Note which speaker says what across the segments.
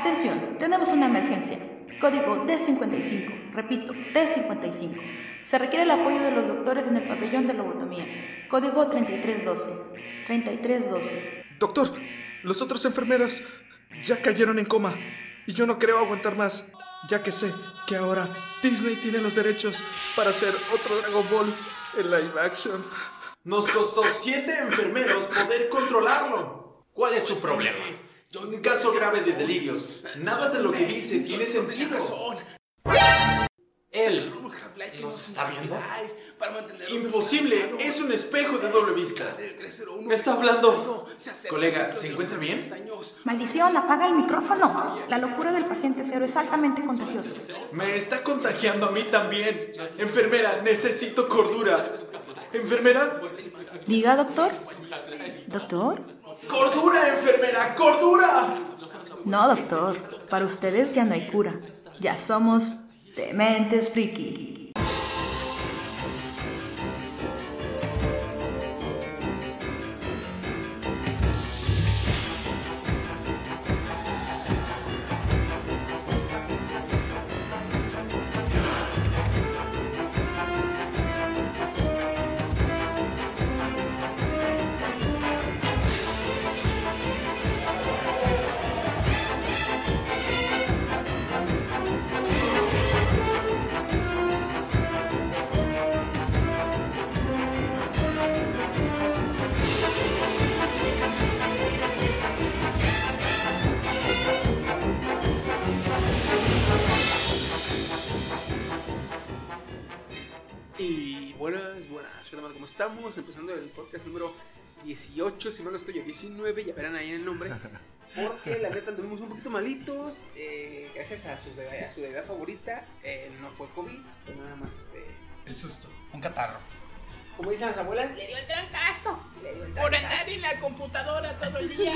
Speaker 1: Atención, tenemos una emergencia. Código D55. Repito, D55. Se requiere el apoyo de los doctores en el pabellón de lobotomía. Código 3312. 3312.
Speaker 2: Doctor, los otros enfermeros ya cayeron en coma y yo no creo aguantar más, ya que sé que ahora Disney tiene los derechos para hacer otro Dragon Ball en live action.
Speaker 3: Nos costó siete enfermeros poder controlarlo.
Speaker 4: ¿Cuál es su problema?
Speaker 3: Un caso grave de delirios. Nada de lo que dice tiene sentido.
Speaker 4: Él nos está viendo.
Speaker 3: Imposible, es un espejo de doble vista. Me está hablando. Colega, ¿se encuentra bien?
Speaker 1: Maldición, apaga el micrófono. La locura del paciente cero es altamente contagiosa.
Speaker 3: Me está contagiando a mí también. Enfermera, necesito cordura. Enfermera,
Speaker 1: Diga, doctor. ¿Doctor?
Speaker 3: cordura, enfermera, cordura.
Speaker 1: No, doctor. Para ustedes ya no hay cura. Ya somos dementes friki.
Speaker 5: Y buenas, buenas, ¿qué tal, ¿Cómo estamos? Empezando el podcast número 18, si mal no estoy, o 19, ya verán ahí en el nombre. Porque la neta anduvimos un poquito malitos, eh, gracias a, sus deba- a su deidad favorita, eh, no fue COVID, fue nada más este...
Speaker 6: El susto, un catarro.
Speaker 5: Como dicen las abuelas, le dio el trancazo. Le dio el trancazo.
Speaker 7: en la computadora todo el día.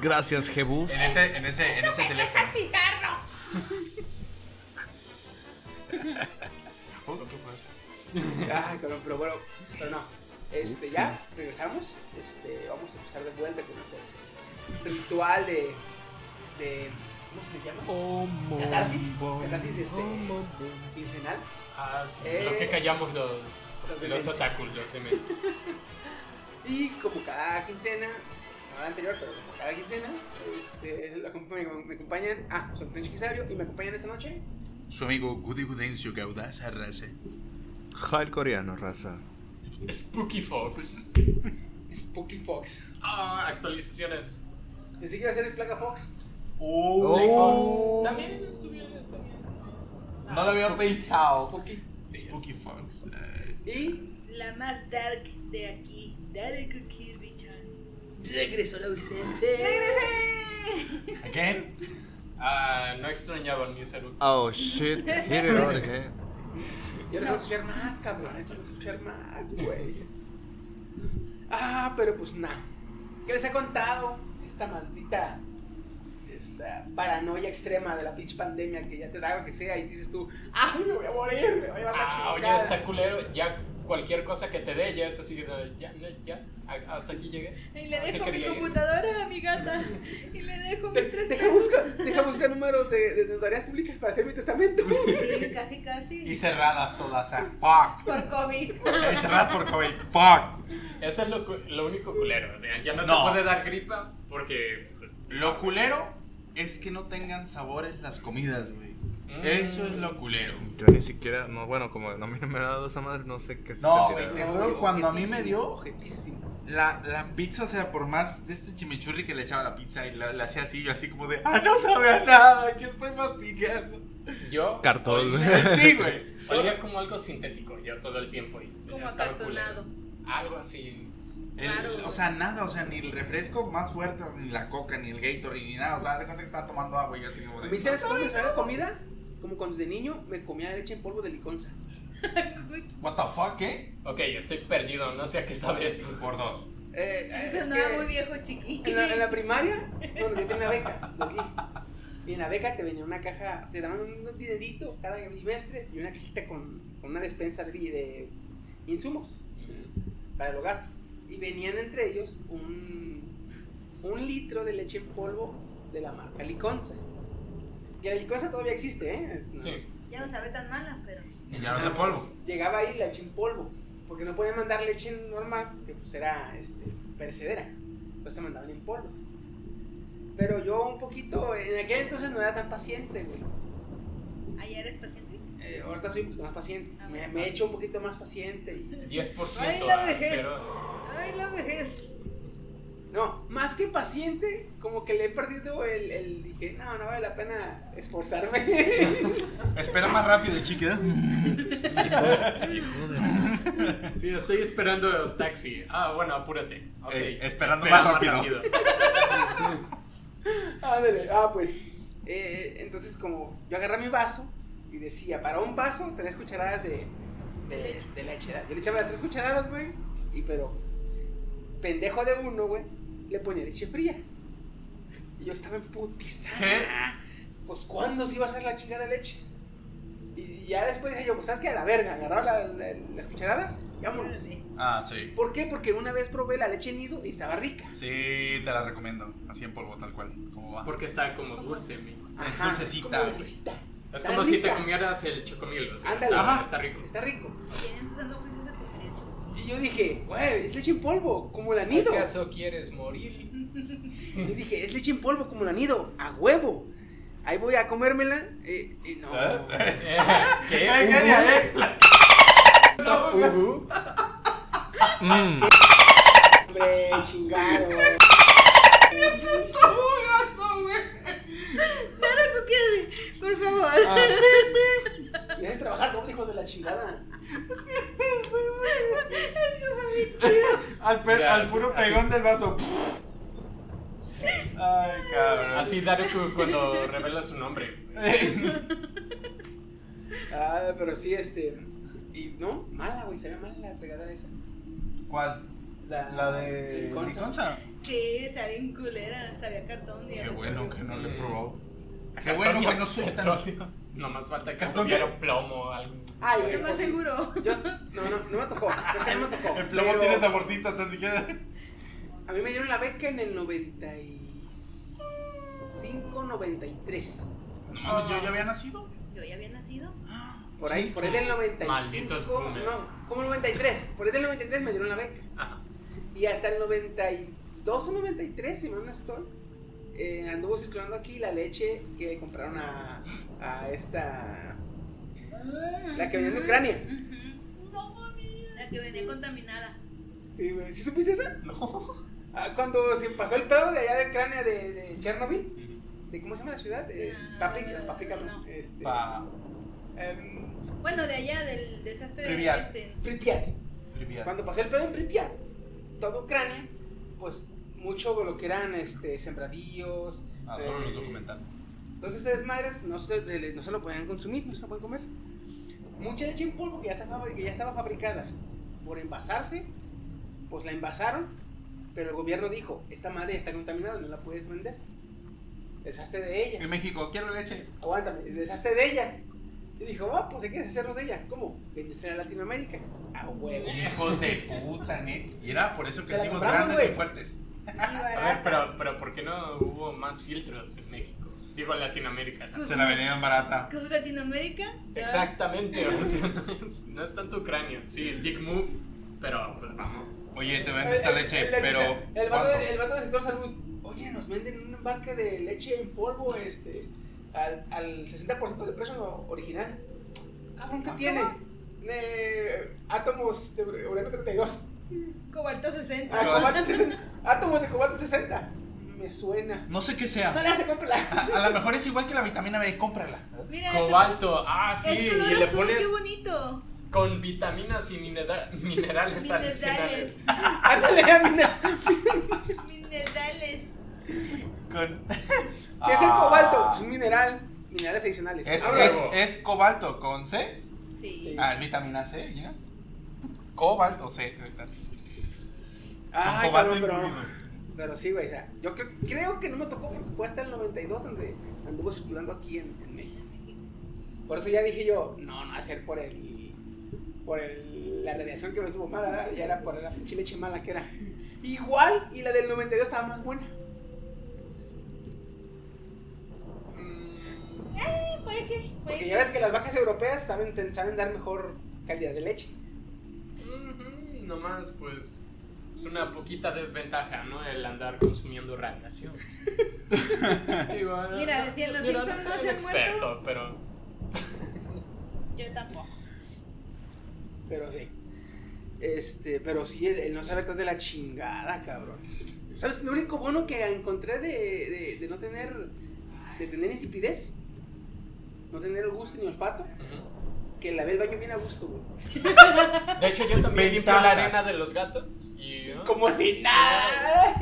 Speaker 8: Gracias, Jebus.
Speaker 6: En ese, en ese, en ese teléfono.
Speaker 7: cigarro.
Speaker 5: Ay, cabrón, pero bueno, pero no. Este, ya, regresamos. Este, vamos a empezar de vuelta con este ritual de... de ¿Cómo se le llama? Catarsis, catarsis este, quincenal.
Speaker 4: Ah, sí,
Speaker 5: Eh.
Speaker 4: Lo que callamos los,
Speaker 5: Los
Speaker 4: los,
Speaker 5: dementes.
Speaker 4: otakus, los dementes.
Speaker 5: Y como cada quincena, no la anterior, pero como cada quincena, este, la comp- me, me acompañan. Ah, soy Tenchi Quisario y me acompañan esta noche.
Speaker 9: Su amigo Gudi Gudencio Gaudaza Rase.
Speaker 8: Jal coreano, raza.
Speaker 4: Spooky Fox.
Speaker 5: Spooky Fox.
Speaker 4: Ah, actualizaciones.
Speaker 5: Pensé que iba a ser el Plaga Fox.
Speaker 8: Oh.
Speaker 4: También estuvieron. También.
Speaker 6: No lo había pensado.
Speaker 5: Spooky.
Speaker 4: Sí,
Speaker 9: Spooky Fox.
Speaker 5: Y
Speaker 7: La más dark de aquí, Darko Kirby-chan. Regresó la ausente. ¡Regresé!
Speaker 6: ¿Again?
Speaker 4: Ah, no extrañaban mi salud.
Speaker 8: Oh shit, hit it all again.
Speaker 5: ya les voy a escuchar más, cabrón. Eso voy a escuchar más, güey. Ah, pero pues nada. ¿Qué les ha contado esta maldita esta paranoia extrema de la pinche pandemia que ya te da lo que sea y dices tú, ¡ay, me voy a morir! Me voy a llevar la
Speaker 4: Ah, oye,
Speaker 5: chingada"?
Speaker 4: está culero. Ya cualquier cosa que te dé ya es así. de, Ya, no, ya. a- Hasta aquí llegué.
Speaker 7: Y le
Speaker 4: No sé
Speaker 7: dejo
Speaker 4: qué
Speaker 7: mi
Speaker 4: día ir.
Speaker 7: computadora a mi gata. Y le dejo mis
Speaker 5: De-
Speaker 7: tres
Speaker 5: Deja buscar, deja buscar números de, de notarías públicas para hacer mi testamento.
Speaker 7: Sí, casi,
Speaker 6: Y
Speaker 7: casi.
Speaker 6: cerradas todas.
Speaker 9: ¿eh?
Speaker 6: ah, Fuck.
Speaker 7: Por COVID.
Speaker 6: Y cerradas por COVID. Fuck.
Speaker 4: Eso es lo, cu- lo único culero. O sea, ya no,
Speaker 6: No.
Speaker 4: te puede dar gripa porque. pues,
Speaker 9: Lo culero es que no tengan sabores las comidas, güey.
Speaker 4: Mm.
Speaker 9: Eso es lo culero.
Speaker 8: Yo ni siquiera, no, bueno, como a mí no me ha dado esa madre, no sé qué se
Speaker 6: No, güey,
Speaker 8: sentirá.
Speaker 5: Te
Speaker 6: te-
Speaker 5: juro,
Speaker 9: cuando a mí me
Speaker 5: objetísimo,
Speaker 9: dio-
Speaker 5: Objetísimo.
Speaker 9: La, la pizza, o sea, por más de este chimichurri que le echaba a la pizza y la, la hacía así, yo así como de, ah, no sabe a nada, que estoy masticando.
Speaker 4: Yo.
Speaker 8: Cartón,
Speaker 4: olía-
Speaker 8: güey.
Speaker 9: Sí, güey.
Speaker 4: Olía como algo sintético yo todo el tiempo. Y ya
Speaker 7: Como
Speaker 4: estaba
Speaker 7: acartonado.
Speaker 4: culero. Algo así.
Speaker 9: El-
Speaker 7: Claro.
Speaker 9: o sea, nada, o sea, ni el refresco más fuerte, ni la coca, ni el Gatorade, ni nada. O sea, hace cuenta que estaba tomando agua y yo así como
Speaker 5: A
Speaker 9: de.
Speaker 5: mí, ¿sabes cómo me sabe la comida? Como cuando de niño me comía leche en polvo de liconza.
Speaker 9: ¿What the fuck, eh?
Speaker 4: Ok, estoy perdido. No sé a qué sabe eso.
Speaker 9: Por dos.
Speaker 5: Eh, es
Speaker 7: Eso
Speaker 5: que
Speaker 7: sonaba muy viejo, chiqui.
Speaker 5: en, la, en la primaria, bueno, yo tenía una beca. lo vi. Y en la beca te venía una caja, te daban un un dinerito cada trimestre y una cajita con, con una despensa de, de insumos. para el hogar. Y venían entre ellos un, un litro de leche en polvo de la marca Liconza. Y la Liconza todavía existe, ¿eh? Es- no.
Speaker 4: Sí.
Speaker 7: Ya no sabe tan mala, pero.
Speaker 9: Y ya no hace polvo.
Speaker 5: Llegaba ahí la leche en polvo, porque no podían mandar leche normal, que pues era este, perecedera. Entonces se mandaban en polvo. Pero yo un poquito, en aquel entonces no era tan paciente, güey.
Speaker 7: Allá eres paciente.
Speaker 5: Eh, ahorita soy un poquito más paciente.
Speaker 7: Ah,
Speaker 5: Me,
Speaker 7: bueno.
Speaker 5: me he hecho un poquito más paciente. y-
Speaker 4: 10%.
Speaker 7: Ay, la
Speaker 9: ah,
Speaker 4: a
Speaker 7: vejez.
Speaker 4: cero.
Speaker 7: Ay, la vejez.
Speaker 5: No, más que paciente, como que le he perdido el, el- Dije, no, no vale la pena esforzarme.
Speaker 9: Espera más rápido, ¿eh? chiquita.
Speaker 4: Sí, estoy esperando el taxi. Ah, bueno, apúrate. Ok.
Speaker 9: Eh, esperando más rápido.
Speaker 5: Ándale, ah, pues. eh, entonces, como yo agarré mi vaso y decía, para un vaso, tres cucharadas de, de, de leche. Yo le echaba las tres cucharadas, güey. Y pero, pendejo de uno, güey, le ponía leche fría. Y yo estaba en putiza.
Speaker 9: ¿Qué?
Speaker 5: Pues, ¿cuándo se iba a hacer la chingada leche? Y, y ya después dije yo, pues, ¿sabes qué? A la verga, agarraba la- la- las cucharadas y vámonos.
Speaker 9: Ah, sí.
Speaker 5: ¿Por qué? Porque una vez probé la leche nido y estaba rica.
Speaker 9: Sí, te la recomiendo. Así en polvo, tal cual. Como va.
Speaker 4: Porque está como dulce, mi.
Speaker 5: Ajá, es
Speaker 9: dulcecita,
Speaker 5: como
Speaker 9: güey.
Speaker 5: dulcecita.
Speaker 4: Es
Speaker 5: Está
Speaker 4: como si te
Speaker 5: rica.
Speaker 4: comieras el chocomil. O sea,
Speaker 5: Ándale.
Speaker 4: está,
Speaker 5: Ajá.
Speaker 4: está rico.
Speaker 5: Está rico.
Speaker 7: Tienen sus sándwiches de porquería, chavos.
Speaker 5: Y yo dije, güey, es leche en polvo, como la
Speaker 4: ¿Por
Speaker 5: nido.
Speaker 4: qué acaso quieres morir?
Speaker 5: Yo dije, es leche en polvo, como la nido, a huevo. Ahí voy a comérmela. eh, y no.
Speaker 4: Eh, ¿Qué? Uh.
Speaker 9: Ay, Kenia, eh.
Speaker 4: Ujú.
Speaker 5: Hombre, chingado.
Speaker 7: Dale, Cookie, por favor.
Speaker 9: Ah.
Speaker 5: Me haces trabajar doble, hijo de la chingada.
Speaker 7: Esto fue muy
Speaker 9: Al, pe-
Speaker 4: Mira,
Speaker 9: al
Speaker 4: así-
Speaker 9: puro
Speaker 4: así.
Speaker 9: pegón del vaso. Ay, cabrón.
Speaker 4: Así Daruku cuando revela su nombre.
Speaker 5: Ah, pero sí, este. Y no, mala, güey, se ve mala la pegada esa.
Speaker 9: ¿Cuál?
Speaker 5: La,
Speaker 9: La de.
Speaker 5: Liconza.
Speaker 9: Liconza.
Speaker 7: Sí, está bien culera, sabía cartón.
Speaker 9: Qué bueno que no le he
Speaker 4: Mm.
Speaker 9: probado. Qué bueno que no soy tan.
Speaker 4: Petróleo. No más falta que
Speaker 9: Cartón.
Speaker 4: tuviera plomo o algo.
Speaker 5: Ay,
Speaker 7: Es
Speaker 5: güey.
Speaker 7: más seguro.
Speaker 5: Yo, no, no, no me tocó. creo que no me tocó.
Speaker 9: El plomo
Speaker 5: pero
Speaker 9: tiene saborcito, tan siquiera.
Speaker 5: A mí me dieron la beca en el 95, 93.
Speaker 9: No mames, yo ya había nacido.
Speaker 7: Yo ya había nacido.
Speaker 5: Por ahí, por ahí del 95.
Speaker 4: Malditos boomers.
Speaker 5: No, como 93. Por ahí del 93 me dieron la beca.
Speaker 4: Ajá.
Speaker 5: Y hasta el 92 o 93, si mal no estoy, eh, anduvo circulando aquí la leche que le compraron a, a esta.
Speaker 7: Ah.
Speaker 5: La que venía de Ucrania.
Speaker 7: Ujú. La que venía contaminada.
Speaker 5: Sí, güey. ¿Sí supiste esa?
Speaker 4: No.
Speaker 5: Ah, cuando se pasó el pedo de allá de Ucrania de, de Chernobyl. De, ¿Cómo se llama la ciudad? Eh, Paprika, Paprika, no.
Speaker 7: Ah, No.
Speaker 5: Este,
Speaker 9: Pa.
Speaker 5: em,
Speaker 7: Bueno, de allá, del desastre
Speaker 9: Trivial.
Speaker 7: este.
Speaker 5: Pripyat.
Speaker 9: Trivial.
Speaker 5: Cuando pasó el pedo en Pripyat, toda Ucrania, pues mucho de lo que eran este, sembradíos.
Speaker 9: Ah,
Speaker 5: eh,
Speaker 9: todos los documentales.
Speaker 5: Entonces ustedes madres no se, le- no se lo pueden consumir, no se lo pueden comer. Mucha leche en polvo que ya, está fabri- que ya estaba fabricada por envasarse, pues la envasaron, pero el gobierno dijo, esta madre ya está contaminada, no la puedes vender. Deshazte de ella.
Speaker 9: En México, quiero leche.
Speaker 5: Aguántame, deshazte de ella. Y dijo, va, pues hay que deshacernos de ella. ¿Cómo? Vendésela a Latinoamérica. A huevo.
Speaker 9: Hijos de puta, net. Y era por eso
Speaker 5: Se la
Speaker 9: crecimos
Speaker 5: compramos,
Speaker 9: grandes
Speaker 5: güey.
Speaker 9: y fuertes.
Speaker 4: A ver, pero, pero ¿por qué no hubo más filtros en México? Digo, en Latinoamérica. ¿no?
Speaker 9: Se la vendían barata.
Speaker 7: Cruz Latinoamérica.
Speaker 4: Exactamente, o sea, no es, no es tanto Ucrania. Sí, Dick Move, pero pues vamos.
Speaker 9: Oye, te vendo esta leche,
Speaker 5: el- el-
Speaker 9: pero.
Speaker 5: El vato,
Speaker 9: ¿cuánto?
Speaker 5: de- el vato del sector salud. Oye, nos venden un embarque de leche en polvo este, al, al 60% del precio original. Cabrón, ¿qué tiene? Eh, átomos de uranio 32.
Speaker 7: Cobalto 60.
Speaker 5: Ah, cobalto 60. Átomos de cobalto 60. Me suena.
Speaker 9: No sé qué
Speaker 5: No
Speaker 9: sea.
Speaker 5: le hace cómprala.
Speaker 9: A lo mejor es igual que la vitamina B, cómprala.
Speaker 7: Mira, es-
Speaker 4: Cobalto, ah, sí,
Speaker 7: es color
Speaker 4: y le
Speaker 7: azul,
Speaker 4: pones
Speaker 7: qué bonito.
Speaker 4: con vitaminas y minera- minerales adicionales.
Speaker 7: Minerales.
Speaker 5: Ándale, Amina.
Speaker 7: Minerales.
Speaker 9: Con...
Speaker 5: ¿Qué es el cobalto? Es un mineral. Minerales adicionales.
Speaker 9: Ah. Es,
Speaker 5: Ahora,
Speaker 9: es, es cobalto con C.
Speaker 7: Sí.
Speaker 9: Ah, es vitamina C, ¿ya? Cobalto C. ahí está.
Speaker 5: Ay,
Speaker 9: Ah, cobalto
Speaker 5: cabrón, pero,
Speaker 9: incluido.
Speaker 5: pero sí, güey. o sea, yo creo, creo que no me tocó porque fue hasta el 92 donde anduvo circulando aquí en, en México. Por eso ya dije yo, no, no va a ser por el. por el- la radiación que me estuvo mala, ya era por la pinche leche mala que era. Igual, y la del 92 estaba más buena. Porque ya ves que las vacas europeas saben, ten- saben dar mejor calidad de leche.
Speaker 4: Ujú, Nomás, pues, es una poquita desventaja, ¿no? El andar consumiendo radiación. Digo, ah,
Speaker 7: Mira, si en los
Speaker 4: mira,
Speaker 7: Simpsons no
Speaker 4: soy
Speaker 7: se han
Speaker 4: experto, pero
Speaker 7: Yo tampoco.
Speaker 5: Pero sí. Este, pero sí, el, el no saber está de la chingada, cabrón. ¿Sabes? Lo único bueno que encontré de, de- de no tener. de tener insipidez. No tener gusto ni olfato.
Speaker 4: ujú.
Speaker 5: Que lavé el baño bien a gusto, güey.
Speaker 4: De hecho, yo también limpio la
Speaker 6: Ventajas.
Speaker 4: arena de los gatos y... ¿no?
Speaker 5: Como si nada.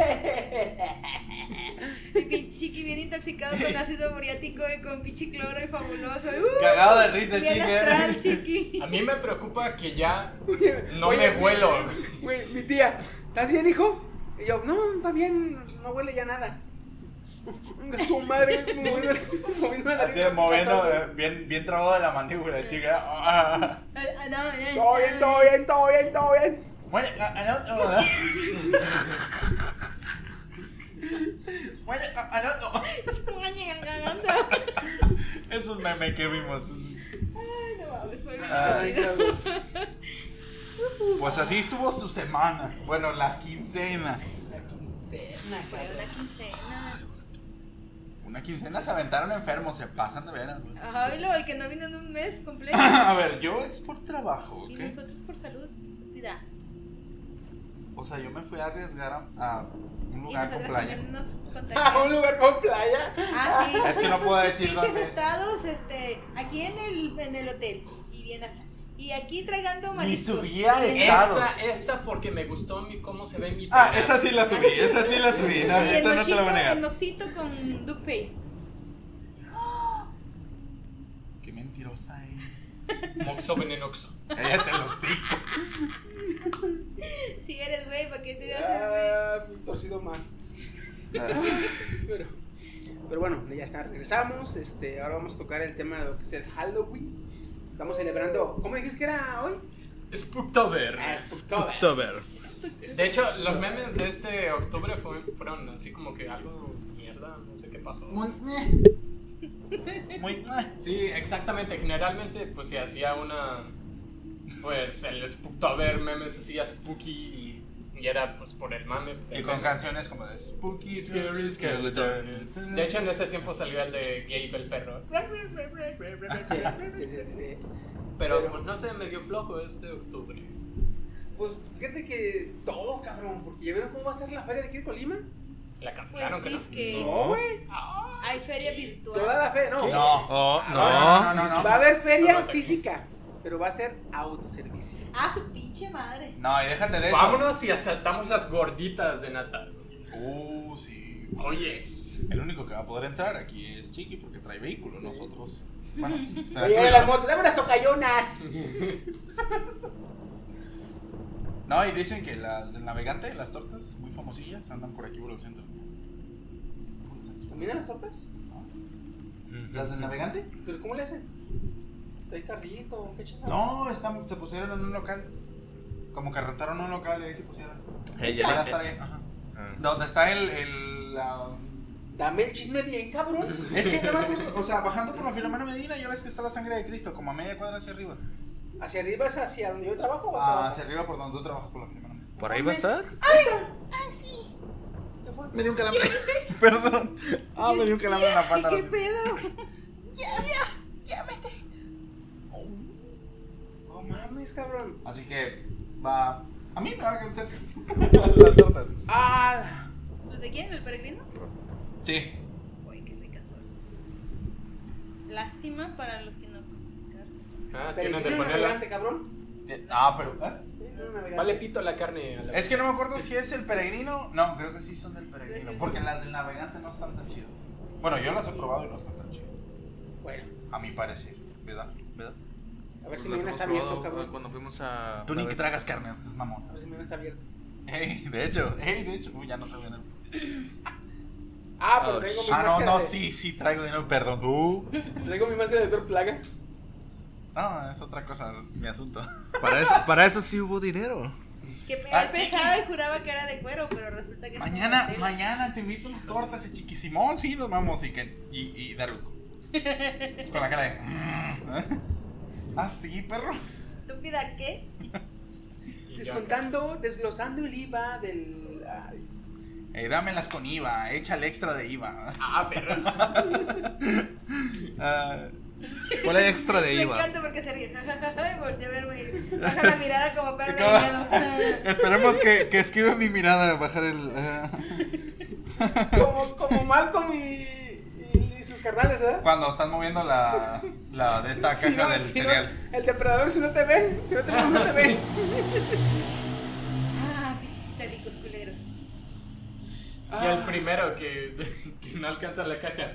Speaker 7: Mi pinche chiqui bien intoxicado con ácido muriático y con pinche cloro y fabuloso. ¡Uh!
Speaker 6: Cagado de risa, ¿eh?
Speaker 7: Bien
Speaker 6: chica.
Speaker 7: astral, chiqui.
Speaker 4: A mí me preocupa que ya no me vuelo.
Speaker 5: Güey, mi tía, ¿estás bien, hijo? Y yo, no, está bien, no huele ya nada. Su madre, moviendo, moviendo la
Speaker 6: Así
Speaker 5: nariz, ¿qué pasó,
Speaker 6: moviendo,
Speaker 5: güey?
Speaker 6: eh, bien, bien trabado de la mandíbula, chica. Ah.
Speaker 7: Ah, ah, no, ah,
Speaker 5: Todo bien,
Speaker 7: ah.
Speaker 5: todo bien, todo bien, todo bien.
Speaker 6: Bueno, ah, ah, no, ah. Bueno, ah, ah, no, no.
Speaker 7: No me llegan ganando.
Speaker 6: Es un meme que vimos.
Speaker 7: Ay, no mames, fue bien.
Speaker 5: Ah.
Speaker 6: Ay, Pues así estuvo su semana. Bueno, la quincena.
Speaker 7: Una quincena.
Speaker 6: Una quincena se aventaron enfermos, se pasan de veras. güey.
Speaker 7: Ay, lo, el que no vino en un mes completo.
Speaker 6: A ver, yo es por trabajo,
Speaker 7: Y
Speaker 6: Ah, ¿ok?
Speaker 7: nosotros por salud, estúpida.
Speaker 6: O sea, yo me fui a arriesgar a, a un
Speaker 7: Y
Speaker 6: lugar con
Speaker 7: nosotras
Speaker 6: playa.
Speaker 7: también nos
Speaker 5: A un
Speaker 7: contagiamos.
Speaker 5: lugar con playa.
Speaker 7: Ah, sí.
Speaker 6: Es que no puedo decir
Speaker 7: Pinches
Speaker 6: dónde es.
Speaker 7: estados, este, aquí en el, en el hotel. Y bien así. Y aquí tragando mariscos.
Speaker 6: subía
Speaker 7: Y en-
Speaker 6: estados.
Speaker 4: Esta, esta porque me gustó mi, cómo se ve mi
Speaker 6: Ah,
Speaker 4: pelo.
Speaker 6: esa sí la subí, esa sí la subí. No,
Speaker 7: y el
Speaker 6: esa no te
Speaker 7: mochito,
Speaker 6: la voy a
Speaker 7: el
Speaker 6: negar.
Speaker 7: moxito con duckface.
Speaker 6: Qué mentirosa es.
Speaker 4: Moxo venenoxo.
Speaker 6: Cállate los hocico.
Speaker 7: Si eres güey, ¿para qué te haces güey?
Speaker 5: Ah, torcido más. Pero, pero bueno, ya está, regresamos. Este, ahora vamos a tocar el tema de lo que es el Halloween. Estamos celebrando. ¿Cómo dijiste que era hoy?
Speaker 4: Spooktober.
Speaker 5: Spooktober.
Speaker 8: October.
Speaker 4: Ah, De hecho, los memes de este octubre fue- fueron así como que algo mierda, no sé qué pasó.
Speaker 6: Muy.
Speaker 4: Sí, exactamente. Generalmente, pues se hacía una. Pues el Spooktober memes hacía spooky y, y era pues por el mame.
Speaker 6: Y
Speaker 4: el
Speaker 6: con
Speaker 4: meme.
Speaker 6: canciones como de Spooky, Scary, Skeleton.
Speaker 4: De hecho, en ese tiempo salió el de Gabe el perro.
Speaker 5: Sí, sí, sí, sí.
Speaker 4: Pero pues, no sé, me dio flojo este octubre.
Speaker 5: Pues fíjate que todo, cabrón. Porque ya vieron cómo va a estar la feria de aquí de Colima.
Speaker 4: La cancelaron,
Speaker 7: Pues,
Speaker 4: creo.
Speaker 7: es que
Speaker 5: No, güey.
Speaker 7: hay feria virtual.
Speaker 5: Toda la feria, no.
Speaker 6: No.
Speaker 8: Oh,
Speaker 6: No, no, no,
Speaker 8: no.
Speaker 6: no, no.
Speaker 5: Va a haber feria
Speaker 4: Aguanta.
Speaker 5: física, pero va a ser autoservicio.
Speaker 7: Ah, su pinche madre.
Speaker 6: No, y déjate de eso.
Speaker 4: Vámonos y asaltamos las gorditas de Natal.
Speaker 6: Uh, sí.
Speaker 4: Oyes.
Speaker 6: El único que va a poder entrar aquí es Chiqui porque trae vehículo. Nosotros. Bueno, será
Speaker 5: Oye, la
Speaker 6: tuyo.
Speaker 5: moto, dame unas tocayonas.
Speaker 6: No, y dicen que las del navegante, las tortas muy famosillas, andan por aquí por el centro.
Speaker 5: ¿Combinan las sopas?
Speaker 6: ¿Las del navegante?
Speaker 5: ¿Pero cómo le hacen? ¿Trae carrito? ¿Qué chingada?
Speaker 6: No, están, se pusieron en un local. Como que rentaron un local y ahí se pusieron. Para estar bien. Ajá. Donde está el. el la-
Speaker 5: Dame el chisme bien, cabrón.
Speaker 6: Es que no me acuerdo. O sea, bajando por la Filomena Medina, ya ves que está la sangre de Cristo, como a media cuadra hacia arriba.
Speaker 5: ¿Hacia arriba es hacia donde yo trabajo o hacia
Speaker 6: Ah,
Speaker 5: abajo?
Speaker 6: hacia arriba por donde tú trabajas por la Filomena Medina.
Speaker 8: ¿Por ahí va a estar?
Speaker 7: Ah,
Speaker 5: ¿Qué fue?
Speaker 2: Me dio un calambre.
Speaker 6: Perdón. Ah, me dio un calambre en la pata.
Speaker 7: ¿Qué pedo?
Speaker 5: Oh, mames, cabrón.
Speaker 6: Así que va. A mí me va a cansar las tortas.
Speaker 5: ¡Ah!
Speaker 7: ¿Los de quién? ¿El peregrino?
Speaker 6: Sí.
Speaker 7: Uy, qué ricas tortas. Lástima para los que no comen carne.
Speaker 4: Ah,
Speaker 5: Pero
Speaker 4: tienen de
Speaker 5: hicieron
Speaker 4: ponerla.
Speaker 5: navegante, cabrón.
Speaker 6: Ah, pero. ¿eh?
Speaker 5: Hicieron navegante.
Speaker 4: Vale pito la carne. a la-
Speaker 6: Es que no me acuerdo si es el peregrino. No, creo que sí son del peregrino. Porque las del navegante no están tan chidas. Bueno, yo las he probado y no están tan chidas.
Speaker 5: Bueno,
Speaker 6: A mi parecer, ¿verdad? ¿Verdad? Ah,
Speaker 5: a ver si mañana está abierto, cabrón.
Speaker 8: Cuando fuimos a.
Speaker 6: Tú ni
Speaker 8: a
Speaker 6: que
Speaker 8: ver-
Speaker 6: tragas carne antes,
Speaker 5: A
Speaker 6: mamón.
Speaker 5: ver si mañana está abierto.
Speaker 6: Ey, de hecho, ey, de hecho. Uy, ya no traigo dinero.
Speaker 5: Ah, pero
Speaker 8: Ah,
Speaker 5: tengo mi
Speaker 6: Ah, no,
Speaker 5: máscara
Speaker 6: no,
Speaker 5: de-
Speaker 6: sí, sí, traigo dinero, perdón. Uh.
Speaker 5: Tengo mi máscara de Doctor Plaga.
Speaker 6: No, es otra cosa, mi asunto.
Speaker 8: Para eso, para eso sí hubo dinero.
Speaker 7: Que pe-
Speaker 6: Ah,
Speaker 7: él pensaba y juraba que era de cuero, pero resulta que es como
Speaker 6: Mañana,
Speaker 7: de tela.
Speaker 6: mañana te invito unas tortas de Chiquisimón, sí, nos vamos y, que- y, y Daruco. Con la cara de. "Mm". Ah, sí, perro.
Speaker 7: ¿Estúpida qué?
Speaker 4: Y ya,
Speaker 5: Descontando, desglosando el IVA del. ay,
Speaker 6: Eh, dámelas con IVA, échale extra de IVA.
Speaker 4: Ah, perro.
Speaker 6: Ah,
Speaker 8: ¿Cuál es extra de
Speaker 7: Me
Speaker 8: IVA?
Speaker 7: encanta porque se ríe. Ay, volteé a ver, güey. Baja la mirada como perro
Speaker 6: Acaba-
Speaker 7: regañado.
Speaker 6: Esperemos que, que esquive mi mirada, bajar el. ah.
Speaker 5: Como, como Malcolm y, y- y sus carnales, ¿eh?
Speaker 6: Cuando están moviendo la, la de esta caja
Speaker 5: Si no-
Speaker 6: del
Speaker 5: si no-
Speaker 6: cereal.
Speaker 5: el depredador, si no te ve, si no te ve, no te ve.
Speaker 7: Ah, pinches itálicos culeros.
Speaker 4: Y el primero que, que no alcanza la caja.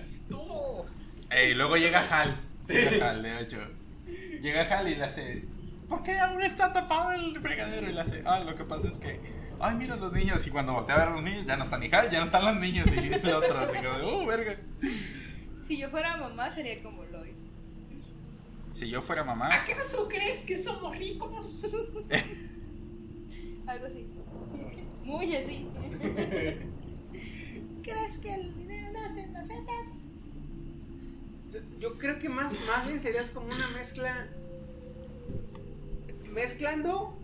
Speaker 6: Eh, Y luego llega Hal.
Speaker 4: Sí.
Speaker 6: Llega Hal, de hecho. Llega Hal y le hace. ¿Por qué aún está tapado el fregadero? Y le hace. Ah, lo que pasa es que. Ay, mira los niños. Y cuando voltea a ver a los niños, ya no están ni Hal, ya no están los niños. Y el otro así como de, uh, verga.
Speaker 7: Si yo fuera mamá, sería como Lloyd.
Speaker 6: Si yo fuera mamá.
Speaker 7: ¿Acaso crees que somos ricos? Algo así. Muy así. ¿Crees que el dinero nace en macetas?
Speaker 5: Yo creo que más, más bien serías como una mezcla. Mezclando.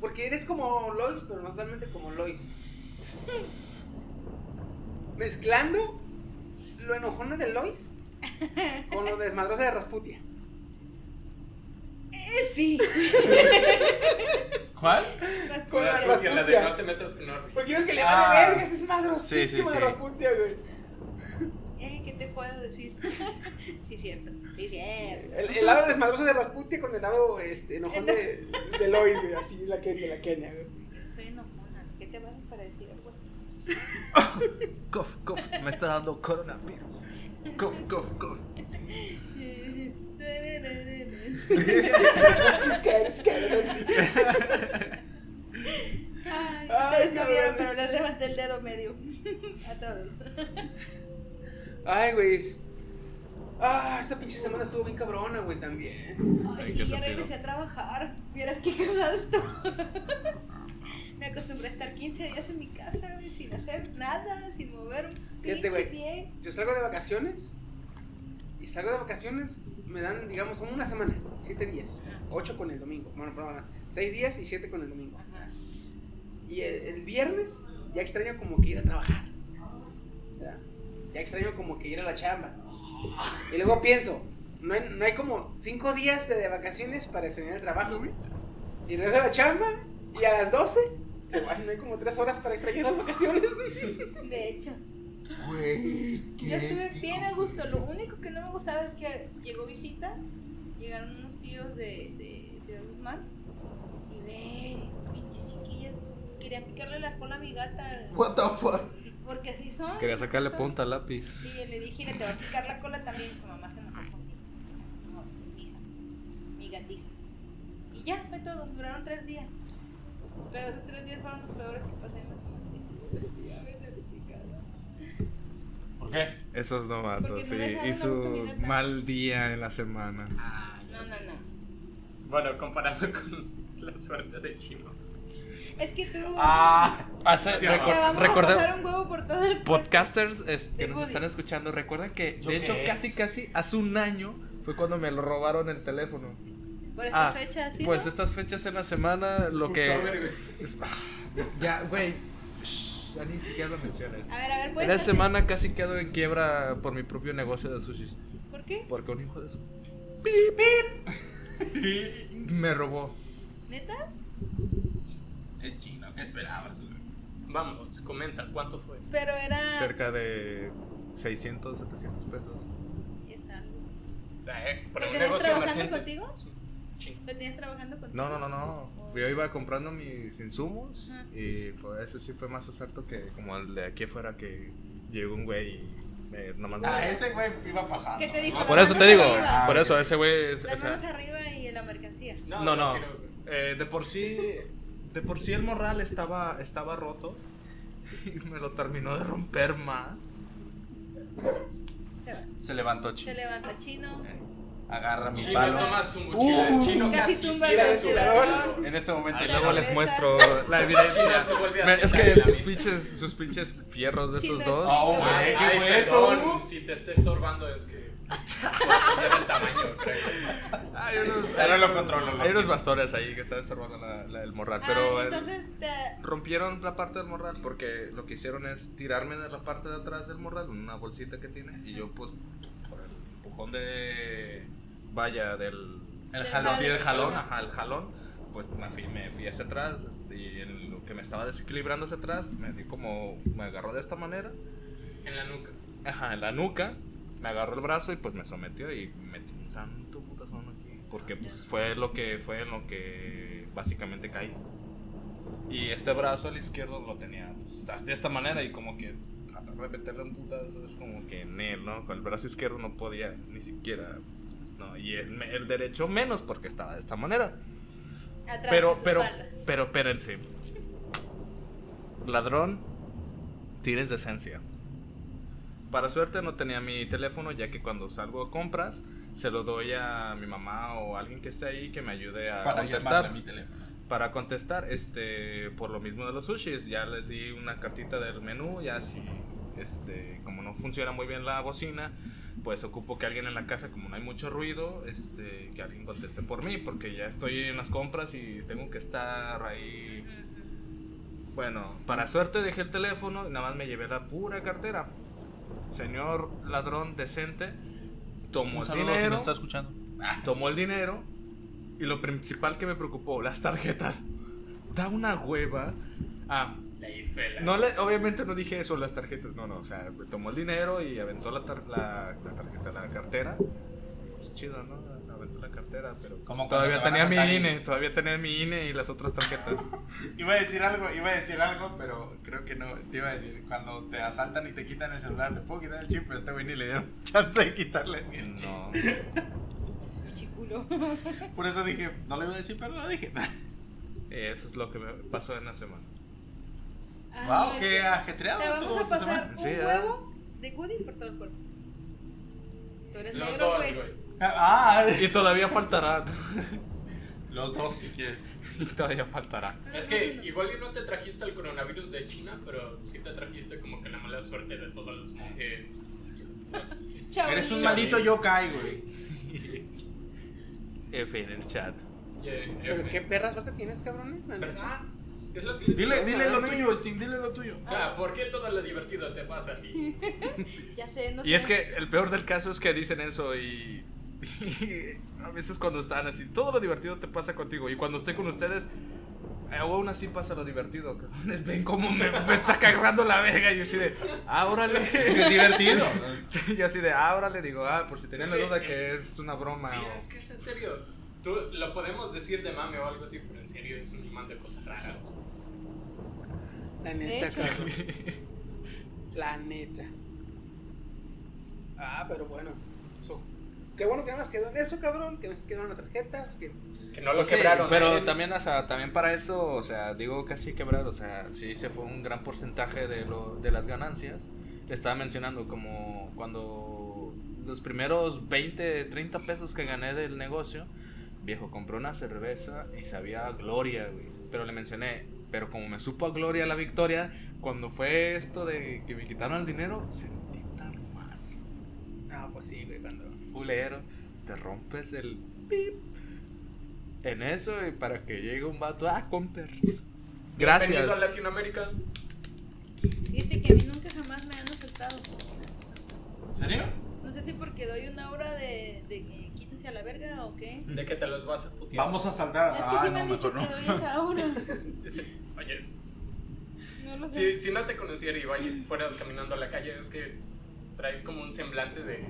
Speaker 5: Porque eres como Lois, pero no totalmente como Lois. Mezclando lo enojona de Lois con lo desmadrosa de Rasputia.
Speaker 7: Eh, sí.
Speaker 6: ¿Cuál?
Speaker 5: Con la
Speaker 4: Rasputia, la de no
Speaker 5: Rasputia.
Speaker 4: te metas con Orri.
Speaker 5: Porque es que le
Speaker 6: Ah.
Speaker 5: vale verga, es desmadrosísimo
Speaker 6: Sí, sí,
Speaker 5: de
Speaker 6: sí.
Speaker 5: Rasputia, güey.
Speaker 7: Eh, ¿Qué te puedo decir? sí, cierto. Sí, cierto.
Speaker 5: El, el lado desmadroso de Rasputia con el lado este, enojón de, de Lois, güey. Así de la, que- de la Kenia, güey.
Speaker 7: Soy enojona. ¿Qué te vas para decir algo así?
Speaker 8: Cof, cof, me está dando coronavirus. Cof, cof, cof.
Speaker 5: Es que, es que, güey.
Speaker 7: Ay,
Speaker 5: Ay,
Speaker 7: ustedes no
Speaker 5: cabrón.
Speaker 7: vieron, pero les levanté el dedo medio a todos.
Speaker 5: Ay, güey. es- Ah, esta pinche semana estuvo bien cabrona, güey, también.
Speaker 7: Ay,
Speaker 8: Ay,
Speaker 7: sí,
Speaker 8: qué
Speaker 7: ya
Speaker 8: sátiro.
Speaker 7: regresé a trabajar. Vieras qué cansado estoy. Me acostumbré a estar 15 días en mi casa, güey, sin hacer nada, sin mover un
Speaker 5: Fíjate,
Speaker 7: pinche
Speaker 5: güey.
Speaker 7: pie.
Speaker 5: Yo salgo de vacaciones. Y salgo de vacaciones, me dan, digamos, son una semana, siete días. Ocho con el domingo. Bueno, perdón, seis días y siete con el domingo.
Speaker 7: Ajá.
Speaker 5: Y el, el viernes ya extraño como que ir a trabajar. ¿verdad? Ya extraño como que ir a la chamba. Y luego pienso, no hay, no hay como cinco días de, de vacaciones para extrañar el trabajo. Y regreso a la chamba y a las 12, igual no hay como tres horas para extrañar las vacaciones.
Speaker 7: De hecho. Yo estuve bien a gusto. Lo único que no me gustaba es que llegó visita, llegaron unos tíos de, de Ciudad Guzmán y ve, pinches chiquillas, quería picarle la cola a mi gata.
Speaker 2: What the fuck?
Speaker 7: Porque así son.
Speaker 8: Quería sacarle
Speaker 7: Son-
Speaker 8: punta al lápiz.
Speaker 7: Y le dije, le te va a picar la cola también. Su mamá se enojó conmigo. No, mi hija, mi gatija. Y ya, fue todo. Duraron tres días. Pero esos tres días fueron los peores que pasé en la semana. Vete a la chingada.
Speaker 6: ¿Por qué?
Speaker 8: Esos
Speaker 7: Porque
Speaker 8: novatos,
Speaker 7: no
Speaker 8: sí.
Speaker 7: dejaron
Speaker 8: Y
Speaker 7: a gusto mi
Speaker 8: su
Speaker 7: neta.
Speaker 8: mal día en la semana.
Speaker 7: No, no, no.
Speaker 4: Bueno, comparado con la suerte de Chino.
Speaker 7: Es que tú
Speaker 6: Ah,
Speaker 8: Hace,
Speaker 4: Sí,
Speaker 7: te vamos
Speaker 8: recor-
Speaker 7: a
Speaker 8: recordar-
Speaker 7: pasar un huevo por todo el
Speaker 8: podcasters es- que
Speaker 7: Del
Speaker 8: nos
Speaker 7: body.
Speaker 8: están escuchando, recuerden que
Speaker 4: ¿Yo
Speaker 8: de hecho
Speaker 4: qué?
Speaker 8: casi casi hace un año fue cuando me lo robaron el teléfono.
Speaker 7: por esta
Speaker 8: Ah,
Speaker 7: fecha así.
Speaker 8: Pues
Speaker 7: ¿no?
Speaker 8: estas fechas en la semana lo que es- ah, ya güey, shh, ya ni siquiera lo menciones.
Speaker 7: A ver, a ver,
Speaker 8: En
Speaker 7: puedes.
Speaker 8: esa
Speaker 7: hacer-
Speaker 8: semana casi quedo en quiebra por mi propio negocio de sushis,
Speaker 7: ¿Por qué?
Speaker 8: porque un hijo de su me robó.
Speaker 7: ¿Neta?
Speaker 6: es chino, ¿qué esperabas?
Speaker 4: Vamos, comenta, ¿cuánto fue?
Speaker 7: Pero era.
Speaker 8: cerca de 600, 700 pesos.
Speaker 7: Es algo.
Speaker 4: O sea, eh, para un
Speaker 7: ¿Lo tenías
Speaker 4: negocio
Speaker 7: trabajando
Speaker 4: emergente.
Speaker 7: contigo?
Speaker 4: Sí. Chingo.
Speaker 7: ¿Lo tenías trabajando contigo?
Speaker 8: No, no, no, no. Yo iba comprando mis insumos y fue, ese sí fue más acerto que como el de aquí afuera que llegó un güey y me, nomás me-
Speaker 6: Ah, ese güey iba pasando.
Speaker 7: ¿Qué te dijo?
Speaker 8: Por eso te digo,
Speaker 7: Ah,
Speaker 8: por eso ese güey es... o
Speaker 7: Las
Speaker 8: sea,
Speaker 7: manos arriba y en la mercancía.
Speaker 8: no, no.
Speaker 4: creo, güey.
Speaker 8: Eh, de por sí, de por sí el morral estaba, estaba roto y me lo terminó de romper más.
Speaker 7: Se va.
Speaker 6: Se levantó
Speaker 7: Se
Speaker 6: chino.
Speaker 7: levanta chino.
Speaker 6: agarra mi
Speaker 4: Chino,
Speaker 6: palo.
Speaker 4: tomas un cuchillo. Chino
Speaker 7: Uh, Casi
Speaker 4: casi
Speaker 7: tumba
Speaker 4: tira
Speaker 7: el
Speaker 4: de su
Speaker 7: ventilador.
Speaker 4: lado.
Speaker 6: En este momento
Speaker 7: Ahí
Speaker 6: ya-
Speaker 8: Ah, Luego les
Speaker 7: Cabeza.
Speaker 8: muestro la
Speaker 4: Chino
Speaker 8: evidencia.
Speaker 4: se vuelve a
Speaker 8: Me- Es
Speaker 4: sentar en
Speaker 8: que
Speaker 4: la
Speaker 8: sus
Speaker 4: mesa.
Speaker 8: pinches, sus pinches fierros de esos
Speaker 7: Chino.
Speaker 8: dos.
Speaker 6: Oh, güey, ¿qué
Speaker 4: Ay,
Speaker 6: fue
Speaker 4: perdón,
Speaker 6: eso?
Speaker 4: Si te está estorbando es que. Era el tamaño, creo.
Speaker 8: Hay unos,
Speaker 6: Ya no lo controlo. lo
Speaker 8: hay unos
Speaker 6: siento.
Speaker 8: bastores ahí que están observando la, la- el morral. Pero
Speaker 7: Ah,
Speaker 8: el-
Speaker 7: entonces te-
Speaker 8: rompieron la parte del morral porque lo que hicieron es tirarme de la parte de atrás del morral, una bolsita que tiene, y yo pues por el empujón de vaya del
Speaker 6: El
Speaker 7: Del
Speaker 6: jalón.
Speaker 7: jalón.
Speaker 8: el jalón, ajá, el jalón, pues me fui, me fui hacia atrás este, y en lo que me estaba desequilibrando hacia atrás, me di como me agarró de esta manera,
Speaker 4: En la nuca.
Speaker 8: ajá, en la nuca, me agarró el brazo y pues me sometió y me metí un santo putazón aquí, porque
Speaker 4: Ah,
Speaker 8: pues fue lo que fue en lo que básicamente caí. Y este brazo al izquierdo lo tenía pues, de esta manera y como que tratar de meterle un putazo es como que en él, ¿no? Con el brazo izquierdo no podía ni siquiera, pues, no, y el, me- el derecho menos porque estaba de esta manera.
Speaker 7: atrás
Speaker 8: Pero,
Speaker 7: de su
Speaker 8: pero,
Speaker 7: espalda.
Speaker 8: pero, espérense. Ladrón, tienes decencia. Para suerte no tenía mi teléfono, ya que cuando salgo a compras, se lo doy a mi mamá o a alguien que esté ahí que me ayude a
Speaker 6: Para llamarle
Speaker 8: contestar
Speaker 6: a mi teléfono.
Speaker 8: para contestar, este, por lo mismo de los sushis, ya les di una cartita del menú, ya si, este, como no funciona muy bien la bocina, pues ocupo que alguien en la casa, como no hay mucho ruido, este, que alguien conteste por mí, porque ya estoy en las compras y tengo que estar ahí. Bueno, para suerte dejé el teléfono y nada más me llevé la pura cartera. Señor ladrón decente,
Speaker 6: Un
Speaker 8: tomó el
Speaker 6: saludo si
Speaker 8: dinero
Speaker 6: nos está escuchando.
Speaker 8: tomó el dinero y lo principal que me preocupó, las tarjetas. Da una hueva. Ah,
Speaker 4: La ifela.
Speaker 8: no le, obviamente no dije eso, las tarjetas, no, no, o sea, me tomó el dinero y aventó la, tar- la, la tarjeta, la cartera. Pues chido, ¿no? Aventó la cartera, pero pues,
Speaker 6: Como cuando
Speaker 8: todavía
Speaker 6: te van
Speaker 8: tenía
Speaker 6: a
Speaker 8: mi
Speaker 6: matar y-
Speaker 8: INE, todavía tenía mi INE y las otras tarjetas.
Speaker 6: Iba a decir algo, iba a decir algo, pero creo que no. Te iba a decir, cuando te asaltan y te quitan el celular, le puedo quitar el chip, pero a este güey ni le dieron chance de quitarle ni el chip.
Speaker 8: No.
Speaker 7: Chiculo.
Speaker 6: Por eso dije, no le iba a decir, pero lo dije.
Speaker 8: Eso es lo que me pasó en la semana.
Speaker 6: wow,
Speaker 7: Ay,
Speaker 6: qué ajetreado
Speaker 7: Ah, Te
Speaker 6: estuvo
Speaker 7: vamos a
Speaker 6: esta
Speaker 7: pasar
Speaker 6: semana.
Speaker 7: un
Speaker 8: Sí, ¿eh?
Speaker 7: huevo de Goody por todo el cuerpo. Tú eres
Speaker 4: Los
Speaker 7: negro,
Speaker 4: dos,
Speaker 7: güey.
Speaker 4: güey.
Speaker 6: Ah,
Speaker 8: Y todavía faltará.
Speaker 6: los dos si quieres.
Speaker 8: y todavía faltará.
Speaker 7: Pero
Speaker 4: Es que
Speaker 7: bueno.
Speaker 4: igual y no te trajiste el coronavirus de China, pero sí te trajiste como que la mala suerte de todos los monjes.
Speaker 7: Chao,
Speaker 6: Eres un
Speaker 7: niño.
Speaker 6: maldito yokai, güey.
Speaker 8: F en el chat.
Speaker 4: Y, eh,
Speaker 5: Pero
Speaker 4: eh,
Speaker 5: qué perra suerte tienes, cabrones. la neta.
Speaker 4: ¿Verdad? Ah, Es lo que les
Speaker 6: Dile,
Speaker 4: digo,
Speaker 6: dile lo
Speaker 4: ¿no?
Speaker 6: tuyo, Sting, dile lo tuyo.
Speaker 4: Ah, ¿Por qué todo lo divertido te pasa a ti?
Speaker 7: Ya sé, no
Speaker 8: Y
Speaker 7: sé.
Speaker 8: es que el peor del caso es que dicen eso y, y a veces cuando están así, todo lo divertido te pasa contigo y cuando estoy con ustedes, aún así pasa lo divertido. cabrones. Ven cómo me, me está cagando la verga y yo así de, ah, órale.
Speaker 6: Es divertido.
Speaker 8: Yo así de, ah, órale, digo, ah, por si
Speaker 4: Es
Speaker 8: tenían la
Speaker 4: que-
Speaker 8: duda que es una broma.
Speaker 4: Sí,
Speaker 8: o-
Speaker 4: es que es en serio. Tú lo podemos decir de mame o algo así, pero en serio es un imán de cosas raras.
Speaker 5: La neta,
Speaker 7: hecho.
Speaker 5: cabrón. La neta. Ah, pero bueno. so- qué bueno que nada más quedó en eso, cabrón. Que nos quedaron las tarjetas. Que...
Speaker 4: Que no lo
Speaker 8: Pues sí,
Speaker 4: quebraron.
Speaker 8: pero
Speaker 4: ¿eh?
Speaker 8: también, o sea, también para eso, o sea, digo casi quebrar, o sea, sí se fue un gran porcentaje de, lo, de las ganancias. Le estaba mencionando como cuando los primeros 20, 30 pesos que gané del negocio, viejo, compró una cerveza y sabía a gloria, güey. Pero le mencioné, pero como me supo a gloria la victoria, cuando fue esto de que me quitaron el dinero, sentí tan más
Speaker 5: Ah, pues sí, güey, cuando.
Speaker 8: culero, te rompes el pip en eso y para que llegue un vato, ah, compers. Gracias.
Speaker 4: Bienvenido a Latinoamérica.
Speaker 7: Fíjate que a mí nunca jamás me han aceptado.
Speaker 6: ¿En serio?
Speaker 7: No sé si porque doy una hora de, de que quítense a la verga o qué.
Speaker 4: De que te los vas a putear.
Speaker 6: Vamos a saltar.
Speaker 7: Es que
Speaker 6: Ah,
Speaker 7: sí
Speaker 6: no,
Speaker 7: me han dicho
Speaker 6: mejor no.
Speaker 7: que doy esa hora.
Speaker 4: Oye,
Speaker 7: No lo sé.
Speaker 4: si, si no te conociera y vaya- fueras caminando a la calle, es que traes como un semblante de.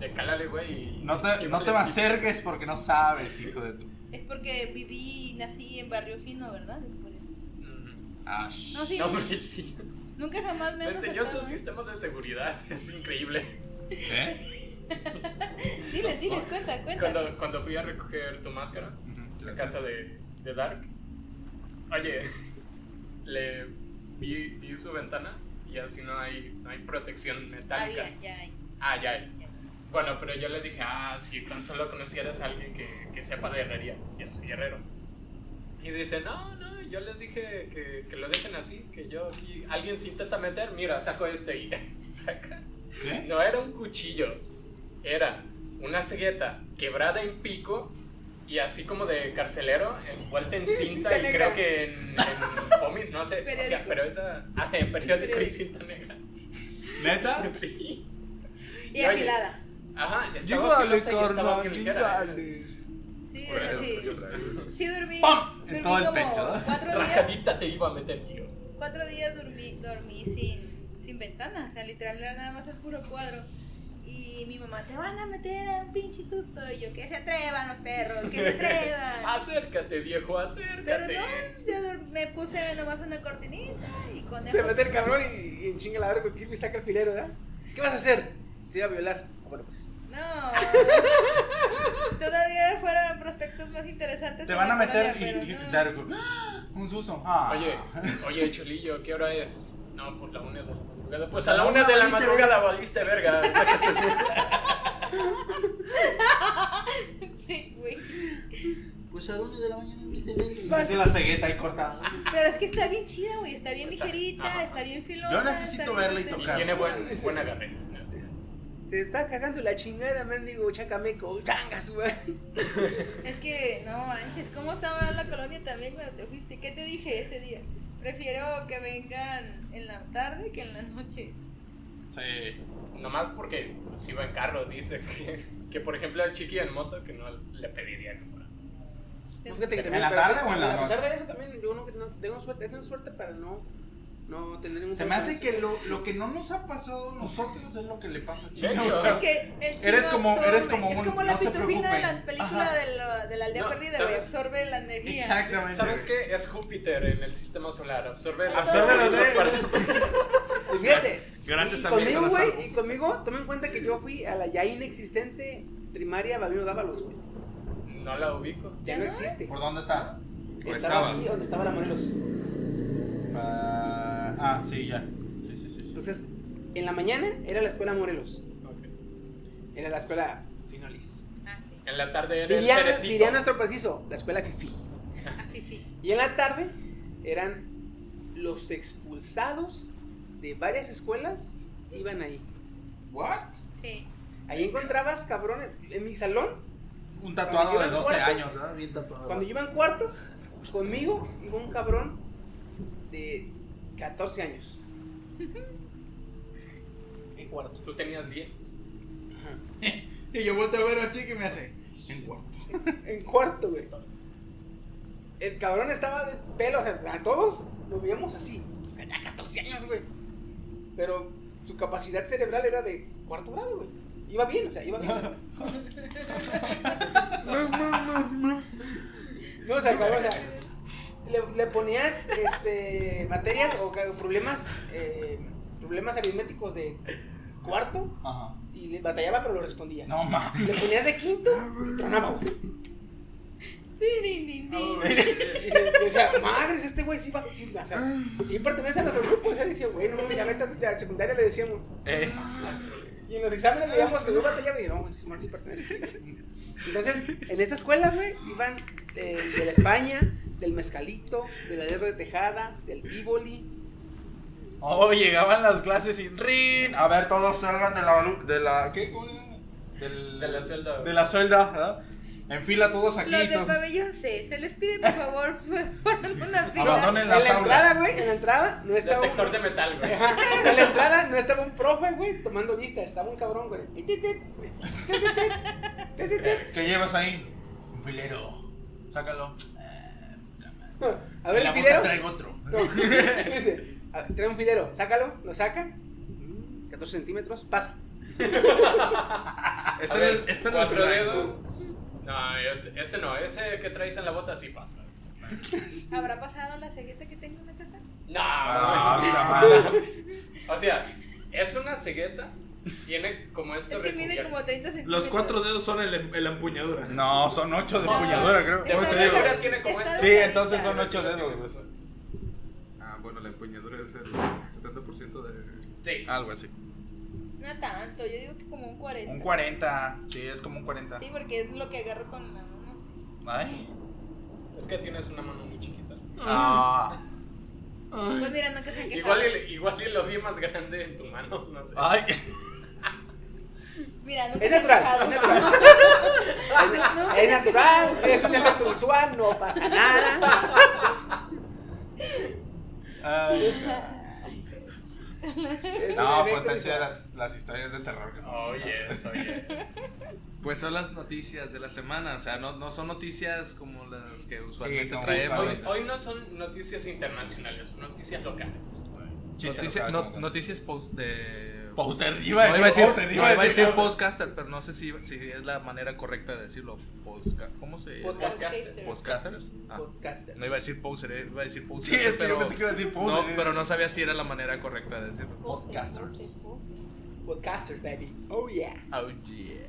Speaker 4: de cálale, güey. y-
Speaker 6: No te,
Speaker 4: y
Speaker 6: no te
Speaker 4: les-
Speaker 6: me acerques porque no sabes, hijo de tu.
Speaker 7: Es porque viví y nací en barrio fino, ¿verdad? Es por eso.
Speaker 4: Mm,
Speaker 6: Ah,
Speaker 7: No, sí.
Speaker 4: No, hombre, sí.
Speaker 7: Nunca jamás me
Speaker 4: Me
Speaker 7: han
Speaker 4: enseñó su
Speaker 7: aceptado.
Speaker 4: sistema de seguridad. Es increíble.
Speaker 6: ¿Eh?
Speaker 7: Diles, diles, cuenta, cuenta.
Speaker 4: Cuando, cuando fui a recoger tu máscara, en la casa de, de Dark, oye, le vi, vi su ventana y así no hay, no hay protección metálica.
Speaker 7: Había, Ah, ya hay.
Speaker 4: Ah, ya.
Speaker 7: ya.
Speaker 4: Bueno, pero yo le dije, ah, si tan solo conocieras a alguien que, que sepa de herrería, pues yo soy herrero. Y dice, no, no, yo les dije que, que lo dejen así, que yo aquí, alguien se intenta meter, mira, saco este y saca. No era un cuchillo, era una cegueta quebrada en pico y así como de carcelero, envuelta en cinta y
Speaker 7: negra.
Speaker 4: creo que en, en fómil, no sé, o
Speaker 7: Periódico.
Speaker 4: sea, pero esa, ah, en periódico y cinta negra.
Speaker 9: ¿Neta?
Speaker 4: Sí.
Speaker 7: Y
Speaker 4: Oye,
Speaker 7: afilada.
Speaker 4: Ajá, estaba
Speaker 9: Llegale,
Speaker 4: filosa y estaba
Speaker 9: carnal,
Speaker 4: bien ligera. ¿eh?
Speaker 9: llegale.
Speaker 7: Sí,
Speaker 8: Por eso,
Speaker 7: sí.
Speaker 8: por eso.
Speaker 7: Sí, dormí.
Speaker 9: ¡Pam! En
Speaker 7: dormí
Speaker 9: todo el
Speaker 7: como
Speaker 9: pecho, ¿no?
Speaker 7: Cuatro días.
Speaker 4: Rajadita te iba a meter, tío.
Speaker 7: cuatro días dormí, dormí sin, sin ventana, o sea, literal era nada más el puro cuadro. Y mi mamá, te van a meter a un pinche susto. Y yo, que se atrevan los perros, que se
Speaker 9: Ah,
Speaker 7: atrevan.
Speaker 4: Acércate, viejo,
Speaker 7: Pero
Speaker 4: acércate.
Speaker 7: no, yo dor- me puse nomás una cortinita y con
Speaker 5: Se
Speaker 7: eso.
Speaker 5: mete el cabrón y, y en chinga la verga con Kirby saca el filero, ¿verdad? ¿Qué vas a hacer? Te iba a violar. Ah, Bueno, pues.
Speaker 7: No. Todavía fueron prospectos más interesantes.
Speaker 9: Te
Speaker 7: en
Speaker 9: van
Speaker 7: la
Speaker 9: a meter
Speaker 7: colonia, pero
Speaker 9: y, y
Speaker 7: no.
Speaker 9: dar un- un susto. Ah.
Speaker 4: Oye, oye, Chulillo, ¿qué hora es? No, por la una de la madrugada. Pues a la una de la madrugada valiste verga.
Speaker 7: Sí, güey.
Speaker 10: Pues a dónde de la mañana viste Nelly.
Speaker 9: Mete la cegueta ahí cortada.
Speaker 7: Pero es que está bien chida, güey. Está bien
Speaker 4: Está-
Speaker 7: ligerita,
Speaker 4: ajá.
Speaker 7: está bien filosa.
Speaker 9: Yo necesito
Speaker 7: está bien
Speaker 9: verla y
Speaker 7: detenida.
Speaker 4: Y
Speaker 9: tocarla.
Speaker 4: tiene buen, buen agarre.
Speaker 5: Te está cagando la chingada, mendigo chacameco. Tangas, güey.
Speaker 7: Es que, no manches, ¿cómo estaba la colonia también cuando te fuiste? ¿Qué te dije ese día? Prefiero que vengan en la tarde que en la noche.
Speaker 4: Sí. Nomás porque pues, iba en carro, dice que, que por ejemplo al chiqui en moto que no le pediría que fuera.
Speaker 5: No, fíjate que
Speaker 9: ¿En
Speaker 5: también,
Speaker 9: la
Speaker 5: pero
Speaker 9: tarde
Speaker 5: fíjate,
Speaker 9: o en la
Speaker 5: A pesar
Speaker 9: noche?
Speaker 5: de eso también, yo no, no tengo suerte, tengo suerte para no, no tener un
Speaker 9: Se me hace que lo, lo que no nos ha pasado a nosotros es lo que le pasa a
Speaker 4: De
Speaker 9: Chino.
Speaker 4: hecho,
Speaker 7: Es que el chino
Speaker 9: Eres como-
Speaker 7: absorbe.
Speaker 9: eres como
Speaker 7: es
Speaker 9: un-
Speaker 7: como la
Speaker 9: no se
Speaker 7: pitufina de la
Speaker 9: preocupen.
Speaker 7: película
Speaker 9: Ajá.
Speaker 7: de, lo- de la aldea
Speaker 4: No,
Speaker 7: perdida, güey.
Speaker 4: ¿sabes?
Speaker 7: Absorbe la energía.
Speaker 9: Exactamente.
Speaker 4: ¿sabes qué? Es Júpiter en el sistema solar. Absorbe,
Speaker 9: Absorbe los
Speaker 4: los
Speaker 9: rayos.
Speaker 4: cuarenta-
Speaker 5: Y fíjate.
Speaker 8: Gracias
Speaker 5: y
Speaker 8: a mí
Speaker 5: conmigo,
Speaker 8: están a salvo.
Speaker 5: güey, y conmigo, toma en cuenta que yo fui a la ya inexistente primaria Balbino Dávalos, güey.
Speaker 4: No la ubico.
Speaker 5: Ya no existe.
Speaker 9: ¿Por dónde está?
Speaker 5: Estaba,
Speaker 8: estaba.
Speaker 5: aquí donde estaba la Morelos.
Speaker 9: Pa- Ah, sí, ya. Sí, sí, sí. sí.
Speaker 5: Entonces, en la mañana era la escuela Morelos.
Speaker 4: Ok.
Speaker 5: Era la escuela Finolis.
Speaker 7: Ah, sí.
Speaker 4: En la tarde era el
Speaker 5: Diría,
Speaker 4: cerecito.
Speaker 5: diría nuestro preciso, la escuela Fifi.
Speaker 7: Ah, fifi.
Speaker 5: Y en la tarde eran los expulsados de varias escuelas, iban ahí.
Speaker 9: ¿What?
Speaker 7: Sí.
Speaker 5: Ahí encontrabas, cabrones, en mi salón,
Speaker 9: Un
Speaker 5: Cuando
Speaker 9: tatuado
Speaker 5: yo
Speaker 9: de
Speaker 5: era
Speaker 9: 12
Speaker 5: cuarto,
Speaker 9: años, ¿verdad?
Speaker 10: Bien tapado.
Speaker 5: Cuando yo iba en cuarto, conmigo iba un cabrón de 14 años. En cuarto.
Speaker 4: Tú tenías 10.
Speaker 9: Y yo vuelto a ver a Chiqui y me hace. En cuarto.
Speaker 5: En cuarto, güey. El cabrón estaba de pelo, o sea, a todos lo veíamos así. O sea, ya 14 años, güey. Pero su capacidad cerebral era de cuarto grado, güey. Iba bien, o sea, iba bien. No, no, no, no. No, o sea, cabrón, o sea, le, le ponías este, materias o ca- problemas, eh, problemas aritméticos de cuarto
Speaker 9: Ajá.
Speaker 5: y le batallaba, pero lo respondía.
Speaker 9: No mames.
Speaker 5: Le ponías de quinto y tronaba, güey.
Speaker 7: Tirin, din, din.
Speaker 5: Y le- o sea, madres, este güey sí va. Sí, o sea, sí pertenece a nuestro grupo. O sea, decía, güey, no mames, ya vete a la secundaria, le decíamos.
Speaker 9: Eh.
Speaker 5: Y en los exámenes veíamos que no batallaba y no, güey, Simón sí pertenece. Entonces, en esta escuela, güey, iban eh, de la España, del Mezcalito, de la Guerra de Tejada, del Tivoli.
Speaker 9: Oh, llegaban las clases y rin. A ver, todos salgan de la. balu- De la ¿Qué? ¿Cómo le llaman? Del-
Speaker 4: De la celda.
Speaker 9: De la celda, ¿verdad? En fila todos aquí.
Speaker 7: Los del
Speaker 9: todos-
Speaker 7: pabellón C, se les pide por favor, formen una fila.
Speaker 9: Abandonen
Speaker 5: En
Speaker 9: las
Speaker 5: la
Speaker 9: aulas.
Speaker 5: entrada, güey, en la entrada no estaba.
Speaker 4: Detector de metal, güey.
Speaker 5: En la entrada no estaba un profe, güey, tomando lista, estaba un cabrón, güey. Tit, tit, tit, tit, tit, tit, tit, tit.
Speaker 9: ¿Qué llevas ahí? Un filero. Sácalo.
Speaker 5: A
Speaker 9: En
Speaker 5: ver,
Speaker 9: la
Speaker 5: el
Speaker 9: boca
Speaker 5: filero.
Speaker 9: traigo otro.
Speaker 5: No, dice, a ver, trae un filero, sácalo, lo saca. mm, 14 centímetros, pasa.
Speaker 4: A
Speaker 6: Este
Speaker 9: Está en
Speaker 4: ver,
Speaker 9: el- está en el
Speaker 4: cuatro
Speaker 9: blanco.
Speaker 4: dedos. No, este, este no, ese que traes en la bota sí pasa.
Speaker 7: ¿Habrá pasado la cegueta que tengo en la casa?
Speaker 4: No,
Speaker 9: Ah,
Speaker 4: güey.
Speaker 9: Samara.
Speaker 4: o sea, es una cegueta, tiene como esto
Speaker 7: Es que mide
Speaker 4: recubierto.
Speaker 7: como 30 centímetros.
Speaker 8: Los cuatro dedos son el, em- el empuñadura.
Speaker 9: No, son ocho de
Speaker 4: O sea,
Speaker 9: empuñadura, creo.
Speaker 4: de
Speaker 9: Por eso
Speaker 4: empuñadura.
Speaker 9: digo,
Speaker 4: Ahora tiene como
Speaker 6: este.
Speaker 7: está
Speaker 4: esto.
Speaker 9: Sí,
Speaker 7: delgadita.
Speaker 9: entonces son ocho dedos, güey.
Speaker 8: Ah, bueno, la empuñadura es el 70% de...
Speaker 4: Sí, sí,
Speaker 8: Algo
Speaker 4: sí.
Speaker 8: así.
Speaker 7: No tanto, yo digo que como un 40.
Speaker 6: Un 40. Sí, es como un 40.
Speaker 7: Sí, porque es lo que agarro con la mano.
Speaker 6: Ay.
Speaker 4: Es que tienes una mano muy chiquita.
Speaker 6: Ah.
Speaker 7: Pues mira, no te se han quejado.
Speaker 4: Igual y, igual y lo vi más grande en tu mano, no sé.
Speaker 6: Ay.
Speaker 7: Mira, nunca
Speaker 5: Es
Speaker 7: se han
Speaker 5: natural,
Speaker 7: quejado.
Speaker 5: es natural.
Speaker 7: Nunca
Speaker 5: Es
Speaker 7: se han
Speaker 5: natural,
Speaker 7: quejado.
Speaker 5: es un efecto visual, no pasa nada.
Speaker 6: Ay.
Speaker 5: Es un
Speaker 6: No, pues
Speaker 5: efecto
Speaker 6: están
Speaker 5: visual.
Speaker 6: chidas las, las historias de terror que están.
Speaker 4: Oye, eso, oye.
Speaker 8: Pues son las noticias de la semana, o sea, no, no son noticias como las que usualmente
Speaker 6: no,
Speaker 8: traemos.
Speaker 4: Hoy, hoy no son noticias internacionales, son noticias locales.
Speaker 6: Chiste
Speaker 8: Noticia-
Speaker 6: local,
Speaker 8: no-
Speaker 6: como que-
Speaker 8: noticias post de...
Speaker 6: Post
Speaker 8: No,
Speaker 6: arriba.
Speaker 8: iba a decir,
Speaker 6: post
Speaker 8: no,
Speaker 6: arriba,
Speaker 8: iba a decir
Speaker 6: post-
Speaker 8: podcaster, pero no sé si, si es la manera correcta de decirlo. Posca, ¿Cómo se
Speaker 7: Podcaster.
Speaker 8: Podcasters. Ah,
Speaker 5: Podcaster.
Speaker 8: no iba a decir poser, eh, iba a decir poser.
Speaker 6: Sí, es que
Speaker 8: pero,
Speaker 6: yo pensé que iba a decir post.
Speaker 8: no, pero no sabía si era la manera correcta de decirlo.
Speaker 6: Podcasters.
Speaker 5: Podcaster, baby. Oh yeah.
Speaker 8: Oh yeah.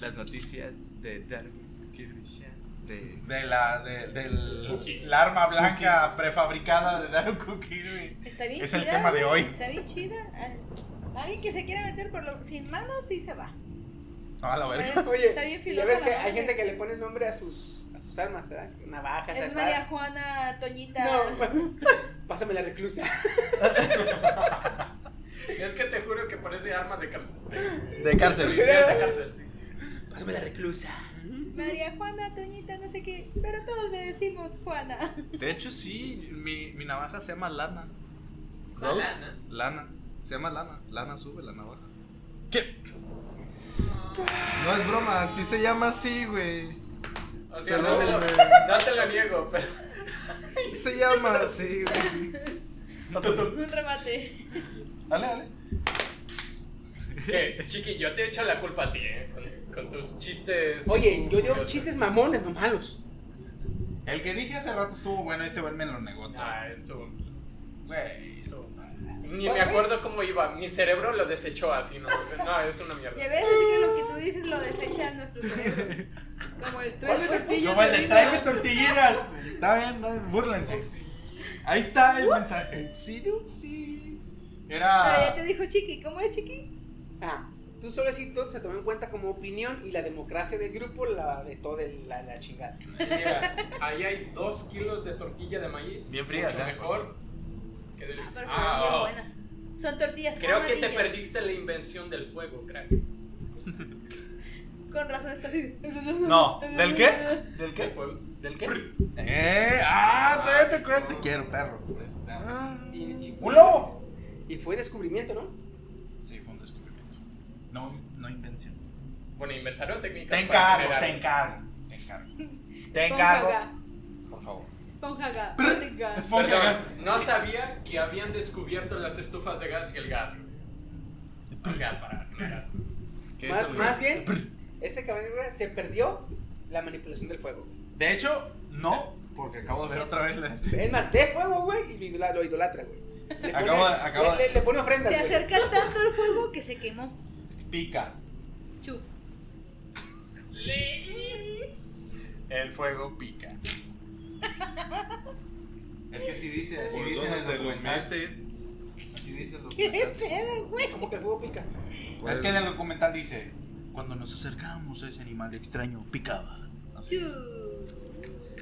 Speaker 8: Las noticias de Darwin Kirvishan. De...
Speaker 6: De la, de, del,
Speaker 4: Spookies.
Speaker 6: la arma blanca prefabricada de Daru Kukiri.
Speaker 7: Está bien
Speaker 6: Es
Speaker 7: chida.
Speaker 6: el tema de
Speaker 7: güey,
Speaker 6: hoy.
Speaker 7: Está bien chida. Ah, Alguien que se quiera meter por lo, sin manos y se va.
Speaker 6: No, a la verga.
Speaker 7: Bueno,
Speaker 5: Oye,
Speaker 7: está bien
Speaker 5: ya
Speaker 7: filosa.
Speaker 5: ves
Speaker 7: la
Speaker 5: que
Speaker 7: madre.
Speaker 5: hay gente que le pone nombre a sus, a sus armas, ¿verdad? Navajas,
Speaker 7: Es
Speaker 5: espadas.
Speaker 7: María Juana Toñita.
Speaker 5: No, pásame la reclusa.
Speaker 4: Es que te juro que parece arma de cárcel. De,
Speaker 6: De cárcel.
Speaker 4: policía de cárcel, sí.
Speaker 5: Pásame la reclusa.
Speaker 7: María Juana Toñita, no sé qué. Pero todos le decimos Juana.
Speaker 8: De hecho, sí, mi, mi navaja se llama Lana. Rose, Lana. Se llama Lana. Lana sube la navaja. ¿Qué? No es broma, sí se llama así, güey.
Speaker 4: O sea,
Speaker 8: Pero
Speaker 4: no te,
Speaker 8: no,
Speaker 4: lo,
Speaker 8: güey.
Speaker 4: no te lo niego, pero.
Speaker 8: Sí se llama así, güey.
Speaker 7: Un remate.
Speaker 6: Dale, dale.
Speaker 4: Que, chiqui, yo te echo la culpa a ti, ¿eh? Con, con tus chistes.
Speaker 5: Oye, yo digo
Speaker 4: curiosos.
Speaker 5: chistes mamones, no malos.
Speaker 6: El que dije hace rato estuvo bueno, este güey me lo negó. todo.
Speaker 4: Ah, esto.
Speaker 6: Güey.
Speaker 4: esto- Ni me acuerdo cómo iba. Mi cerebro lo desechó así, ¿no? No, es una
Speaker 7: Ya
Speaker 4: mierda.
Speaker 7: ves, así que lo que tú dices lo desecha nuestro cerebro. Como el
Speaker 5: Ponle tortillas
Speaker 6: No
Speaker 5: de
Speaker 6: vale,
Speaker 5: harina.
Speaker 6: tráeme tortillinas. Está bien, no, búrlense. Ahí está el mensaje. Sí, sí.
Speaker 7: Pero ya te
Speaker 6: Era.
Speaker 7: dijo Chiqui, ¿cómo es Chiqui?
Speaker 5: Ah, tú solicito se tomó en cuenta como opinión y la democracia del grupo la de toda la, la chingada.
Speaker 4: Mira, ahí hay dos kilos de tortilla de maíz.
Speaker 6: Bien frías,
Speaker 4: mucho
Speaker 6: ¿eh?
Speaker 4: mejor. Qué
Speaker 7: Ah,
Speaker 4: delicia.
Speaker 7: pero
Speaker 4: Ah,
Speaker 7: fueron bien
Speaker 4: oh.
Speaker 7: buenas. Son tortillas
Speaker 4: Creo que te
Speaker 7: amarillas.
Speaker 4: perdiste la invención del fuego, crack.
Speaker 7: Con razón está así.
Speaker 6: No, ¿del qué? ¿Del
Speaker 4: ¿Qué
Speaker 6: qué?
Speaker 4: fuego?
Speaker 6: ¿Del qué? Eh, ah, todavía te acuerdas, te quiero, perro.
Speaker 5: Y, y fue,
Speaker 6: ¡Un lobo!
Speaker 5: y fue descubrimiento, ¿no?
Speaker 6: Sí, fue un descubrimiento. No, no invención.
Speaker 4: Bueno, inventaron técnicas.
Speaker 6: Te
Speaker 4: para
Speaker 6: encargo,
Speaker 4: generar-
Speaker 6: te encargo. Te encargo. Te encargo.
Speaker 7: Esponja
Speaker 6: Por favor.
Speaker 7: Esponjaga.
Speaker 6: Esponja.
Speaker 4: Perdón, no sabía que habían descubierto las estufas de gas y el gas. güey. Más gas para generar.
Speaker 8: ¿Qué es
Speaker 5: Más,
Speaker 8: el-
Speaker 5: más bien, este caballero se perdió la manipulación del fuego.
Speaker 6: De hecho, no, porque acabo de ver otra vez la este.
Speaker 5: Es más, de fuego, güey, y lo, idola- lo idolatra, güey. Le pone-
Speaker 6: Acabo- acabo-
Speaker 5: Le, le- le pone ofrendas,
Speaker 7: Se
Speaker 5: güey.
Speaker 7: acerca tanto el fuego que se quemó.
Speaker 6: Pica.
Speaker 7: Chu.
Speaker 6: El fuego pica. Es que así dice, así
Speaker 8: ¿Por
Speaker 6: dice en el
Speaker 8: dónde te lo
Speaker 6: documental.
Speaker 8: metes?
Speaker 6: Así dice el
Speaker 7: ¿Qué
Speaker 6: documental.
Speaker 7: pedo, güey?
Speaker 5: Como que el fuego pica.
Speaker 6: Es que en el documental dice.
Speaker 9: Cuando nos acercamos a ese animal extraño, picaba.
Speaker 7: Chu.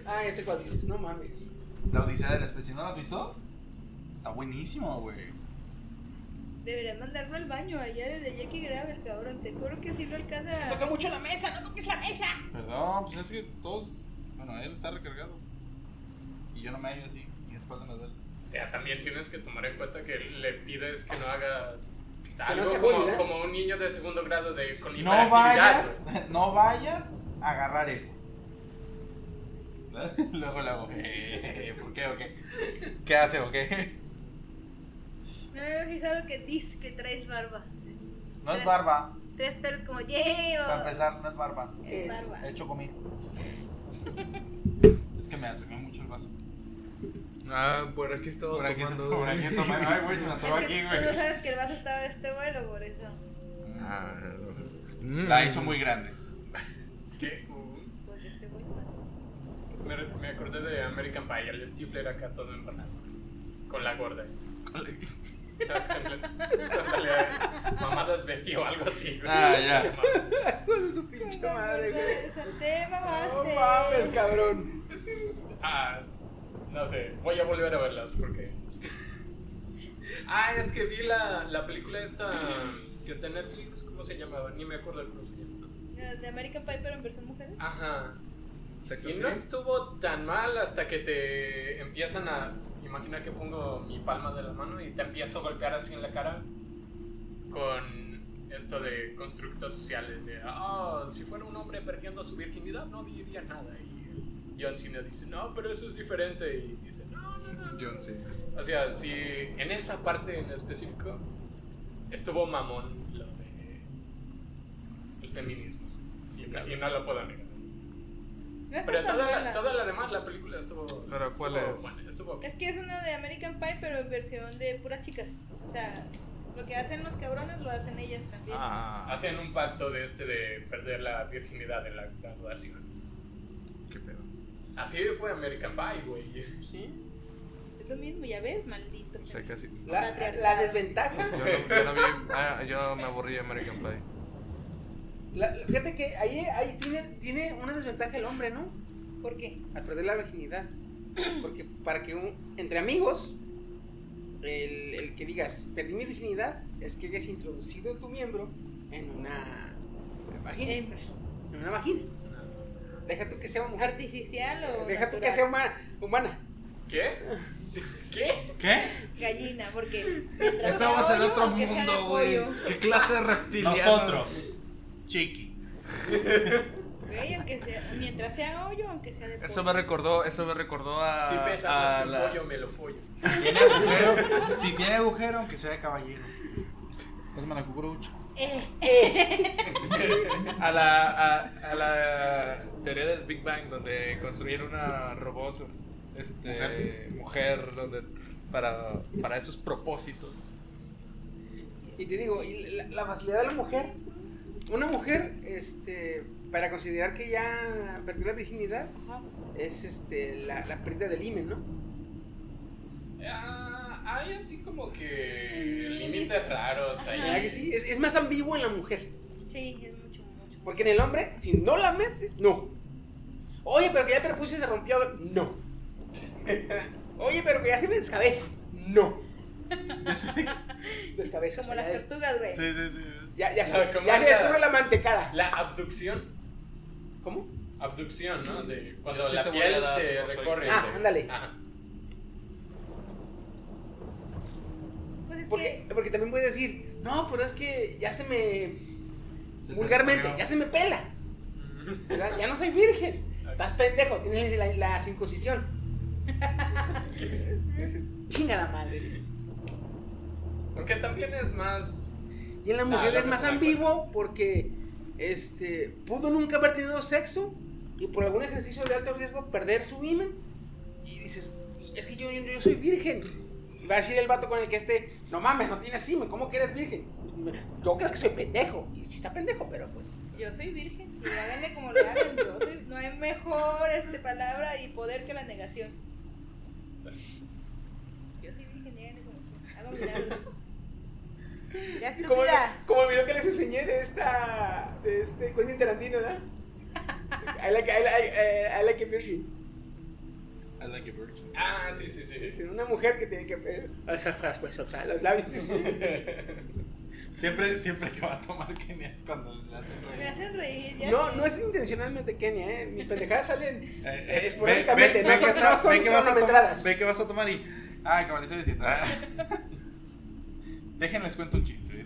Speaker 5: Ah, este cual dices, no mames.
Speaker 6: La odisea de la especie, ¿no lo has visto? Está buenísimo, güey.
Speaker 7: Deberían mandarlo al baño allá desde allá que grabe el cabrón. Te juro que si lo alcanza.
Speaker 5: Toca mucho la mesa, no toques la mesa.
Speaker 6: Perdón, pues es que todos. Bueno, él está recargado. Y yo no me hallo así. Mi espalda me duele.
Speaker 4: O sea, también tienes que tomar en cuenta que le pides que no haga
Speaker 5: no
Speaker 4: algo
Speaker 5: se
Speaker 4: como,
Speaker 5: cuide.
Speaker 4: como un niño de segundo grado de con
Speaker 6: No
Speaker 4: hiperactividad.
Speaker 6: vayas, no vayas a agarrar eso. Luego le hago, eh, ¿por qué o qué? ¿Qué hace o qué?
Speaker 7: No me había fijado que dices que traes barba.
Speaker 6: No es barba,
Speaker 7: Tres perros como
Speaker 6: para
Speaker 7: llevo.
Speaker 6: empezar, no es barba,
Speaker 7: Es barba.
Speaker 6: es chocomil. Es que me atrevía mucho el vaso.
Speaker 8: Ah, por aquí estaba
Speaker 6: Por aquí, se,
Speaker 8: tomando,
Speaker 6: por
Speaker 8: güey.
Speaker 6: aquí tomé. Ay, güey, se me atoró
Speaker 7: Es que
Speaker 6: aquí,
Speaker 7: tú no
Speaker 6: güey.
Speaker 7: sabes que el vaso estaba de este vuelo, por eso.
Speaker 8: Ah, mm.
Speaker 6: La hizo muy grande.
Speaker 4: Que, uh,
Speaker 7: Porque este vuelo.
Speaker 4: me, me acordé de American Pie, el Stifler acá todo empanado. Con la gorda. Dándole mamadas Betty o algo así, güey.
Speaker 6: Ah, ya.
Speaker 5: su pinche madre, güey.
Speaker 7: Te
Speaker 5: No
Speaker 7: mamaste.
Speaker 5: mames, cabrón.
Speaker 4: Es que, ah, no sé, voy a volver a verlas porque. Ah, es que vi la, la película esta que está en Netflix, ¿cómo se llamaba? Ni me acuerdo cómo se llama.
Speaker 7: De American Pie, pero en versión mujeres.
Speaker 4: Ajá.
Speaker 8: Sexo
Speaker 4: Y no estuvo tan mal hasta que te empiezan a. Imagina que pongo mi palma de la mano y te empiezo a golpear así en la cara con esto de constructos sociales. De, ah, si fuera un hombre perdiendo su virginidad no diría nada. Y John Cena dice, no, pero eso es diferente. Y dice, no, no, no. no".
Speaker 6: John Cena.
Speaker 4: O sea, si en esa parte en específico estuvo mamón lo de el feminismo. Y, no- y no lo puedo negar.
Speaker 7: No está
Speaker 4: Pero
Speaker 7: tan
Speaker 4: toda la,
Speaker 7: mala.
Speaker 4: toda la demás, la película estuvo.
Speaker 6: Pero, ¿cuál
Speaker 4: estuvo
Speaker 6: es?
Speaker 4: buena, estuvo bien.
Speaker 7: Es que es una de American Pie, pero en versión de puras chicas. O sea, lo que hacen los cabrones lo hacen ellas también.
Speaker 6: Ah,
Speaker 4: Hacen un pacto de este de perder la virginidad en la graduación.
Speaker 6: qué pedo.
Speaker 4: Así fue American Pie, güey.
Speaker 5: Sí.
Speaker 7: Es lo mismo, ya ves, maldito.
Speaker 8: O sea, casi. Yo,
Speaker 5: La, la desventaja.
Speaker 8: no, yo no vi. ah, yo me aburrí de American Pie.
Speaker 5: la- fíjate que ahí, ahí tiene, tiene una desventaja el hombre, ¿no?
Speaker 7: ¿Por qué?
Speaker 5: Al perder la virginidad. Porque para que un, entre amigos, el, el que digas, perdí mi virginidad, es que hayas introducido tu miembro en una vagina.
Speaker 7: Hembra.
Speaker 5: En una vagina. Deja tú que sea mujer.
Speaker 7: ¿Artificial o.?
Speaker 5: Deja tú que
Speaker 7: natural?
Speaker 5: sea humana. humana.
Speaker 4: ¿Qué? ¿Qué?
Speaker 6: ¿Qué?
Speaker 7: Gallina, porque. mientras
Speaker 8: Estamos
Speaker 7: sea
Speaker 8: en
Speaker 7: pollo,
Speaker 8: otro
Speaker 7: aunque sea de
Speaker 8: mundo, güey.
Speaker 7: pollo.
Speaker 8: ¿Qué clase de reptilianos?
Speaker 6: Nosotros. Chiqui.
Speaker 7: Güey, aunque sea- mientras sea hoyo, aunque sea de pollo.
Speaker 8: Eso me recordó, eso me recordó a.
Speaker 4: Si pesa
Speaker 8: Ah,
Speaker 4: más que
Speaker 8: a
Speaker 4: un
Speaker 8: la-
Speaker 4: pollo, me lo follo.
Speaker 6: Tiene agujero. si tiene agujero, aunque sea de caballero. Pásame la cucurucha.
Speaker 7: Eh,
Speaker 8: a la, a, a la teoría del Big Bang donde construyeron una robot este mujer donde para, para esos propósitos
Speaker 5: Y te digo, y la, la facilidad de la mujer, una mujer, este, para considerar que ya perdió la virginidad,
Speaker 7: ajá.
Speaker 5: es este, la, la pérdida del himen, ¿no?
Speaker 4: Ah, hay así como que límites raros ahí.
Speaker 5: ¿Verdad que sí? Es, es más ambiguo en la mujer.
Speaker 7: Sí, es mucho, mucho.
Speaker 5: Porque en el hombre, si no la metes, no. Oye, pero que ya el prepucio se rompió, no. Oye, pero que ya se me descabeza, no. Descabeza, o sea,
Speaker 7: Como las
Speaker 5: ya, es-
Speaker 7: tortugas, güey.
Speaker 6: Sí, sí, sí.
Speaker 5: ya, ya, se-
Speaker 4: Ah, como
Speaker 5: ya se
Speaker 4: la-
Speaker 5: descubre la mantecada.
Speaker 4: La abducción.
Speaker 5: ¿Cómo?
Speaker 4: Abducción, ¿no? De cuando
Speaker 8: Yo sí
Speaker 4: la
Speaker 8: te voy a
Speaker 4: piel
Speaker 8: dar
Speaker 4: se
Speaker 8: un soy.
Speaker 4: recorre.
Speaker 5: Ah,
Speaker 4: de-
Speaker 5: ándale.
Speaker 4: Ajá.
Speaker 7: Pues es
Speaker 5: Porque,
Speaker 7: que.
Speaker 5: porque también puedes decir, no, pero es que ya se me
Speaker 6: Se te
Speaker 5: vulgarmente,
Speaker 6: ocurrió.
Speaker 5: ya se me pela. ¿Verdad? Ya no soy virgen. Estás pendejo, tienes la, la circuncisión. Dice, Chinga la madre. dice.
Speaker 4: Porque también es más.
Speaker 5: Y en la
Speaker 4: Ah,
Speaker 5: mujer
Speaker 4: la
Speaker 5: es más
Speaker 4: persona
Speaker 5: ambiguo
Speaker 4: con-
Speaker 5: porque este pudo nunca haber tenido sexo y por algún ejercicio de alto riesgo perder su himen. Y dices, es que yo, yo, yo soy virgen. Y va a decir el vato con el que esté, no mames, no tienes himen, ¿cómo que eres virgen? Yo crees que soy pendejo. Y sí está pendejo, pero pues.
Speaker 7: Yo soy virgen, y háganle como le hagan. Yo soy- no hay mejor este, palabra y poder que la negación. Yo soy virgen, y háganle como quieran. Hago milagros. Ya
Speaker 5: Como,
Speaker 7: estúpida.
Speaker 5: como el video que les enseñé de esta. de este Quentin Tarantino, ¿verdad? I like, I like, eh, I like a virgin.
Speaker 8: I like a virgin.
Speaker 4: Ah, sí, sí, sí.
Speaker 5: Sí,
Speaker 4: sí.
Speaker 5: sí, Una mujer que tiene que. eh, o sea, o sea, los labios.
Speaker 6: Siempre, siempre que va a tomar Kenia es cuando le hacen
Speaker 7: Me
Speaker 6: reír.
Speaker 7: hacen reír. Ya
Speaker 5: No,
Speaker 7: sé.
Speaker 5: no es intencionalmente Kenia, ¿eh? Mis pendejadas salen.
Speaker 6: Eh,
Speaker 5: eh,
Speaker 6: eh,
Speaker 5: esporádicamente,
Speaker 6: ve-
Speaker 5: no
Speaker 6: ve- ve
Speaker 5: son-
Speaker 6: que está-
Speaker 5: no son
Speaker 6: ve que vas a
Speaker 5: cronometradas.
Speaker 6: tomar- Ve que vas a tomar y. Ah, como les estoy diciendo. ah. Déjenles cuento un chiste. ¿eh?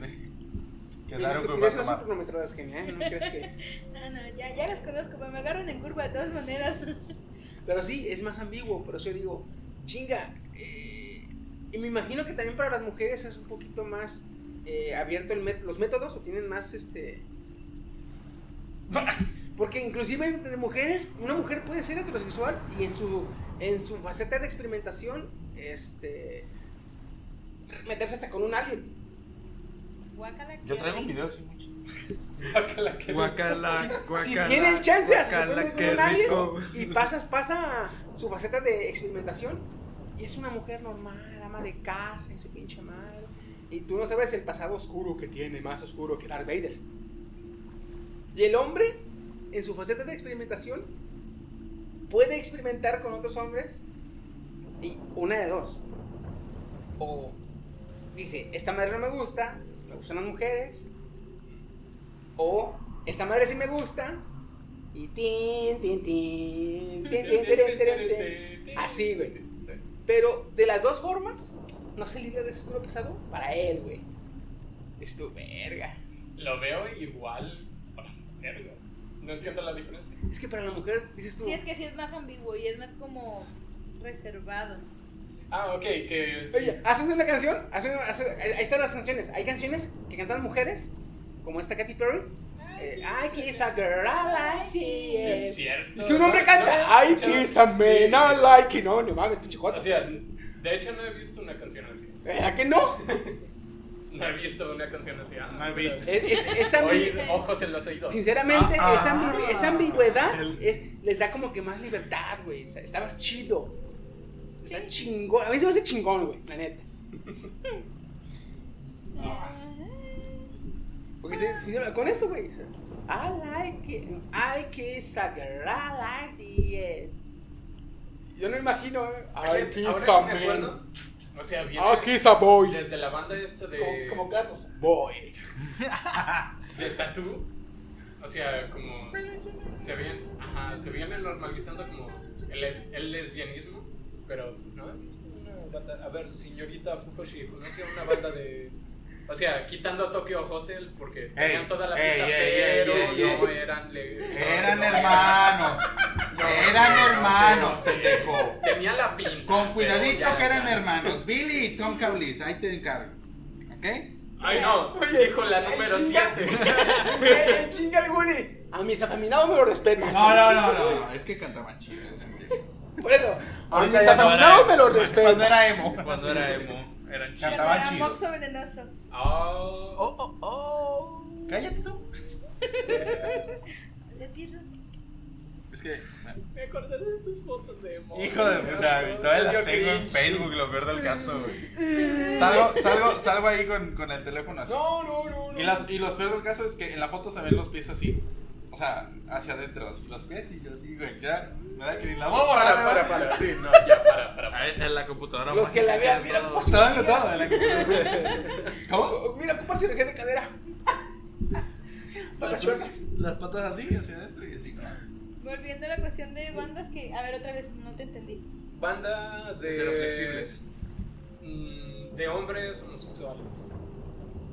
Speaker 6: Que
Speaker 5: Mis
Speaker 6: Daru Cruz
Speaker 5: estupideces no
Speaker 6: va
Speaker 5: son
Speaker 6: a tomar.
Speaker 5: cronometradas, Kenia, ¿eh? No crees que.
Speaker 7: No, no, ya, ya las conozco, pero me agarran en curva de todas maneras.
Speaker 5: Pero sí, es más ambiguo, por eso yo digo, chinga. eh, y me imagino que también para las mujeres es un poquito más eh, abierto el mét- los métodos o tienen más este. Porque inclusive entre mujeres, una mujer puede ser heterosexual y en su, en su faceta de experimentación, este meterse hasta con un alien.
Speaker 7: Guácala,
Speaker 6: Yo
Speaker 7: qué
Speaker 6: traigo un
Speaker 7: rico.
Speaker 6: video, sí, mucho.
Speaker 4: Guácala, que-
Speaker 9: Guacala,
Speaker 5: Si
Speaker 9: guacala.
Speaker 5: tienen chance, hasta
Speaker 9: guacala,
Speaker 5: con
Speaker 9: qué
Speaker 5: un alien
Speaker 9: rico.
Speaker 5: y pasas, pasa su faceta de experimentación y es una mujer normal, ama de casa y su pinche madre. Y tú no sabes el pasado oscuro que tiene, más oscuro que Darth Vader. Y el hombre, en su faceta de experimentación, puede experimentar con otros hombres. Y una de dos. O dice, esta madre no me gusta, me gustan las mujeres. O esta madre sí me gusta. Y tin, tin, tin, tin, tin, tin, tin, tin,
Speaker 4: Ah,
Speaker 5: tin. Así, güey. Pero de las dos formas, no se libra de su oscuro pasado para él, güey. Es tu verga.
Speaker 4: Lo veo igual para la mujer, güey. No entiendo la diferencia.
Speaker 5: Es que para la mujer, dices tú.
Speaker 7: Sí, es que sí es más ambiguo y es más como reservado.
Speaker 4: Ah, ok, que sí.
Speaker 5: Oye, hacen una canción, hacen, hacen- ahí están las canciones. Hay canciones que cantan mujeres, como esta Katy Perry. Eh, I kiss a girl, I like
Speaker 4: Sí, es
Speaker 5: it.
Speaker 4: cierto.
Speaker 5: Y si un hombre canta,
Speaker 4: No, no,
Speaker 5: I
Speaker 4: yo-
Speaker 5: kiss a man, I
Speaker 4: sí.
Speaker 5: like it. No, no mames, pinche jota.
Speaker 4: O sea, de hecho no he visto una canción así.
Speaker 5: ¿Verdad que no?
Speaker 4: No he visto una canción así. ah,
Speaker 6: No he
Speaker 4: pero-
Speaker 6: visto.
Speaker 5: Es, es, es ambi-
Speaker 4: Oí- ojos en los oídos.
Speaker 5: Sinceramente,
Speaker 6: Ah,
Speaker 5: esa, ambi-
Speaker 6: ah.
Speaker 5: esa ambigüedad
Speaker 6: El-
Speaker 5: es, les da como que más libertad, güey. Está está más chido. Está chingón. A mí se me hace chingón, güey, la neta. Porque te- si se- con eso, güey. o sea, I like it. I kiss a girl. I like it. Yo no imagino, eh. I
Speaker 4: Oye,
Speaker 5: kiss a
Speaker 4: ahora que me acuerdo,
Speaker 5: man.
Speaker 4: o sea, viene
Speaker 5: I kiss a boy.
Speaker 4: desde la banda esta de,
Speaker 6: Eh.
Speaker 5: Como, Ah, como gatos. Boy.
Speaker 4: de Tattoo. O sea, como se viene, ajá, se viene normalizando como el, el lesbianismo, pero no he visto una banda. A ver, señorita Fukushi, conoce una banda de. O sea, quitando a Tokyo Hotel porque tenían toda la pinta,
Speaker 6: ey, ey, ey,
Speaker 4: pero
Speaker 6: ey,
Speaker 4: no
Speaker 6: ey.
Speaker 4: eran. le-
Speaker 6: Eran
Speaker 4: no,
Speaker 6: hermanos.
Speaker 4: no,
Speaker 6: eran
Speaker 4: no, no,
Speaker 6: hermanos,
Speaker 4: no sé.
Speaker 6: pendejo.
Speaker 4: Tenía la pinta.
Speaker 6: Con
Speaker 4: pero
Speaker 6: cuidadito
Speaker 4: ya-
Speaker 6: que eran
Speaker 4: ya.
Speaker 6: hermanos. Billy y Tom Cowlis, ahí te encargo. ¿Ok?
Speaker 4: Ay, no, dijo la número 7.
Speaker 5: Eh, chinga el Woody. A mis afeminados me lo respetas.
Speaker 6: No, no, no, no, no, Es que cantaban chido. ese tiempo.
Speaker 5: Por eso, a
Speaker 6: Ahorita
Speaker 5: mis
Speaker 6: ya no
Speaker 5: afeminados
Speaker 6: era-
Speaker 5: me lo
Speaker 6: Cuando
Speaker 5: respetan.
Speaker 6: era emo.
Speaker 8: Cuando era emo, eran
Speaker 7: Pero
Speaker 8: chidos.
Speaker 6: Cantaba
Speaker 7: era
Speaker 6: chido.
Speaker 7: moxo venenoso.
Speaker 4: Oh,
Speaker 6: Cállate tú.
Speaker 7: Le pierdo.
Speaker 6: Es que. ah.
Speaker 4: me acordé de esas fotos de emo.
Speaker 6: Hijo de puta, güey, todavía las tengo en Facebook, lo peor del caso, güey. Salgo, salgo, salgo ahí con, con el teléfono así.
Speaker 5: No, no, no. no.
Speaker 6: Y, las, y lo peor del caso es que en la foto se ven los pies así. O sea, hacia adentro, así los pies y yo así, güey. Ya, me da que ni la boba,
Speaker 4: Para,
Speaker 6: la-
Speaker 4: para, para. Sí, no, ya, para, para. para.
Speaker 8: Ahí En la computadora.
Speaker 5: Los que la vean, mira,
Speaker 8: mágica,
Speaker 5: ocupa
Speaker 8: todos-
Speaker 6: Está dando todo, de la ¿Cómo?
Speaker 5: Oh, Mira, ocupa cirugía de cadera. Patas chuecas.
Speaker 6: Las patas así, hacia adentro y así, ¿no?
Speaker 7: Volviendo a la cuestión de bandas que, a ver otra vez, no te entendí.
Speaker 4: Banda de.
Speaker 8: Heteroflexibles.
Speaker 4: mm, De hombres homosexuales.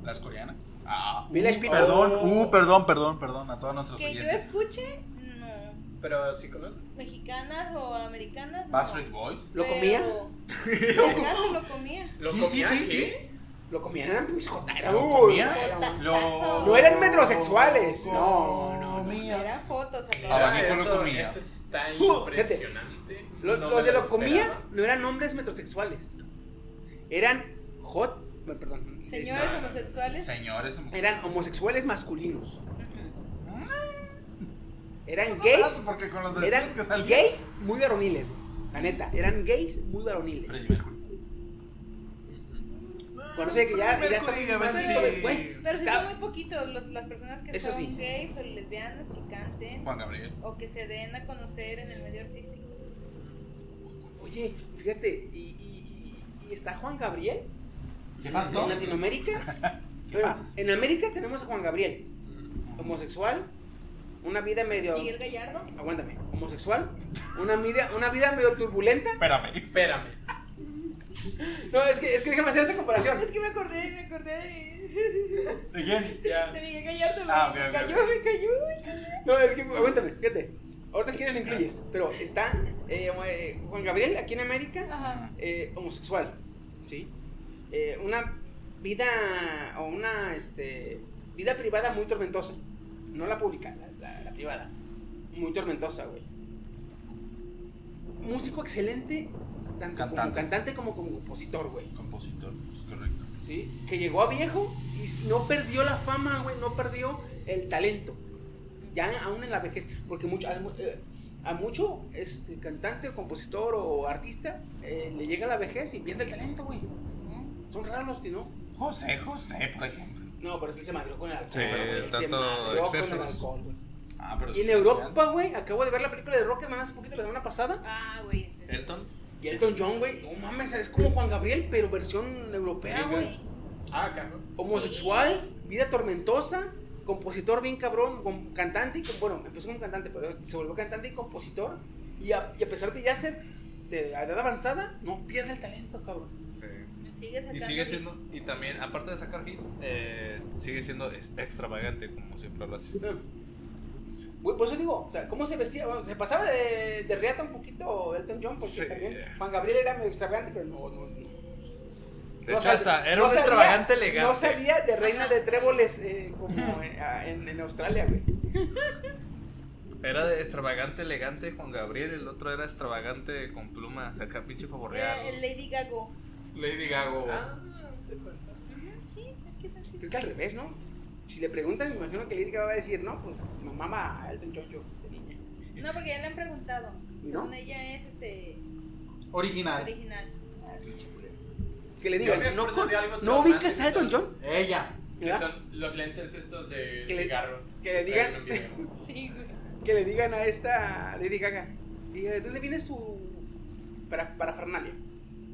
Speaker 6: Las coreanas. Ah,
Speaker 5: Village People.
Speaker 6: Perdón, uh, perdón, perdón, perdón a todos nuestros
Speaker 7: Que yo
Speaker 6: oyentes.
Speaker 7: escuche, no.
Speaker 4: Pero sí conozco.
Speaker 7: Mexicanas o americanas. no.
Speaker 6: Backstreet Boys.
Speaker 5: ¿Lo comía?
Speaker 7: Pero- En mi caso lo comía.
Speaker 4: ¿Lo
Speaker 6: Sí, sí,
Speaker 4: comía
Speaker 6: sí,
Speaker 4: qué?
Speaker 5: Lo comían, eran pues jotera.
Speaker 6: ¿Lo
Speaker 5: uy,
Speaker 6: comían?
Speaker 5: era un-
Speaker 7: Jotazazo.
Speaker 5: No eran metrosexuales. No, no, no.
Speaker 7: Eran fotos.
Speaker 4: Era
Speaker 6: Ahora, Abanico lo
Speaker 4: eso,
Speaker 6: comía.
Speaker 4: Eso está
Speaker 5: Uh, fíjate.
Speaker 4: impresionante.
Speaker 5: Lo-
Speaker 4: No
Speaker 5: los
Speaker 4: me
Speaker 5: de lo
Speaker 4: esperaba.
Speaker 5: comía no eran hombres metrosexuales. Eran hot. bueno, Perdón.
Speaker 7: Señores homosexuales.
Speaker 6: Señores, somos-
Speaker 5: Eran homosexuales masculinos.
Speaker 7: Ujú.
Speaker 5: Eran
Speaker 6: Brazo,
Speaker 5: gays.
Speaker 6: Porque con los
Speaker 5: Eran
Speaker 6: vestidos que salen.
Speaker 5: gays muy varoniles. güey. La neta, eran gays muy varoniles.
Speaker 6: Freddie Mercury.
Speaker 5: Por eso de que ya, ya está.
Speaker 8: a veces
Speaker 5: Güey,
Speaker 8: sí.
Speaker 5: güey,
Speaker 7: Pero sí
Speaker 5: está-
Speaker 7: son muy poquitos los- las personas que
Speaker 5: Eso
Speaker 7: son
Speaker 5: sí.
Speaker 7: gays o lesbianas que canten
Speaker 6: Juan Gabriel.
Speaker 7: o que se den a conocer en el medio artístico.
Speaker 5: Oye, fíjate, ¿y, y- y- y está Juan Gabriel?
Speaker 6: ¿Qué
Speaker 5: ¿En Latinoamérica? Bueno, en América tenemos a Juan Gabriel, homosexual, una vida medio.
Speaker 7: Miguel Gallardo.
Speaker 5: Aguántame, homosexual, una vida, una vida medio turbulenta.
Speaker 6: Espérame.
Speaker 4: Espérame.
Speaker 5: No, es que, es que déjame hacer esta comparación.
Speaker 7: Es que me acordé, me acordé de,
Speaker 6: ¿De quién?
Speaker 4: Ya.
Speaker 7: de Miguel Gallardo.
Speaker 6: Ah,
Speaker 7: me,
Speaker 6: ok, ok,
Speaker 7: cayó,
Speaker 6: ok.
Speaker 7: me cayó, me cayó.
Speaker 5: No, es que, aguántame, fíjate. Ahorita si quieres lo incluyes, pero está eh, eh, Juan Gabriel aquí en América,
Speaker 7: Ajá.
Speaker 5: eh, homosexual, ¿sí? Eh, una vida o una este, vida privada muy tormentosa. No la pública, la, la- la privada. Muy tormentosa, güey. Músico excelente, tanto como
Speaker 6: Cantante.
Speaker 5: cantante como como compositor, güey.
Speaker 6: Compositor, es correcto.
Speaker 5: ¿Sí? Que llegó a viejo y s- no perdió la fama, güey, no perdió el talento. Ya aún en la vejez, porque mucho, a, mu- eh, a mucho este, cantante, o compositor o artista eh, le llega la vejez y pierde el talento, güey. Son raros los que no.
Speaker 6: José, José, por ejemplo.
Speaker 5: No, pero sí se madrió con el alcohol.
Speaker 8: Sí,
Speaker 5: güey,
Speaker 8: pero
Speaker 5: se
Speaker 8: tanto
Speaker 5: madrió con el
Speaker 8: excesos.
Speaker 5: alcohol, güey.
Speaker 6: Ah, pero
Speaker 5: Y en Europa, güey, acabo de ver la película de Rocketman hace poquito, la semana pasada.
Speaker 7: Ah, güey. es verdad.
Speaker 8: Elton.
Speaker 5: Y Elton John, güey, no mames, es como Juan Gabriel, pero versión europea, güey.
Speaker 4: Ah, cabrón.
Speaker 5: Homosexual, vida tormentosa, compositor bien cabrón, con- cantante y com- bueno, empezó como cantante, pero se volvió cantante y compositor. Y a, y a pesar de ya ser de la edad avanzada, no pierde el talento, cabrón.
Speaker 8: Sí.
Speaker 7: Sigue
Speaker 8: Y
Speaker 7: sacando
Speaker 8: sigue
Speaker 7: hits.
Speaker 8: siendo, y también, aparte de sacar hits, eh, sigue siendo es- extravagante, como siempre lo hace.
Speaker 5: Güey, por eso digo, o sea, ¿cómo se vestía? Bueno, se pasaba de, de reata un poquito Elton John, porque
Speaker 8: Sí.
Speaker 5: también Juan Gabriel era medio extravagante, pero no, no, no.
Speaker 8: De
Speaker 5: No
Speaker 8: hecho,
Speaker 5: sal-
Speaker 8: hasta era
Speaker 5: no
Speaker 8: un
Speaker 5: salía-
Speaker 8: extravagante elegante.
Speaker 5: No salía de reina de tréboles eh, como eh, ah, en, en Australia, güey.
Speaker 8: Era de extravagante, elegante Juan Gabriel, el otro era extravagante con plumas, acá pinche favorreado.
Speaker 7: Era Eh, el Lady Gaga.
Speaker 6: Lady Gaga.
Speaker 4: Ah, se cuenta.
Speaker 7: Ujú, Sí, es que es así.
Speaker 5: Creo que al revés, ¿no? Si le preguntan, me imagino que Lady Gaga va a decir, no, pues mamá a Elton John yo, de niña.
Speaker 7: No, porque ya le han preguntado.
Speaker 5: ¿Y no?
Speaker 7: Según ella es este
Speaker 9: Ah.
Speaker 10: Original.
Speaker 7: original.
Speaker 5: Que le digan,
Speaker 4: Yo me
Speaker 5: no,
Speaker 4: acuerdo
Speaker 5: con-
Speaker 4: de algo
Speaker 5: ¿no ubicas a
Speaker 4: traumático,
Speaker 5: Elton John?
Speaker 10: Ella.
Speaker 4: Que
Speaker 5: ¿verdad?
Speaker 4: son los lentes estos de
Speaker 5: Que le-
Speaker 4: cigarro.
Speaker 5: que le
Speaker 4: traen
Speaker 5: digan-
Speaker 4: un video.
Speaker 7: Sí, güey.
Speaker 5: Que le digan a esta Lady Gaga, "¿Y ¿de dónde viene su para, parafernalia?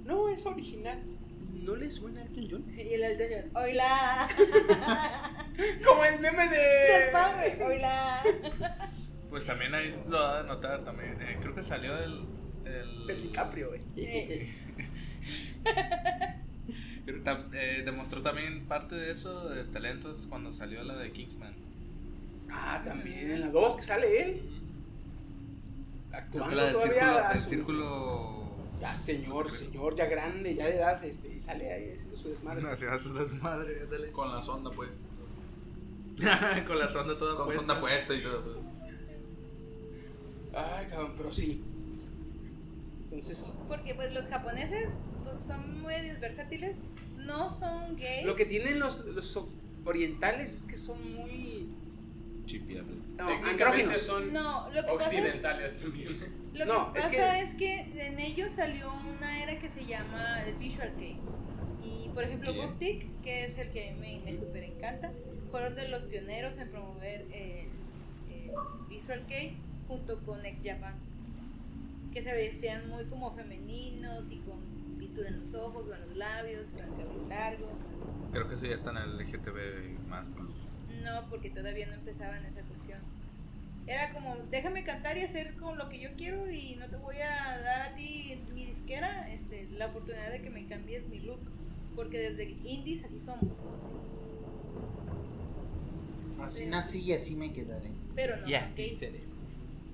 Speaker 5: No, es original. ¿No le suena a Elton John?
Speaker 7: Y el Elton John, ¡Hola!
Speaker 5: Como el meme de...
Speaker 7: Del pan, güey, ¡Hola!
Speaker 8: Pues también ahí lo va a notar también. eh, creo que salió el. el,
Speaker 5: Del DiCaprio, güey.
Speaker 7: Eh,
Speaker 8: creo que tam- eh, demostró también parte de eso de talentos cuando salió la de Kingsman.
Speaker 5: Ah, también, en la 2 que sale él.
Speaker 8: Creo
Speaker 5: Actuando
Speaker 8: que la del
Speaker 5: todavía
Speaker 8: círculo,
Speaker 5: a
Speaker 8: el
Speaker 5: su-
Speaker 8: círculo.
Speaker 5: Ya señor,
Speaker 8: No sé.
Speaker 5: señor, ya grande, ya de edad, este, y sale ahí haciendo su desmadre.
Speaker 8: No, se va a su desmadre, ándale.
Speaker 6: Con la sonda, pues.
Speaker 8: Con la sonda toda
Speaker 6: Con
Speaker 8: puesta. pues,
Speaker 6: sonda puesta y todo. todo.
Speaker 5: Ay, cabrón, pero sí. Entonces,
Speaker 7: porque pues los japoneses pues son medios versátiles, no son gays.
Speaker 5: lo que tienen los, los o- orientales es que son muy
Speaker 8: pues.
Speaker 6: Chipiable.
Speaker 5: no,
Speaker 4: Técnicamente
Speaker 5: andrógenos.
Speaker 4: son
Speaker 7: No, lo que pasa,
Speaker 4: occidentales también.
Speaker 7: lo que
Speaker 5: No, es
Speaker 7: pasa es que... en ellos salió una era que se llama el visual gay. Y por ejemplo,
Speaker 8: Bien.
Speaker 7: Booktick, que es el que me, me super encanta, fueron de los pioneros en promover el, el visual gay junto con Ex Japan. Que se vestían muy como femeninos y con pintura en los ojos o en los labios, con el cabello largo.
Speaker 8: Creo que eso ya está en el LGTB más plus.
Speaker 7: No, porque todavía no empezaban esa cuestión. Era como, déjame cantar y hacer con lo que yo quiero y no te voy a dar a ti, mi disquera, este, la oportunidad de que me cambies mi look. Porque desde indies así somos.
Speaker 10: Así nací y así me quedaré.
Speaker 7: Pero no,
Speaker 9: Ya,
Speaker 7: gays.
Speaker 9: títere.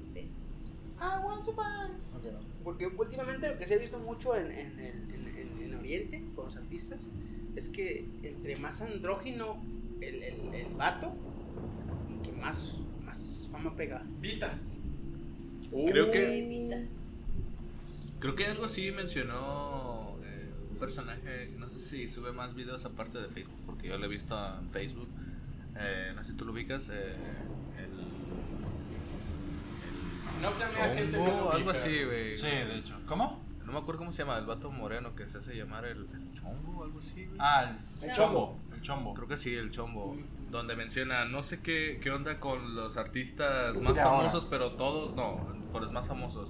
Speaker 7: Este,
Speaker 10: I want some fun. Ok, no.
Speaker 5: Porque últimamente lo que se ha visto mucho en, en, en- en- en- en Oriente, con los artistas, es que entre más andrógino el, el, el vato, como que más, más fama pega.
Speaker 4: Vitas.
Speaker 8: Creo que.
Speaker 7: bebitas.
Speaker 8: Creo que algo sí mencionó eh, un personaje, no sé si sube más videos aparte de Facebook, porque yo lo he visto en Facebook, eh, no sé si tú lo ubicas, eh, el...
Speaker 4: No flamea gente que
Speaker 8: Chombo,
Speaker 4: no ubica.
Speaker 8: algo así, güey.
Speaker 9: Sí, de hecho. ¿Cómo?
Speaker 8: No me acuerdo cómo se llama, el vato moreno que se hace llamar el, el chombo o algo así, güey.
Speaker 9: Ah, el,
Speaker 7: El
Speaker 9: chombo. El chombo.
Speaker 8: Creo que sí, el chombo. Donde menciona, no sé qué, qué onda con los artistas más
Speaker 9: De ahora.
Speaker 8: famosos, pero todos, no, con los más famosos.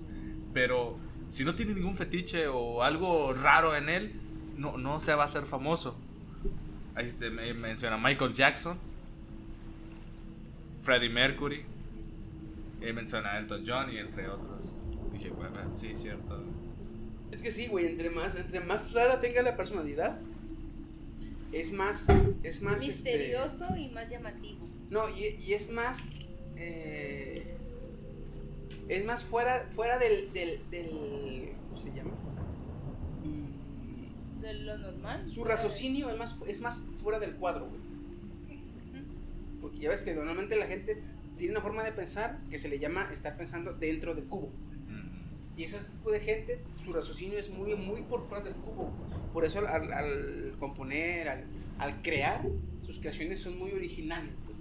Speaker 8: Pero si no tiene ningún fetiche o algo raro en él, no, no se va a ser famoso. Ahí este, me- menciona Michael Jackson, Freddie Mercury, y menciona Elton John y entre otros. Dije, bueno, sí, cierto.
Speaker 5: Es que sí, güey, entre más, entre más rara tenga la personalidad, es más, es más este,
Speaker 7: Misterioso y más llamativo.
Speaker 5: no, y, y es más, eh, es más fuera, fuera del, del, del, ¿cómo se llama? Mm,
Speaker 7: De lo normal.
Speaker 5: Su raciocinio es más, es más fuera del cuadro, güey. Porque ya ves que normalmente la gente tiene una forma de pensar que se le llama estar pensando dentro del cubo.
Speaker 8: Mm,
Speaker 5: Y ese tipo de gente, su raciocinio es muy, muy por fuera del cubo. Por eso al, al- al componer, al, al crear, sus creaciones son muy originales. güey.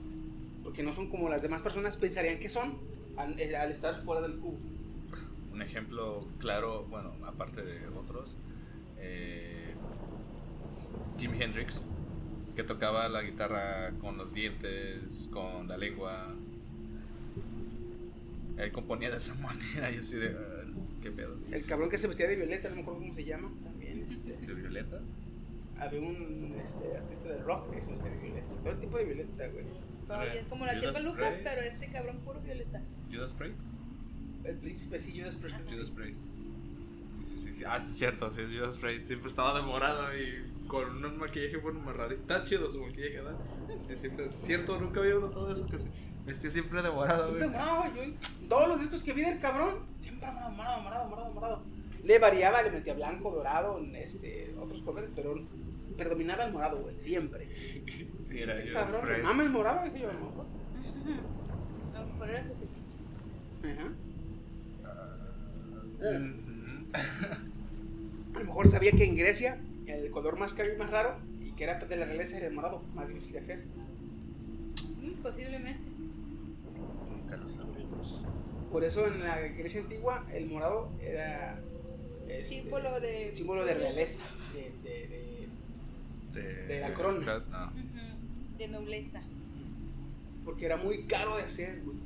Speaker 5: Porque no son como las demás personas pensarían que son al, eh, al estar fuera del cubo.
Speaker 8: Un ejemplo claro, bueno, aparte de otros, eh, Jimi Hendrix. que tocaba la guitarra con los dientes, con la lengua. Él componía de esa manera y así de. "Ah, no, ¿Qué pedo?
Speaker 5: El cabrón que se vestía de violeta, no me acuerdo cómo se llama. También, este.
Speaker 8: ¿De Violeta?
Speaker 5: Había un este, artista de rock que se vestía de violeta. Todo el tipo de violeta, güey.
Speaker 7: Todavía es como la tía
Speaker 8: Judas
Speaker 7: Lucas,
Speaker 8: Priest.
Speaker 7: pero este cabrón puro violeta.
Speaker 8: ¿Judas Priest?
Speaker 5: El príncipe, sí, Judas Priest. algo así.
Speaker 8: Judas Priest. Sí, sí, Ah, sí, es cierto, sí, es Judas Priest. Siempre estaba demorado y con un maquillaje bueno más raro. Está chido su maquillaje, ¿verdad? Sí, siempre es cierto, nunca había uno todo eso que se vestía siempre demorado,
Speaker 5: Siempre
Speaker 8: güey.
Speaker 5: morado, yo todos los discos que vi del cabrón, siempre morado, morado, morado, morado, morado. Le variaba, le metía blanco, dorado, este, otros colores, pero predominaba el morado, güey, siempre.
Speaker 8: Sí, era
Speaker 5: Este
Speaker 8: Judas
Speaker 5: cabrón, le
Speaker 8: Priest.
Speaker 5: mama el morado, dije yo, no, güey.
Speaker 7: A lo mejor era su fetiche.
Speaker 5: Ajá.
Speaker 8: Ujú.
Speaker 5: A lo mejor sabía que en Grecia el color más caro y más raro, y que era de la realeza, era el morado, más difícil de hacer.
Speaker 7: Mm, Posiblemente.
Speaker 8: Nunca lo sabremos.
Speaker 5: Por eso en la Grecia antigua el morado era este,
Speaker 7: Símbolo de.
Speaker 5: símbolo de realeza, de- de- de De la corona.
Speaker 8: Scott, no.
Speaker 7: Ujú, De nobleza.
Speaker 5: Porque era muy caro de hacer, güey.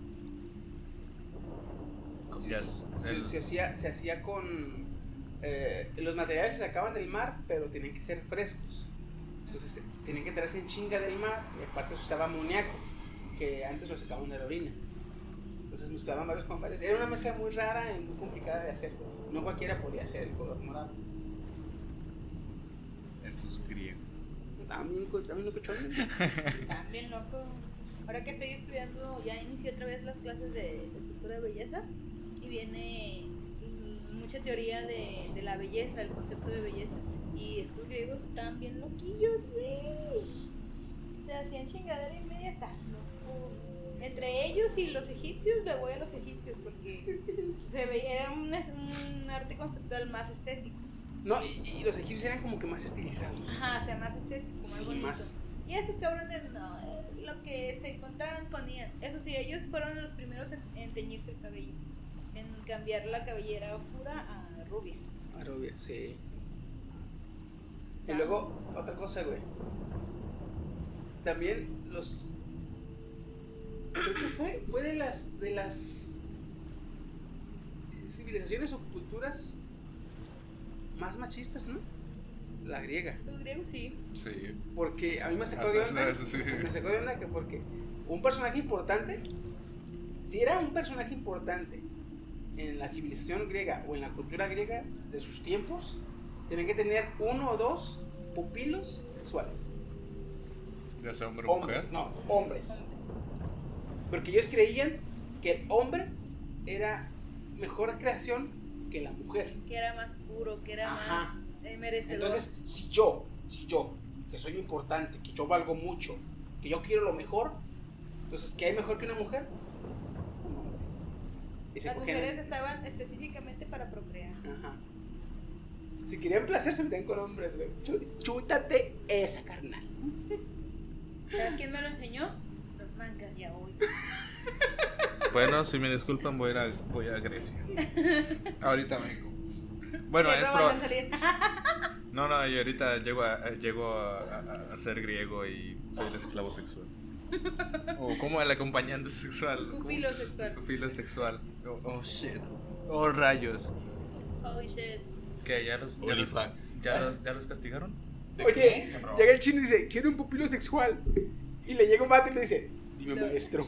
Speaker 8: Ya,
Speaker 5: Se,
Speaker 8: el-
Speaker 5: se hacía, se hacía con. eh, los materiales se sacaban del mar, pero tenían que ser frescos. Entonces eh, tenían que traerse en chinga del mar y aparte se usaba amoníaco, que antes lo sacaban de la orina. Entonces mezclaban varios con varios. Era una mezcla muy rara y muy complicada de hacer. No cualquiera podía hacer el color morado.
Speaker 8: Estos griegos.
Speaker 5: También, co- también lo
Speaker 7: También loco. Ahora que estoy estudiando, ya inicié otra vez las clases de, de cultura de belleza y viene mm, mucha teoría de, de la belleza, el concepto de belleza. Y estos griegos estaban bien loquillos, güey. Se hacían chingadera y media, tan loco. Entre ellos y los egipcios, le voy a los egipcios porque se ve, era un, es- un arte conceptual más estético.
Speaker 5: No, y, y los egipcios eran como que más estilizados.
Speaker 7: Ajá, o sea, más estético, más
Speaker 5: Sí,
Speaker 7: este, bonito.
Speaker 5: más.
Speaker 7: Y estos cabrones no, eh, lo que se encontraron ponían. Eso sí, ellos fueron los primeros en, en teñirse el cabello, en cambiar la cabellera oscura a rubia.
Speaker 5: Arubia, sí. Y luego, otra cosa, güey. También los. Creo que fue, fue de las. de las civilizaciones o culturas más machistas, ¿no? La griega.
Speaker 7: Los griegos sí.
Speaker 8: Sí.
Speaker 5: Porque a mí me sacó
Speaker 8: Hasta
Speaker 5: de
Speaker 8: eso,
Speaker 5: onda.
Speaker 8: eso sí.
Speaker 5: Me sacó de onda que porque un personaje importante, si era un personaje importante en la civilización griega o en la cultura griega de sus tiempos, tenía que tener uno o dos pupilos sexuales.
Speaker 8: Ya sea hombre o mujer.
Speaker 5: Hombres, no, hombres. Porque ellos creían que el hombre era mejor creación que la mujer.
Speaker 7: Que era más puro, que era
Speaker 5: Ajá.
Speaker 7: más eh, merecedor.
Speaker 5: Entonces, si yo, si yo, que soy importante, que yo valgo mucho, que yo quiero lo mejor, entonces, ¿qué hay mejor que una mujer? Un hombre. Y se
Speaker 7: las
Speaker 5: cogían-
Speaker 7: mujeres estaban específicamente para procrear.
Speaker 5: Ajá. Si querían placer, se metían con hombres, güey. Chú- Chútate esa, carnal.
Speaker 7: ¿Sabes quién me lo enseñó? Los mangas ya hoy.
Speaker 8: Bueno, si me disculpan, voy a ir a, voy a Grecia. Ahorita vengo. Bueno,
Speaker 7: Que
Speaker 8: es
Speaker 7: roban
Speaker 8: probable.
Speaker 7: la salida.
Speaker 8: No, no, yo ahorita llego a, eh, llego a, a- a ser griego y soy el esclavo sexual. O como el acompañante sexual. ¿cómo?
Speaker 7: Pupilo sexual.
Speaker 8: Pupilo sexual. Oh, oh, shit. Oh rayos.
Speaker 7: Holy shit.
Speaker 8: ¿Qué? ¿Ya los, ya los, ya los, ya los castigaron?
Speaker 5: ¿Eh? Oye, llega el chino y dice, quiero un pupilo sexual. Y le llega un vato y le dice, dime
Speaker 7: No.
Speaker 5: maestro.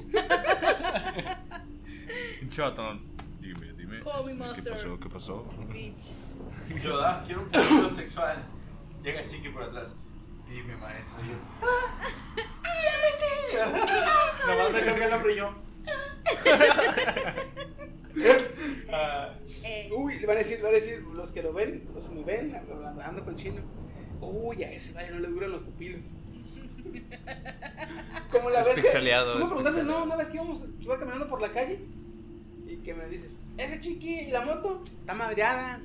Speaker 8: Chatón. Dime, dime.
Speaker 7: Call me master.
Speaker 8: ¿Qué pasó?
Speaker 7: Bitch.
Speaker 9: Yo, ah, quiero un pupilo sexual. Llega Chiqui por atrás. Dime, maestro. Yo. Nada más me cambié el nombre y yo. Ah,
Speaker 7: Eh,
Speaker 5: Uy, le van a decir, le van a decir los que lo ven, los que me ven, hablando con chino. Uy, a ese vale no le duran los pupilos. Como la
Speaker 8: Es
Speaker 5: vez que-
Speaker 8: pixeleado,
Speaker 5: Tú me
Speaker 8: es
Speaker 5: preguntaste, no,
Speaker 8: pixeleado.
Speaker 5: una vez que íbamos, que iba caminando por la calle y que me dices, ese chiqui y la moto está madreada.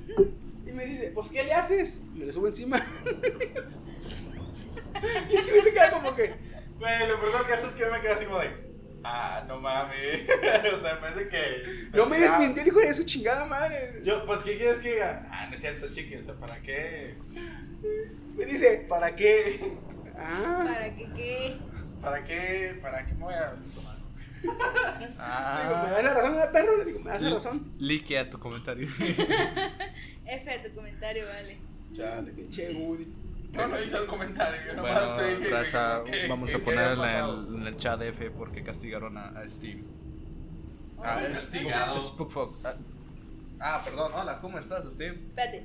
Speaker 5: Y me dice, pues, ¿qué le haces? Y me lo subo encima. y este se queda como que,
Speaker 9: Güey, lo peor que haces es que yo me quedé así como de. Ah, no mames. o sea, en vez de que.
Speaker 5: no me
Speaker 9: Ah,
Speaker 5: desmintió, hijo de su chingada madre.
Speaker 9: Yo, pues, ¿qué quieres que diga? Ah, no es cierto, Chiqui. O sea, ¿para qué?
Speaker 5: Me dice,
Speaker 9: ¿Para qué?
Speaker 5: Ah,
Speaker 7: ¿Para que qué?
Speaker 6: ¿Para qué? ¿Para qué me voy a tomar?
Speaker 5: digo, me
Speaker 8: Ah,
Speaker 5: das la razón, me da perro, le digo, me das la razón.
Speaker 8: liquea tu comentario.
Speaker 7: F de tu comentario, vale.
Speaker 10: Chale, que
Speaker 5: Che, Woody.
Speaker 6: Yo no hice el comentario, yo nomás
Speaker 8: Bueno,
Speaker 6: te dije.
Speaker 8: raza,
Speaker 6: que- que-
Speaker 8: vamos
Speaker 6: que-
Speaker 8: a
Speaker 6: que
Speaker 8: poner
Speaker 6: había
Speaker 8: en la-
Speaker 6: pasado.
Speaker 8: en el chat F porque castigaron a, a Steve.
Speaker 6: Ah, castigado.
Speaker 8: Spookfog. Ah, ah, perdón, hola, ¿cómo estás, Steve?
Speaker 7: Espérate.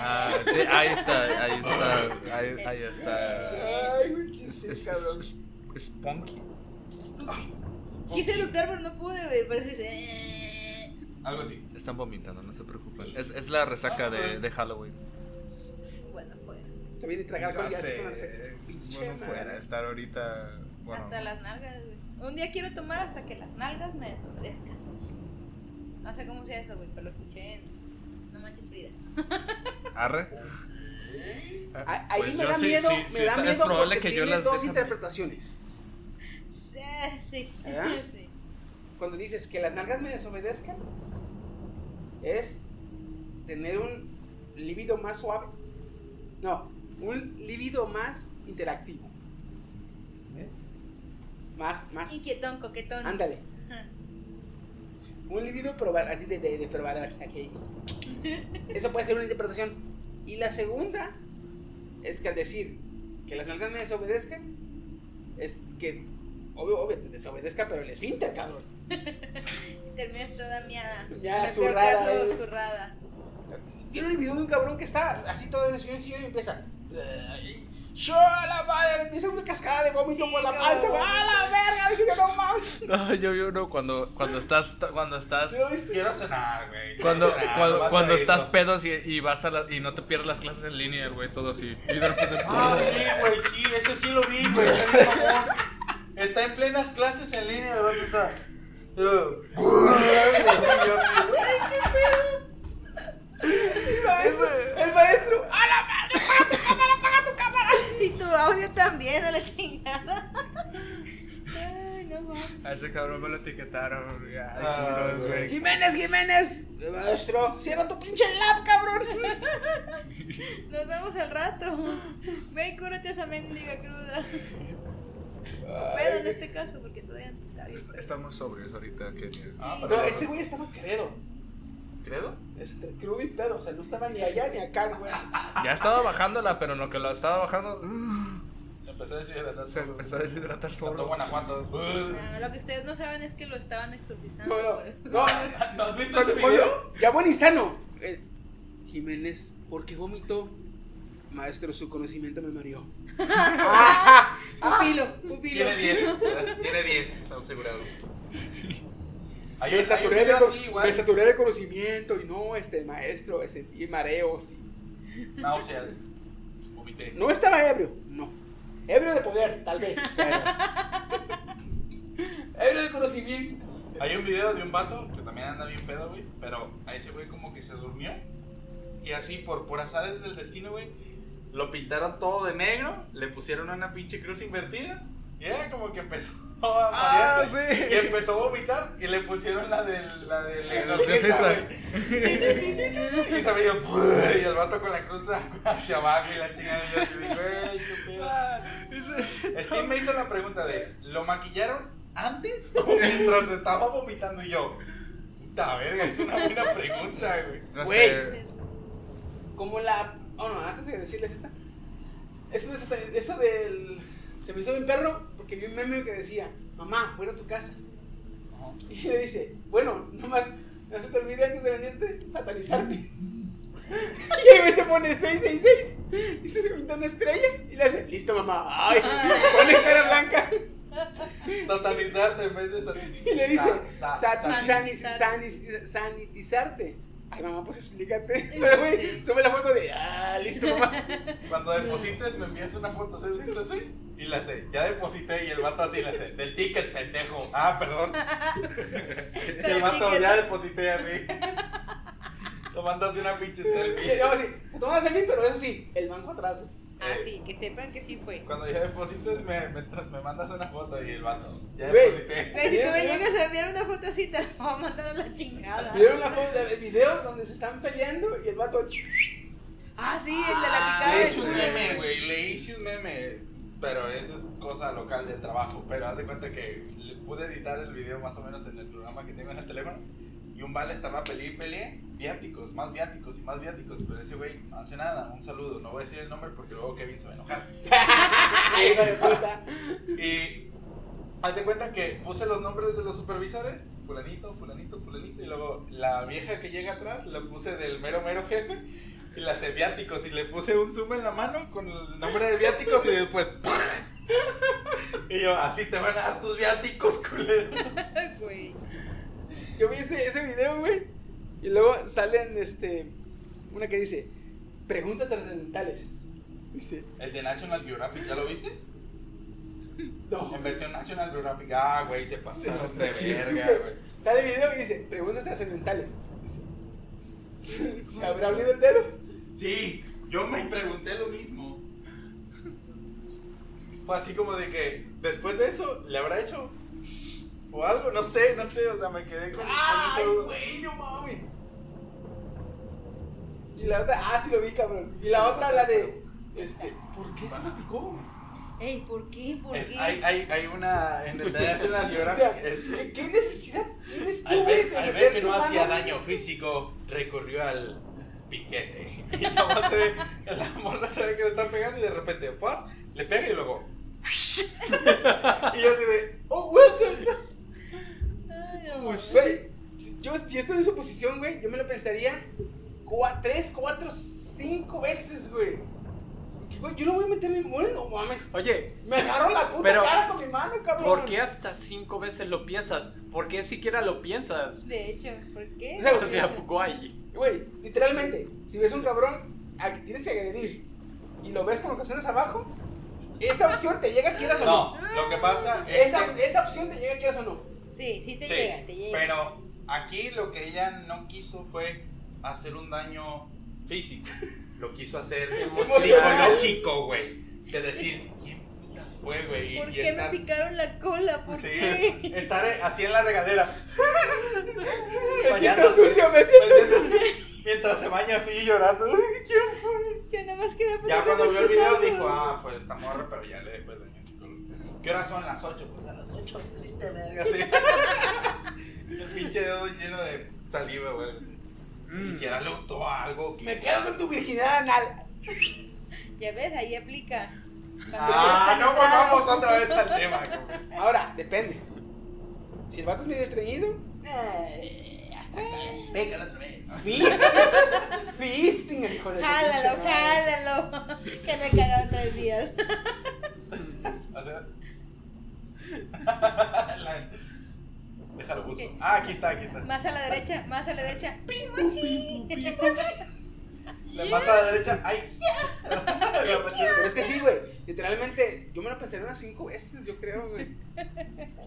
Speaker 8: Ah, sí, ahí está, ahí está, ahí, ahí está.
Speaker 5: Ay, güey,
Speaker 8: Es,
Speaker 5: chiste,
Speaker 8: es,
Speaker 5: cabrón.
Speaker 8: es, es Spunky.
Speaker 7: Quise eructar, pero no pude, güey. Parece.
Speaker 6: Algo así.
Speaker 8: Están vomitando, no se preocupen. Es, es la
Speaker 6: Ah,
Speaker 8: resaca de, de Halloween.
Speaker 7: Bueno, pues.
Speaker 5: Te viene a tragar con ya, con la
Speaker 8: eh,
Speaker 9: Entonces,
Speaker 5: receta. Pinche
Speaker 9: bueno,
Speaker 5: madre.
Speaker 9: fuera, estar ahorita. Bueno,
Speaker 7: Hasta las nalgas, güey. Un día quiero tomar hasta que las nalgas me desobedezcan. No sé cómo sea eso, güey, pero lo escuché en No manches Frida.
Speaker 8: Arre.
Speaker 5: Ah, Ahí
Speaker 8: Pues
Speaker 5: me
Speaker 8: yo
Speaker 5: da
Speaker 8: sí,
Speaker 5: miedo,
Speaker 8: sí,
Speaker 5: me
Speaker 8: sí,
Speaker 5: da
Speaker 8: es
Speaker 5: miedo
Speaker 8: probable
Speaker 5: porque
Speaker 8: que yo
Speaker 5: tiene
Speaker 8: las
Speaker 5: dos
Speaker 8: deje-
Speaker 5: interpretaciones.
Speaker 7: Sí, sí.
Speaker 5: ¿Verdad?
Speaker 7: sí.
Speaker 5: Cuando dices que las nalgas me desobedezcan, es tener un libido más suave. No, un libido más interactivo. ¿Eh? Más, más.
Speaker 7: Inquietón, coquetón.
Speaker 5: Ándale. Un libido probador, así de, de, de probador. aquí. Eso puede ser una interpretación. Y la segunda es que al decir que las nalgas me desobedezcan, es que, obvio, obvio, te desobedezca, pero el esfínter, cabrón.
Speaker 7: Y terminas toda miada.
Speaker 5: Ya,
Speaker 7: En el peor
Speaker 5: zurrada,
Speaker 7: caso,
Speaker 5: güey.
Speaker 7: zurrada. eh.
Speaker 5: Tiene un video de un cabrón que está así todo en el sueño y empieza. Yo a la madre, empieza una cascada de vómito por la
Speaker 7: Sí,
Speaker 5: panza.
Speaker 7: cabrón.
Speaker 5: ¡A la verga! Dije, no mames.
Speaker 8: No, yo vi uno cuando, cuando estás, cuando estás
Speaker 5: ¿Lo viste?
Speaker 6: Quiero cenar, güey. quiero
Speaker 8: Cuando,
Speaker 6: cenar,
Speaker 8: cuando,
Speaker 6: basta
Speaker 8: cuando
Speaker 6: de
Speaker 8: estás
Speaker 6: eso.
Speaker 8: pedos y, y vas a la- y no te pierdes las clases en línea, el güey, todo así. Y de repente,
Speaker 6: Ah, sí, güey, sí, ese sí lo vi, güey. Está bien, mamón. Está en plenas clases en línea, el vato está. Yo, así, yo así, güey.
Speaker 5: El maestro, el maestro. ¡A la
Speaker 7: Y tu audio también, a la chingada. Ay, no mames.
Speaker 9: a ese cabrón me lo etiquetaron. ya,
Speaker 6: Ah,
Speaker 9: culos, güey.
Speaker 5: Jiménez, Jiménez. El maestro, cierra tu pinche lab, cabrón.
Speaker 7: Nos vemos al rato. Ve y cúrate esa mendiga cruda. Pero en este caso, porque todavía no está Ah, bien.
Speaker 8: Est- Estamos sobrios ahorita, que
Speaker 5: No, ese güey estaba credo.
Speaker 8: ¿Credo?
Speaker 5: Este, crudo y pedo, o sea, no estaba ni allá ni acá, güey.
Speaker 8: Ya estaba bajándola, pero en lo que la estaba bajando,
Speaker 6: Se empezó a deshidratar.
Speaker 8: se empezó a deshidratar
Speaker 6: Cantó
Speaker 8: solo.
Speaker 6: Guanajuato.
Speaker 7: Ah, Lo que ustedes no saben es que lo estaban exorcizando.
Speaker 5: No, no,
Speaker 7: por eso.
Speaker 5: no.
Speaker 6: ¿No has visto ese
Speaker 5: Cuando- cuando-
Speaker 6: video?
Speaker 5: Ya bueno y sano. Eh, Jiménez, ¿por qué vomitó? Maestro, su conocimiento me mareó.
Speaker 7: Pupilo, pupilo.
Speaker 6: Tiene 10. Tiene 10, asegurado. Hay
Speaker 5: Me
Speaker 6: un- hay un
Speaker 5: saturé, de,
Speaker 6: video
Speaker 5: con-
Speaker 6: así,
Speaker 5: me
Speaker 6: igual.
Speaker 5: saturé de conocimiento y no, este maestro, sentí mareos. y-
Speaker 6: Náuseas. Vomité.
Speaker 5: No estaba ebrio, no. Ebrio de poder, tal vez. pero- ebrio de conocimiento.
Speaker 6: Hay un video de un vato que también anda bien pedo, güey. Pero a ese güey como que se durmió. Y así, por, por azares del destino, güey. Lo pintaron todo de negro. Le pusieron una pinche cruz invertida. Y era como que empezó a
Speaker 8: Ah,
Speaker 6: marearse,
Speaker 8: sí.
Speaker 6: Y empezó a vomitar. Y le pusieron la del, la del
Speaker 8: exorcista.
Speaker 6: exorcista, güey. Y se veía. "Puey", Y el vato con la cruz hacia abajo. Y la chingada. Y yo así, de, güey, qué pedo. Steve me hizo la pregunta de, ¿lo maquillaron antes o mientras estaba vomitando y yo? Puta verga, es una buena pregunta, güey.
Speaker 8: No
Speaker 5: Güey.
Speaker 8: sé.
Speaker 5: Como la. Oh, no, antes de decirles esta. Eso, de- eso del. Se me hizo bien perro porque vi un meme que decía: Mamá, voy a ir a tu casa. Y le dice: Bueno, nomás no se te olvide antes de venirte satanizarte. y el güey se pone 666 y se pinta una estrella y le hace: Listo, mamá. Ay,
Speaker 7: Ah,
Speaker 5: pone cara blanca.
Speaker 6: Satanizarte en vez de satanizar.
Speaker 5: Y le dice:
Speaker 6: Sa- sa-
Speaker 5: "Sat-
Speaker 6: sa-
Speaker 5: saniz- saniz- Sanitizarte. Ay, mamá, pues explícate. Pero, güey, sube la foto de: Ah, listo, mamá.
Speaker 6: Cuando deposites me envías una foto, ¿sabes esto así? Y la sé, ya deposité y el vato así la sé. Del ticket, pendejo. Ah, perdón. Y el vato
Speaker 7: ticket.
Speaker 6: ya deposité así. Tomando así una pinche
Speaker 5: Y
Speaker 6: selfie.
Speaker 5: luego sí, se toma la selfie, pero eso sí, el banco atrás. güey.
Speaker 7: Ah, sí, que sepan que sí fue.
Speaker 6: Cuando ya deposites me, me, tra- me mandas una foto y el vato. Ya
Speaker 5: Güey.
Speaker 6: deposité.
Speaker 7: Güey, si tú me llegas a enviar una foto así, te la voy a
Speaker 6: Ah.
Speaker 7: mandar a la chingada.
Speaker 5: ¿Vieron la foto del video donde se están peleando y el vato.
Speaker 7: Ah, sí, el de la
Speaker 6: Ah,
Speaker 7: picada.
Speaker 6: le hice un
Speaker 7: de-
Speaker 6: meme, güey, le hice un meme, pero eso es cosa local del trabajo. Pero haz de cuenta que le pude editar el video más o menos en el programa que tengo en el teléfono. Y un vale estaba peleé y peleé, viáticos, más viáticos y más viáticos. Pero ese güey no hace nada, un saludo. No voy a decir el nombre porque luego Kevin se va a enojar.
Speaker 5: Ay, hijo de puta.
Speaker 6: Y haz de cuenta que puse los nombres de los supervisores, fulanito, fulanito, fulanito, y luego la vieja que llega atrás la puse del mero mero jefe y las de viáticos y le puse un zoom en la mano con el nombre de viáticos y después y yo así te van a dar tus viáticos, culero.
Speaker 7: Ay, güey.
Speaker 5: Yo vi ese, ese video, güey. Y luego salen, este. Una que dice: Preguntas trascendentales. Dice:
Speaker 6: El de National Geographic, ¿ya lo viste?
Speaker 5: No.
Speaker 6: En versión National Geographic, ah, güey, se pasó de verga, güey.
Speaker 5: Sale el video y dice: Preguntas trascendentales. Dice, ¿Se habrá olido el dedo?
Speaker 6: Sí, yo me pregunté lo mismo. Fue así como de que después de eso le habrá hecho o algo, no sé, no sé, o sea, me quedé con, con esa duda.
Speaker 5: güey, no mames! Y la otra, ah, sí lo vi, cabrón. Y la otra, la de. Este, ¿por qué se lo picó?
Speaker 7: Ey, ¿por qué? ¿Por
Speaker 6: Es-
Speaker 7: qué?
Speaker 6: hay, hay, hay una en el National
Speaker 5: O
Speaker 6: Geographic
Speaker 5: sea,
Speaker 6: es
Speaker 5: ¿qué, qué necesidad tienes tú,
Speaker 6: al
Speaker 5: güey,
Speaker 6: ver,
Speaker 5: de
Speaker 6: al ver
Speaker 5: meter
Speaker 6: que
Speaker 5: tu
Speaker 6: no hacía
Speaker 5: mano?
Speaker 6: daño físico recurrió al piquete y nada más se ve la morra se ve que le están pegando y de repente ¡faz! le pega y luego y yo así de oh what the
Speaker 7: Ay, amor.
Speaker 6: Pues
Speaker 5: Güey, si- yo si estuviera en su posición, güey, yo me lo pensaría cua- tres, cuatro, cinco veces, güey. Porque, güey, yo no voy a meter mi mole, no mames.
Speaker 4: Oye,
Speaker 5: Me agarró la puta
Speaker 4: Pero,
Speaker 5: cara con mi mano, cabrón.
Speaker 4: ¿por qué hasta cinco veces lo piensas? ¿Por qué siquiera lo piensas?
Speaker 7: De hecho, ¿por qué?
Speaker 5: O sea,
Speaker 4: O sea, guay.
Speaker 5: Güey, literalmente, si ves un cabrón al que tienes que agredir y lo ves con los calzones abajo, esa opción te llega quieras o no.
Speaker 6: No, lo que pasa es
Speaker 5: Ah. Esa,
Speaker 6: que-
Speaker 5: esa opción te llega quieras o no.
Speaker 7: Sí, sí te
Speaker 6: Sí,
Speaker 7: llega, te llega.
Speaker 6: pero aquí lo que ella no quiso fue hacer un daño físico. Lo quiso hacer
Speaker 4: Emocional.
Speaker 6: psicológico, güey. De decir, ¿quién putas fue, güey? Y-
Speaker 7: ¿Por
Speaker 6: y
Speaker 7: qué me picaron la cola? ¿Por
Speaker 6: sí,
Speaker 7: qué?
Speaker 6: estar así en la regadera.
Speaker 5: Me siento
Speaker 6: bañándose.
Speaker 5: sucio, me siento
Speaker 6: Pues es así, Mientras se baña así llorando. "Ay, ¿quién fue?".
Speaker 7: Yo nada más quería
Speaker 6: Ya
Speaker 7: ponerle
Speaker 6: cuando
Speaker 7: mi
Speaker 6: vio el video
Speaker 7: putado.
Speaker 6: dijo, ah, fue esta morra, pero ya le dejó el daño psicológico. ¿Qué hora son las 8? Pues a las 8, triste verga, sí. el pinche dedo lleno de saliva, güey. Ni siquiera le untó algo. que-
Speaker 5: Me quedo con tu virginidad anal.
Speaker 7: Ya ves, ahí aplica. Cuando
Speaker 6: Ah,
Speaker 7: quieres
Speaker 6: no
Speaker 7: penetrar.
Speaker 6: volvamos otra vez al tema. güey.
Speaker 5: Ahora, depende. Si el vato es medio estreñido, eh, hasta acá.
Speaker 6: Venga, la otra vez.
Speaker 5: Feasting. Feasting, hijo de
Speaker 7: Jálalo, jálalo. Que me cagaron tres días.
Speaker 6: O sea. la- Déjalo busco. Ah, aquí está, aquí está.
Speaker 7: Más a la derecha, más a la derecha. ¡Pimochi!
Speaker 6: La más a la derecha. ¡Ay! La más a la
Speaker 5: Pero es que sí, güey. Literalmente, yo me lo pensé unas cinco veces, yo creo, güey.
Speaker 6: derecha.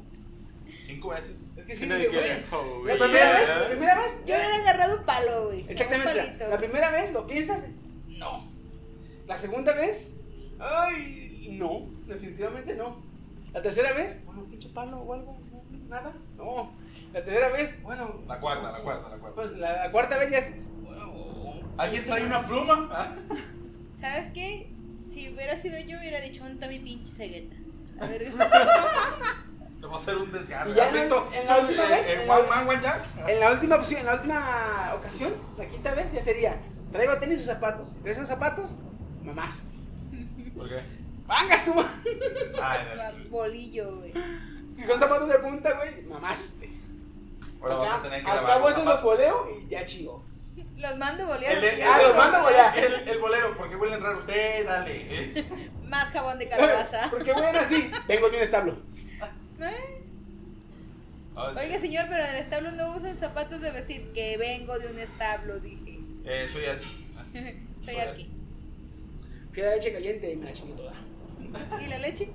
Speaker 6: Cinco veces.
Speaker 5: Es que sí,
Speaker 4: Sí, no,
Speaker 5: güey.
Speaker 4: que- oh,
Speaker 5: La
Speaker 4: güey.
Speaker 5: primera vez, la primera vez,
Speaker 7: Yo
Speaker 5: yo
Speaker 7: hubiera agarrado un palo, güey.
Speaker 5: Exactamente.
Speaker 7: Un palito.
Speaker 5: La, la primera vez lo piensas, no. La segunda vez, ay, no, definitivamente no. La tercera vez, bueno, pinche palo o algo, no, nada, no. La tercera vez, bueno,
Speaker 6: La cuarta, la cuarta, la cuarta.
Speaker 5: pues la, la cuarta vez ya es,
Speaker 6: ¿Alguien trae una pluma? Ah.
Speaker 7: ¿Sabes qué? Si hubiera sido yo, hubiera dicho, un mi pinche cegueta? A ver.
Speaker 6: Le va a hacer un desgarre.
Speaker 5: Y ya
Speaker 6: ¿Has
Speaker 5: en-
Speaker 6: visto?
Speaker 5: en la última
Speaker 6: Ah, Eh,
Speaker 5: vez,
Speaker 6: eh,
Speaker 5: en la
Speaker 6: One
Speaker 5: última-
Speaker 6: Man, One Jack.
Speaker 5: en la última opción, en la última ocasión, la quinta vez ya sería, traigo tenis o zapatos. Si traes los zapatos, mamás.
Speaker 6: ¿Por qué?
Speaker 5: ¡Vanga suma!
Speaker 6: Ay, dale.
Speaker 7: Bolillo, güey.
Speaker 5: Si son zapatos de punta, güey, mamaste.
Speaker 6: Ahora vas a
Speaker 5: Acá-
Speaker 6: tener que
Speaker 5: Al
Speaker 6: lavar.
Speaker 5: cabo
Speaker 6: los
Speaker 5: eso lo
Speaker 6: zapatos.
Speaker 5: poleo y ya chingo.
Speaker 7: Los mando bolear.
Speaker 6: El, el,
Speaker 5: Ah, los mando a volar.
Speaker 6: el, el bolero, porque huelen raro. Usted, dale.
Speaker 7: Más jabón de calabaza.
Speaker 5: Porque bueno, así, vengo de un establo.
Speaker 7: ¿Eh?
Speaker 6: Ah, sí.
Speaker 7: Oiga, señor, pero en el establo no usan zapatos de vestir. Que vengo de un establo, dije.
Speaker 6: Eh, soy Arqui.
Speaker 7: Soy aquí.
Speaker 5: Fui a la leche caliente y me la chingué toda.
Speaker 7: ¿Y la leche?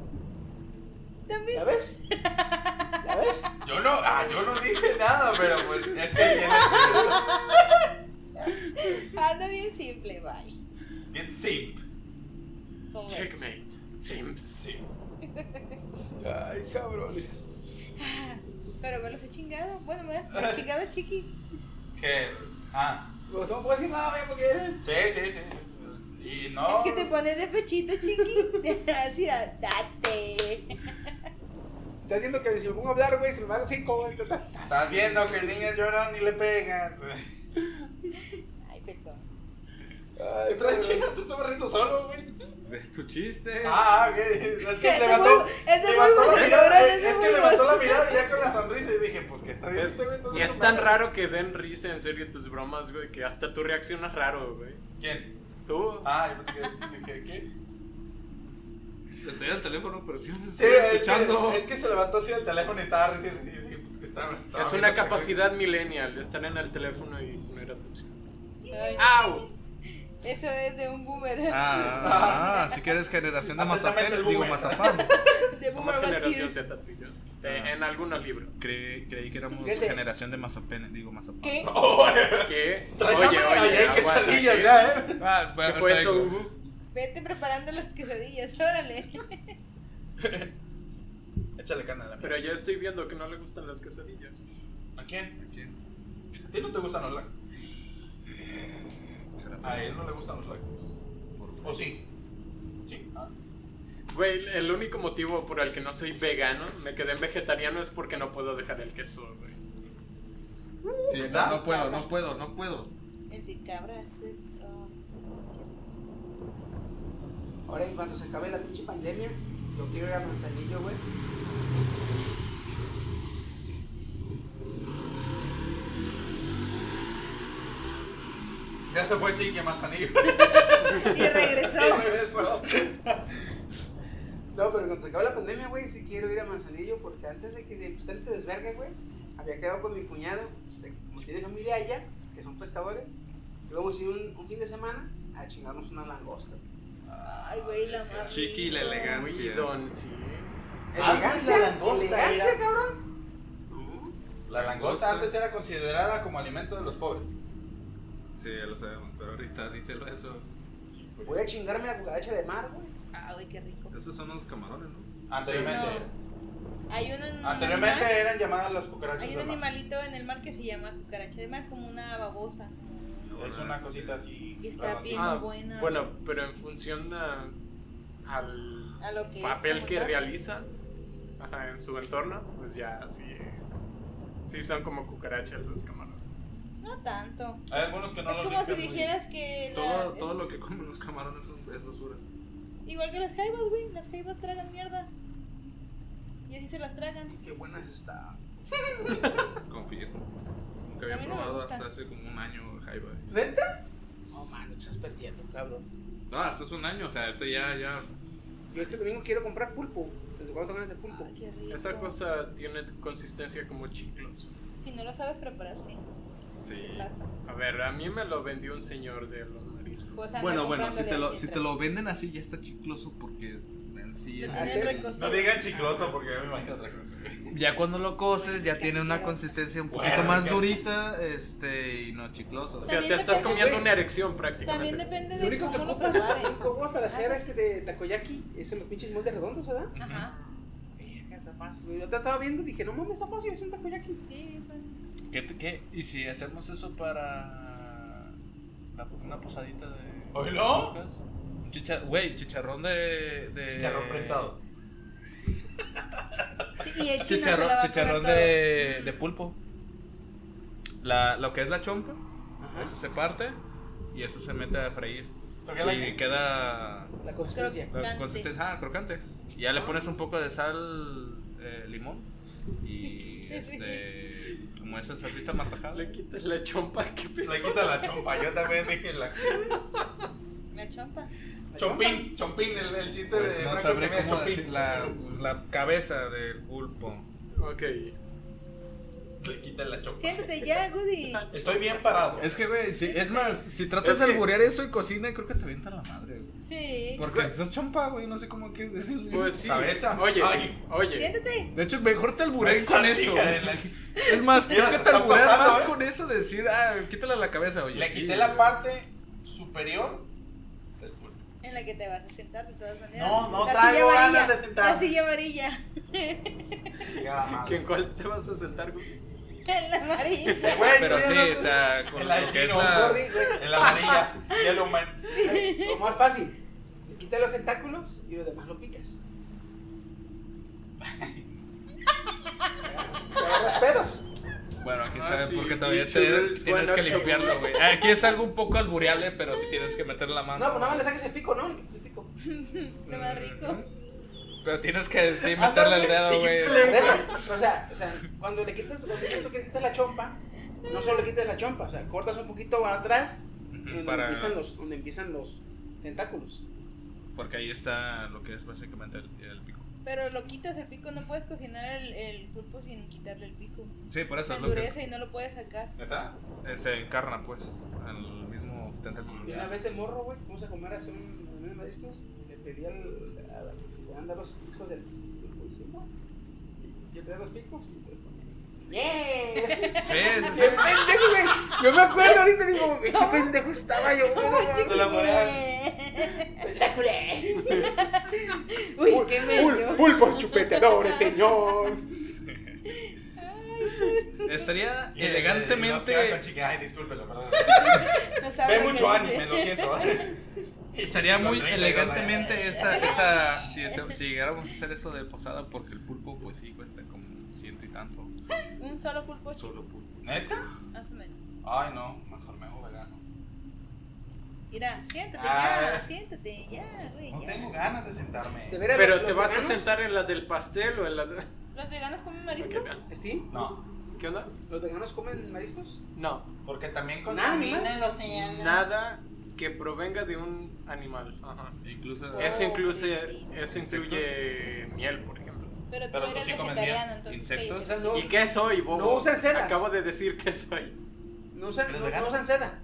Speaker 7: También.
Speaker 5: ¿La ves? ¿La ves?
Speaker 6: Yo no, ah, yo no dije nada, pero pues es que sí, en el-
Speaker 7: Anda bien simple, bye.
Speaker 6: bien simp.
Speaker 7: Como-
Speaker 4: Checkmate. Simps.
Speaker 6: Ay, cabrones.
Speaker 7: Pero me los he chingado. Bueno, me me he chingado chiqui.
Speaker 6: Que, ah,
Speaker 5: Pues no puedo decir nada, güey, porque.
Speaker 6: sí, sí, sí. Y no.
Speaker 7: Es que te pones de pechito, chiqui. Así, date.
Speaker 5: Estás viendo que si me pongo a hablar, güey, se me van los cinco, güey.
Speaker 6: Estás viendo que el niño es llorón y le pegas.
Speaker 7: Ay, perdón.
Speaker 5: Ay,
Speaker 6: Trae
Speaker 5: pero-
Speaker 6: chino, te estaba riendo solo, güey.
Speaker 8: De tu chiste.
Speaker 6: Ah, ok. Es que
Speaker 7: Ese
Speaker 6: levantó.
Speaker 7: morbo- ese
Speaker 6: levantó
Speaker 7: morbo
Speaker 6: la
Speaker 7: se
Speaker 6: mirada.
Speaker 7: logra,
Speaker 6: güey,
Speaker 7: ese
Speaker 6: Es que
Speaker 7: morbo
Speaker 6: levantó
Speaker 7: se
Speaker 6: la mirada ya con la sonrisa y dije, pues que está bien este güey.
Speaker 4: Y
Speaker 6: entonces
Speaker 4: es
Speaker 6: no
Speaker 4: tan
Speaker 6: mames.
Speaker 4: raro que den risa en serio tus bromas, güey, que hasta tú reaccionas raro, güey.
Speaker 6: ¿Quién?
Speaker 4: Tú.
Speaker 6: Ah, yo pensé que dije, ¿qué?
Speaker 8: Estoy al teléfono, pero sí me
Speaker 6: Sí,
Speaker 8: estoy
Speaker 6: es
Speaker 8: escuchando.
Speaker 6: que, es que se levantó así del teléfono y estaba recién así. Dije, pues que estaba. estaba
Speaker 4: es
Speaker 6: viendo
Speaker 4: una
Speaker 6: este
Speaker 4: capacidad millennial, estar en el teléfono y poner atención.
Speaker 7: Ay,
Speaker 4: ¡Au!
Speaker 7: Eso es de un boomer.
Speaker 8: Ah, ah, si quieres generación de
Speaker 6: Atentamente
Speaker 8: mazapán,
Speaker 6: el
Speaker 8: digo
Speaker 6: boomer.
Speaker 8: mazapán.
Speaker 7: de
Speaker 4: Somos
Speaker 7: boomer
Speaker 4: generación
Speaker 7: basket.
Speaker 4: Z, tú y yo. De-
Speaker 8: Ah.
Speaker 4: En algunos libros.
Speaker 8: Creí, creí que éramos
Speaker 5: Fíjate.
Speaker 8: generación de mazapén, digo mazapán.
Speaker 7: ¿Qué?
Speaker 4: ¿Qué?
Speaker 6: Traes hambre, oye, hay
Speaker 4: aguanta,
Speaker 6: quesadillas
Speaker 4: ¿qué?
Speaker 6: ya, ¿eh?
Speaker 8: Ah, bueno,
Speaker 4: ¿Qué fue eso,
Speaker 8: traigo.
Speaker 4: Hugo?
Speaker 7: Vete preparando las quesadillas, órale.
Speaker 6: Échale carne a la mía.
Speaker 4: Pero ya estoy viendo que no le gustan las quesadillas.
Speaker 6: ¿A quién? ¿A quién? ¿A ti no te gustan los lactos?
Speaker 8: Será
Speaker 6: A él no le gustan los lactos. ¿O sí? Sí. Ah.
Speaker 4: Güey, el único motivo por el que no soy vegano, me quedé en vegetariano, es porque no puedo dejar el queso, güey.
Speaker 8: Sí, no, no puedo, no puedo, no puedo.
Speaker 7: El de cabra hace. oh,
Speaker 5: Ahora, en cuanto se acabe la pinche pandemia, yo quiero ir a Manzanillo, güey.
Speaker 6: Ya se fue Chiqui a Manzanillo.
Speaker 7: Y regresó.
Speaker 6: Regresó.
Speaker 5: No, pero cuando se acabe la pandemia, güey, sí quiero ir a Manzanillo, porque antes de que se empezara este desvergue, güey, había quedado con mi cuñado, de- como tiene familia allá, que son pescadores, íbamos a ir un, un fin de semana a chingarnos unas langostas.
Speaker 7: Ay, güey, la más.
Speaker 8: Chiqui, la
Speaker 7: rica.
Speaker 8: elegante.
Speaker 4: Muy don, sí.
Speaker 5: Elegancia, elegancia,
Speaker 10: era-
Speaker 5: cabrón.
Speaker 6: La langosta antes era considerada como alimento de los pobres.
Speaker 8: Sí, ya lo sabemos, pero ahorita díselo eso.
Speaker 5: Voy a chingarme la cucaracha de mar, güey.
Speaker 7: Ah, güey, qué rico.
Speaker 8: Esos son los camarones, ¿no?
Speaker 6: Anteriormente.
Speaker 7: Sí, Hay una en un
Speaker 6: Anteriormente
Speaker 7: animal-
Speaker 6: eran llamadas las cucarachas
Speaker 7: Hay un
Speaker 6: de mar.
Speaker 7: animalito en el mar que se llama cucaracha de mar, como una babosa.
Speaker 6: Es una cosita así.
Speaker 7: Y está bien
Speaker 4: Ah,
Speaker 7: buena.
Speaker 4: Bueno, pero en función a- al
Speaker 7: a lo que es
Speaker 4: papel
Speaker 7: como
Speaker 4: que
Speaker 7: tal.
Speaker 4: realiza ajá, en su entorno, pues ya sí, sí son como cucarachas los camarones.
Speaker 7: No tanto.
Speaker 6: Hay algunos que no
Speaker 7: es
Speaker 6: lo
Speaker 7: como si
Speaker 6: limpian muy bien.
Speaker 7: dijeras que. la-
Speaker 8: Todo,
Speaker 7: es-
Speaker 8: todo lo que comen los camarones son- es basura.
Speaker 7: Igual que las jaivas, güey. Las jaivas tragan mierda. Y así se las tragan.
Speaker 5: Qué buenas está.
Speaker 8: Confirmo. Nunca
Speaker 7: A
Speaker 8: había
Speaker 7: mí no me
Speaker 8: probado
Speaker 7: gusta.
Speaker 8: hasta hace como un año jaiba.
Speaker 5: ¿Neta? No, mano, te estás perdiendo, cabrón.
Speaker 8: No, hasta hace un año, o sea, ahorita ya, ya.
Speaker 5: Yo este domingo quiero comprar pulpo. ¿Desde cuándo ganas de pulpo?
Speaker 7: Ay, qué rico.
Speaker 4: Esa cosa tiene consistencia como chiclos.
Speaker 7: Si no lo sabes preparar, sí.
Speaker 8: Sí.
Speaker 7: Pasa.
Speaker 4: A ver, a mí me lo vendió un señor de los mariscos.
Speaker 7: Pues anda
Speaker 8: Bueno, bueno, si
Speaker 7: comprándole
Speaker 8: te, lo,
Speaker 7: ahí
Speaker 8: si te
Speaker 7: mientras.
Speaker 8: lo venden así ya está chicloso porque en sí es...
Speaker 7: Tienes recocido.
Speaker 6: No digan chicloso porque yo me imagino otra cosa.
Speaker 8: Ya cuando lo coces ya tiene una consistencia un poquito
Speaker 6: Bueno,
Speaker 8: más
Speaker 6: que-
Speaker 8: durita este y no chicloso.
Speaker 4: O sea, te
Speaker 7: También
Speaker 4: estás
Speaker 7: depende-
Speaker 4: comiendo una erección
Speaker 7: También
Speaker 4: prácticamente.
Speaker 7: depende
Speaker 5: Lo
Speaker 7: de
Speaker 5: único que
Speaker 7: cómo lo
Speaker 5: ocupas,
Speaker 7: prepares.
Speaker 5: lo único que ocupas para hacer este de takoyaki es en los pinches moldes redondos, ¿verdad?
Speaker 7: Ajá.
Speaker 5: Verga, está fácil. güey. Yo te estaba viendo y dije, no mames, está fácil, es un takoyaki.
Speaker 7: Sí, pues.
Speaker 8: ¿Qué, te- qué? ¿Y si hacemos eso para la- una posadita de...
Speaker 6: ¿Oilo?
Speaker 8: Un chicha- Güey, chicharrón de... de-
Speaker 6: Eh, Chicharrón prensado.
Speaker 7: Sí, y el chino se la
Speaker 8: Chicharrón,
Speaker 7: va a comer
Speaker 8: chicharrón
Speaker 7: todo. Mm.
Speaker 8: de, de pulpo. La, lo que es la chompa, eso se parte y eso se mete a freír.
Speaker 6: Lo que es la
Speaker 8: Y
Speaker 6: que-
Speaker 8: queda
Speaker 5: La consistencia.
Speaker 8: la
Speaker 7: Crocante.
Speaker 8: consistencia ah, crocante. Y ya le pones un poco de sal, eh, limón y este, como esa salsita martajada.
Speaker 4: Le quitas la chompa, qué pedo.
Speaker 6: Le quita la chompa, yo también dije la
Speaker 7: La chompa.
Speaker 6: chompín, chompín, el, el chiste
Speaker 8: Pues
Speaker 6: de
Speaker 8: no
Speaker 6: Franco
Speaker 8: sabré
Speaker 6: Escamilla,
Speaker 8: cómo
Speaker 6: chompín.
Speaker 8: decir la, la cabeza del pulpo.
Speaker 4: Ok.
Speaker 6: Le quita la chompa.
Speaker 7: Siéntate ya, Goody.
Speaker 6: Estoy bien parado.
Speaker 8: Es que, güey, si- es más, si tratas
Speaker 4: Es
Speaker 8: de
Speaker 4: que-
Speaker 8: alburear eso en cocina, creo que te avienta la madre, güey.
Speaker 7: Sí.
Speaker 8: Porque eso es chompa, güey, no sé cómo quieres decirle.
Speaker 4: Pues sí.
Speaker 6: Cabeza.
Speaker 4: Oye,
Speaker 6: Ay.
Speaker 4: oye.
Speaker 7: Siéntate.
Speaker 8: De hecho, mejor te albureen
Speaker 6: Esa
Speaker 8: con eso.
Speaker 6: pues, hija de la-
Speaker 8: Es más,
Speaker 6: Mira,
Speaker 8: creo que
Speaker 6: se
Speaker 8: te
Speaker 6: está
Speaker 8: alburean
Speaker 6: pasando,
Speaker 8: más
Speaker 6: ¿eh?
Speaker 8: con eso de decir, ah, quítale la cabeza, oye.
Speaker 6: Le
Speaker 8: sí,
Speaker 6: quité la
Speaker 8: güey.
Speaker 6: parte superior. del pulpo.
Speaker 7: En la que te vas a sentar de todas maneras.
Speaker 6: No, no
Speaker 7: La
Speaker 6: traigo
Speaker 7: silla
Speaker 6: ganas
Speaker 7: amarilla,
Speaker 6: de sentarme.
Speaker 7: La silla amarilla.
Speaker 6: Ya, madre.
Speaker 4: ¿En cuál te vas a sentar, güey?
Speaker 7: En la amarilla.
Speaker 6: Eh, güey,
Speaker 8: Pero
Speaker 6: tú ya
Speaker 8: sí,
Speaker 6: no-
Speaker 8: o sea, con
Speaker 6: En la
Speaker 8: lo que es
Speaker 6: chino,
Speaker 8: la.
Speaker 6: gordi, güey, en la amarilla. Yellow Man.
Speaker 5: Lo más fácil. Le quitas los tentáculos y lo demás lo picas. Te agarras pedos.
Speaker 8: Bueno, quién
Speaker 4: Ah,
Speaker 8: sabe
Speaker 4: sí,
Speaker 8: por qué todavía te-
Speaker 4: teachers,
Speaker 8: tienes
Speaker 4: bueno,
Speaker 8: que limpiarlo, güey. Ah, Aquí es algo un poco albureable, pero sí tienes que meter la mano.
Speaker 5: No, pues nada más le sacas el pico, ¿no? Le quitas el pico.
Speaker 7: Lo más rico.
Speaker 8: Pero tienes que sí meterle el dedo, güey.
Speaker 5: Por eso, o sea, o sea, cuando le quitas, cuando dices tú que le quitas la chompa, no solo le quitas la chompa, o sea, cortas un poquito para atrás y donde,
Speaker 8: Para-
Speaker 5: empiezan, los, donde empiezan los tentáculos.
Speaker 8: Porque ahí está lo que es básicamente el, el pico.
Speaker 7: Pero lo quitas el pico, no puedes cocinar el, el pulpo sin quitarle el pico.
Speaker 8: Sí, por
Speaker 7: Se
Speaker 8: eso es lo que es.
Speaker 7: endurece y no lo puedes sacar.
Speaker 6: ¿Neta?
Speaker 8: Eh, Se encarna, pues, en el mismo tentáculo.
Speaker 5: Y una vez de morro, güey, vamos a comer a hacer un reunión de mariscos, le pedí al, a la que se le van a dar los picos del del policía. Yo traía los picos y pues ponía. ¡Yeah!
Speaker 8: Sí, sí, sí.
Speaker 5: Qué pendejo, güey. Yo me acuerdo ahorita y digo, qué pendejo estaba yo, güey. No la podía-
Speaker 7: Uy, qué medio.
Speaker 5: Pulpos chupetadores, señor.
Speaker 8: Estaría
Speaker 6: Y- y nos queda con
Speaker 8: elegantemente.
Speaker 6: chica, Ay, discúlpelo, perdón.
Speaker 7: No sabe
Speaker 6: Ve
Speaker 7: lo que
Speaker 6: mucho
Speaker 7: dice.
Speaker 6: anime, lo siento.
Speaker 8: Estaría muy
Speaker 6: Con 32 ¿eh?
Speaker 8: elegantemente esa. esa si, ese- si llegáramos a hacer eso de posada, porque el pulpo, pues sí, cuesta como ciento y tanto.
Speaker 7: Un solo pulpo chico,
Speaker 8: Solo pulpo.
Speaker 6: ¿Neta?
Speaker 7: más o menos.
Speaker 6: Ay, no, mejor me hago vegano.
Speaker 7: Mira, siéntate
Speaker 6: Ah.
Speaker 7: ya, siéntate ya, güey.
Speaker 6: No
Speaker 7: ya.
Speaker 6: tengo ganas de sentarme.
Speaker 5: De veras,
Speaker 4: Pero
Speaker 5: los-
Speaker 4: te
Speaker 5: los
Speaker 4: vas a
Speaker 5: veganos-
Speaker 4: sentar en la del pastel o en la. de-
Speaker 7: ¿Los veganos comen marisco?
Speaker 5: ¿Steve?
Speaker 6: No,
Speaker 4: ¿Qué onda?
Speaker 5: ¿Los veganos comen mariscos?
Speaker 4: No,
Speaker 6: porque también con
Speaker 5: Nada,
Speaker 6: Nami.
Speaker 5: más.
Speaker 4: nada que provenga de un animal. Ajá.
Speaker 8: Incluso.
Speaker 4: Eso incluye, eso incluye miel, por ejemplo.
Speaker 7: Pero tú
Speaker 6: Pero tú
Speaker 7: eres
Speaker 6: sí comes
Speaker 7: vegetariano,
Speaker 6: bien.
Speaker 7: entonces.
Speaker 6: ¿Insectos?
Speaker 7: ¿qué
Speaker 5: O sea,
Speaker 7: dices?
Speaker 5: no,
Speaker 4: ¿Y qué soy, Bobo?
Speaker 5: No usan sedas.
Speaker 4: Acabo de decir qué soy.
Speaker 5: no usan,
Speaker 6: ¿Eres
Speaker 5: no,
Speaker 6: vegano?
Speaker 5: no usan seda.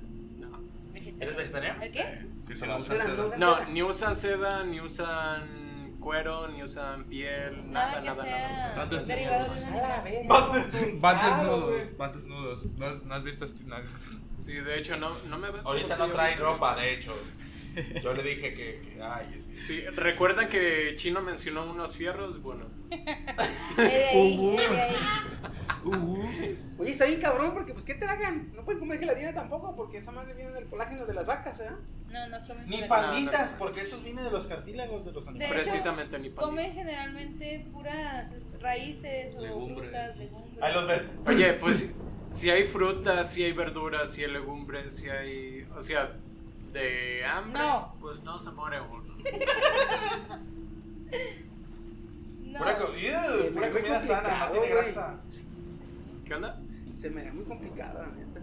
Speaker 6: ¿Eres
Speaker 7: Vegetariano.
Speaker 6: vegetariano?
Speaker 7: ¿El qué?
Speaker 8: Que
Speaker 6: se
Speaker 8: se
Speaker 6: la
Speaker 8: la
Speaker 6: usan
Speaker 8: usan
Speaker 5: seda.
Speaker 4: No, ni usan seda, ni usan cuero, ni usan piel, nada,
Speaker 7: Nada,
Speaker 4: nada,
Speaker 7: que
Speaker 4: nada.
Speaker 7: sea
Speaker 8: Tantos
Speaker 7: derivado de un
Speaker 5: A la
Speaker 7: animal.
Speaker 5: verga.
Speaker 6: Vas desnudo.
Speaker 8: Van
Speaker 5: Claro,
Speaker 8: desnudos, van desnudos. No, has- no has visto este- no has-
Speaker 4: Sí, de hecho, no, no me ves.
Speaker 6: Ahorita
Speaker 4: como
Speaker 6: no
Speaker 4: si yo-
Speaker 6: trae ropa, de hecho. Yo le dije que, que- ay, es que-
Speaker 4: Sí, recuerda que Chino mencionó unos fierros, bueno.
Speaker 7: Eh, de ahí, eh, de ahí.
Speaker 5: Oye, está bien cabrón porque, pues, ¿qué tragan? No pueden comer gelatina tampoco porque esa madre viene del colágeno de las vacas, ¿eh?
Speaker 7: No, no comen
Speaker 10: Ni
Speaker 7: pura-
Speaker 10: panditas, porque esos vienen de los cartílagos de los
Speaker 7: De
Speaker 10: animales.
Speaker 7: hecho,
Speaker 4: Precisamente ni pan.
Speaker 7: Comen generalmente puras raíces o
Speaker 8: Legumbres.
Speaker 7: frutas, legumbres.
Speaker 6: Ahí los ves.
Speaker 4: Oye, pues si hay frutas, si hay verduras, si hay legumbres, si hay. O sea, de hambre,
Speaker 7: No.
Speaker 4: pues no se muere uno.
Speaker 7: No.
Speaker 6: Pura, co- ew, pura
Speaker 5: muy
Speaker 6: comida sana, no
Speaker 5: complicado,
Speaker 6: tiene
Speaker 5: güey.
Speaker 6: grasa.
Speaker 4: ¿Qué onda?
Speaker 5: Se me era muy complicado, la neta.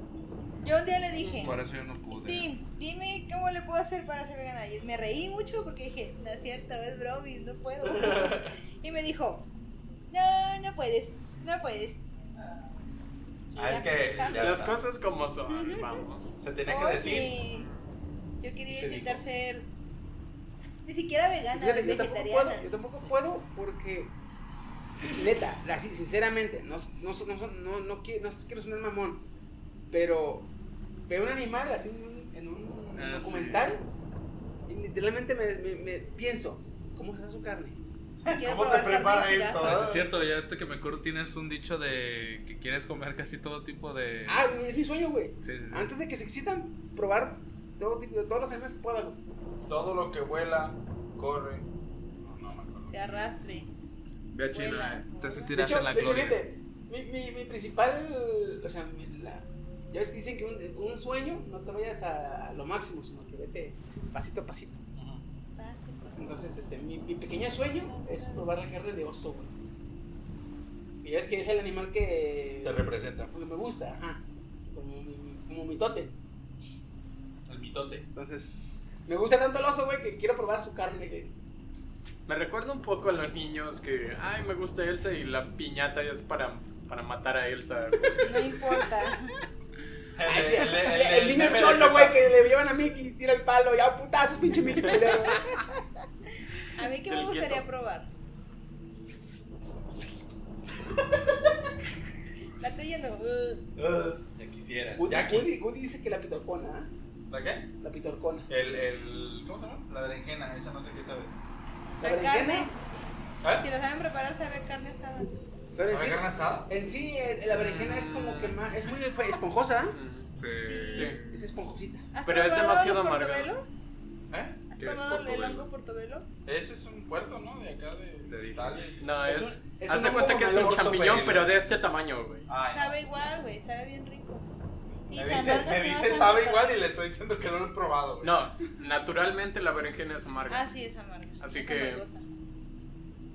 Speaker 7: Yo un día le dije,
Speaker 8: Por eso yo no pude.
Speaker 7: Tim, dime cómo le puedo hacer para ser vegana. Y me reí mucho porque dije, no es cierto, es bromis, no puedo. Y me dijo, no, no puedes, no puedes.
Speaker 6: Ah, es que Ya
Speaker 4: Las
Speaker 6: está.
Speaker 4: cosas como son, vamos.
Speaker 6: Se tenía que
Speaker 7: Oye,
Speaker 6: decir.
Speaker 7: Yo
Speaker 6: Y
Speaker 7: quería
Speaker 6: se
Speaker 7: intentar
Speaker 6: dijo.
Speaker 7: ser ni siquiera vegana,
Speaker 5: Fíjate, yo tampoco
Speaker 7: vegetariana.
Speaker 5: puedo, yo tampoco puedo porque, neta, la- sí, sinceramente, no, no, no, no, no, no qui- no quiero sonar mamón, pero veo un animal así en un, en un
Speaker 8: Ah,
Speaker 5: documental y literalmente me, me- me pienso, ¿cómo será su carne?
Speaker 7: Quiero
Speaker 6: ¿Cómo se
Speaker 7: probar carne
Speaker 6: prepara
Speaker 7: de
Speaker 6: esto?
Speaker 7: jirafa.
Speaker 8: Ah, sí es cierto, ya ahorita que me acuerdo tienes un dicho de que quieres comer casi todo tipo de.
Speaker 5: Ah, es mi sueño, güey.
Speaker 8: Sí, sí, sí.
Speaker 5: Antes de que se excitan, probar todo tipo de todos los animales que pueda. güey.
Speaker 6: Todo lo que vuela, corre. No, no me acuerdo.
Speaker 7: Se arrastre.
Speaker 8: Ve a China,
Speaker 7: Vuela.
Speaker 8: te
Speaker 5: De
Speaker 8: sentirás
Speaker 5: hecho,
Speaker 8: en la
Speaker 5: de hecho,
Speaker 8: gloria.
Speaker 5: fíjate, mi, mi, mi principal, o sea, mi- la- ya ves que dicen que un, un sueño no te vayas a lo máximo, sino que vete pasito a pasito.
Speaker 7: Paso, paso.
Speaker 5: Entonces, este, mi, mi pequeño sueño es probar la carne de oso, güey. Y ya ves que es el animal que
Speaker 6: Te representa.
Speaker 5: que me gusta, ajá, como, mi- como mi tote.
Speaker 6: El mitote.
Speaker 5: Entonces, me gusta tanto el oso, güey, que quiero probar su carne, güey.
Speaker 4: Me recuerda un poco a los niños que, ay, me gusta Elsa y la piñata es para, para matar a Elsa.
Speaker 7: No importa.
Speaker 5: Ay, sí,
Speaker 6: El- el-
Speaker 5: el,
Speaker 6: el-
Speaker 5: niño
Speaker 6: el-
Speaker 5: cholo, güey, que le llevan a Mickey y tira el palo, ya putazos, pinche Mickey, culero, güey.
Speaker 7: A mí que me
Speaker 4: Del
Speaker 7: gustaría
Speaker 4: quieto.
Speaker 7: probar. La estoy yendo. uh,
Speaker 6: Ugh, Ya quisiera.
Speaker 5: Woody,
Speaker 6: Ya aquí.
Speaker 5: Woody- Woody dice que la pitorcona, ¿ah?
Speaker 6: ¿La qué?
Speaker 5: La pitorcona.
Speaker 6: El, el. ¿Cómo se llama? La berenjena, esa no sé qué sabe.
Speaker 5: La
Speaker 7: La
Speaker 5: berenjena,
Speaker 7: carne, si
Speaker 10: ¿Ah?
Speaker 6: ¿Eh?
Speaker 7: la saben preparar, sabe a carne asada.
Speaker 5: Pero en
Speaker 6: ¿Sabe
Speaker 5: Pues sí,
Speaker 6: carne asada?
Speaker 5: en sí, eh, la berenjena es como que más. Es muy esponjosa, ¿ah?
Speaker 4: Mm,
Speaker 8: Sí.
Speaker 4: Sí.
Speaker 5: Es esponjosita.
Speaker 7: ¿Has
Speaker 4: Pero es
Speaker 7: probado los
Speaker 4: demasiado amargado.
Speaker 7: portobelos?
Speaker 10: ¿Eh?
Speaker 8: que es
Speaker 7: ¿Tomado el hongo
Speaker 8: portobelo.
Speaker 7: portobelo?
Speaker 10: Ese es un puerto, ¿no? De acá de,
Speaker 8: Te dije.
Speaker 10: Italia.
Speaker 4: No,
Speaker 10: Es
Speaker 4: es.
Speaker 10: un- es
Speaker 4: haz
Speaker 10: un
Speaker 4: de cuenta
Speaker 10: hongo
Speaker 4: que es un
Speaker 10: malorto,
Speaker 4: champiñón,
Speaker 10: güey.
Speaker 4: pero de este tamaño, güey.
Speaker 10: Ay, no.
Speaker 7: Sabe igual, güey, sabe bien rico. Y
Speaker 10: Me
Speaker 7: San
Speaker 10: dice,
Speaker 7: Vargas
Speaker 10: me
Speaker 7: no
Speaker 10: dice
Speaker 7: sabe
Speaker 10: sabe
Speaker 7: para-
Speaker 10: igual y le estoy diciendo que no lo he probado, güey.
Speaker 4: No, naturalmente la berenjena es amarga.
Speaker 7: Ah, sí, es amarga.
Speaker 4: Así
Speaker 7: Es
Speaker 4: que-
Speaker 7: amargosa.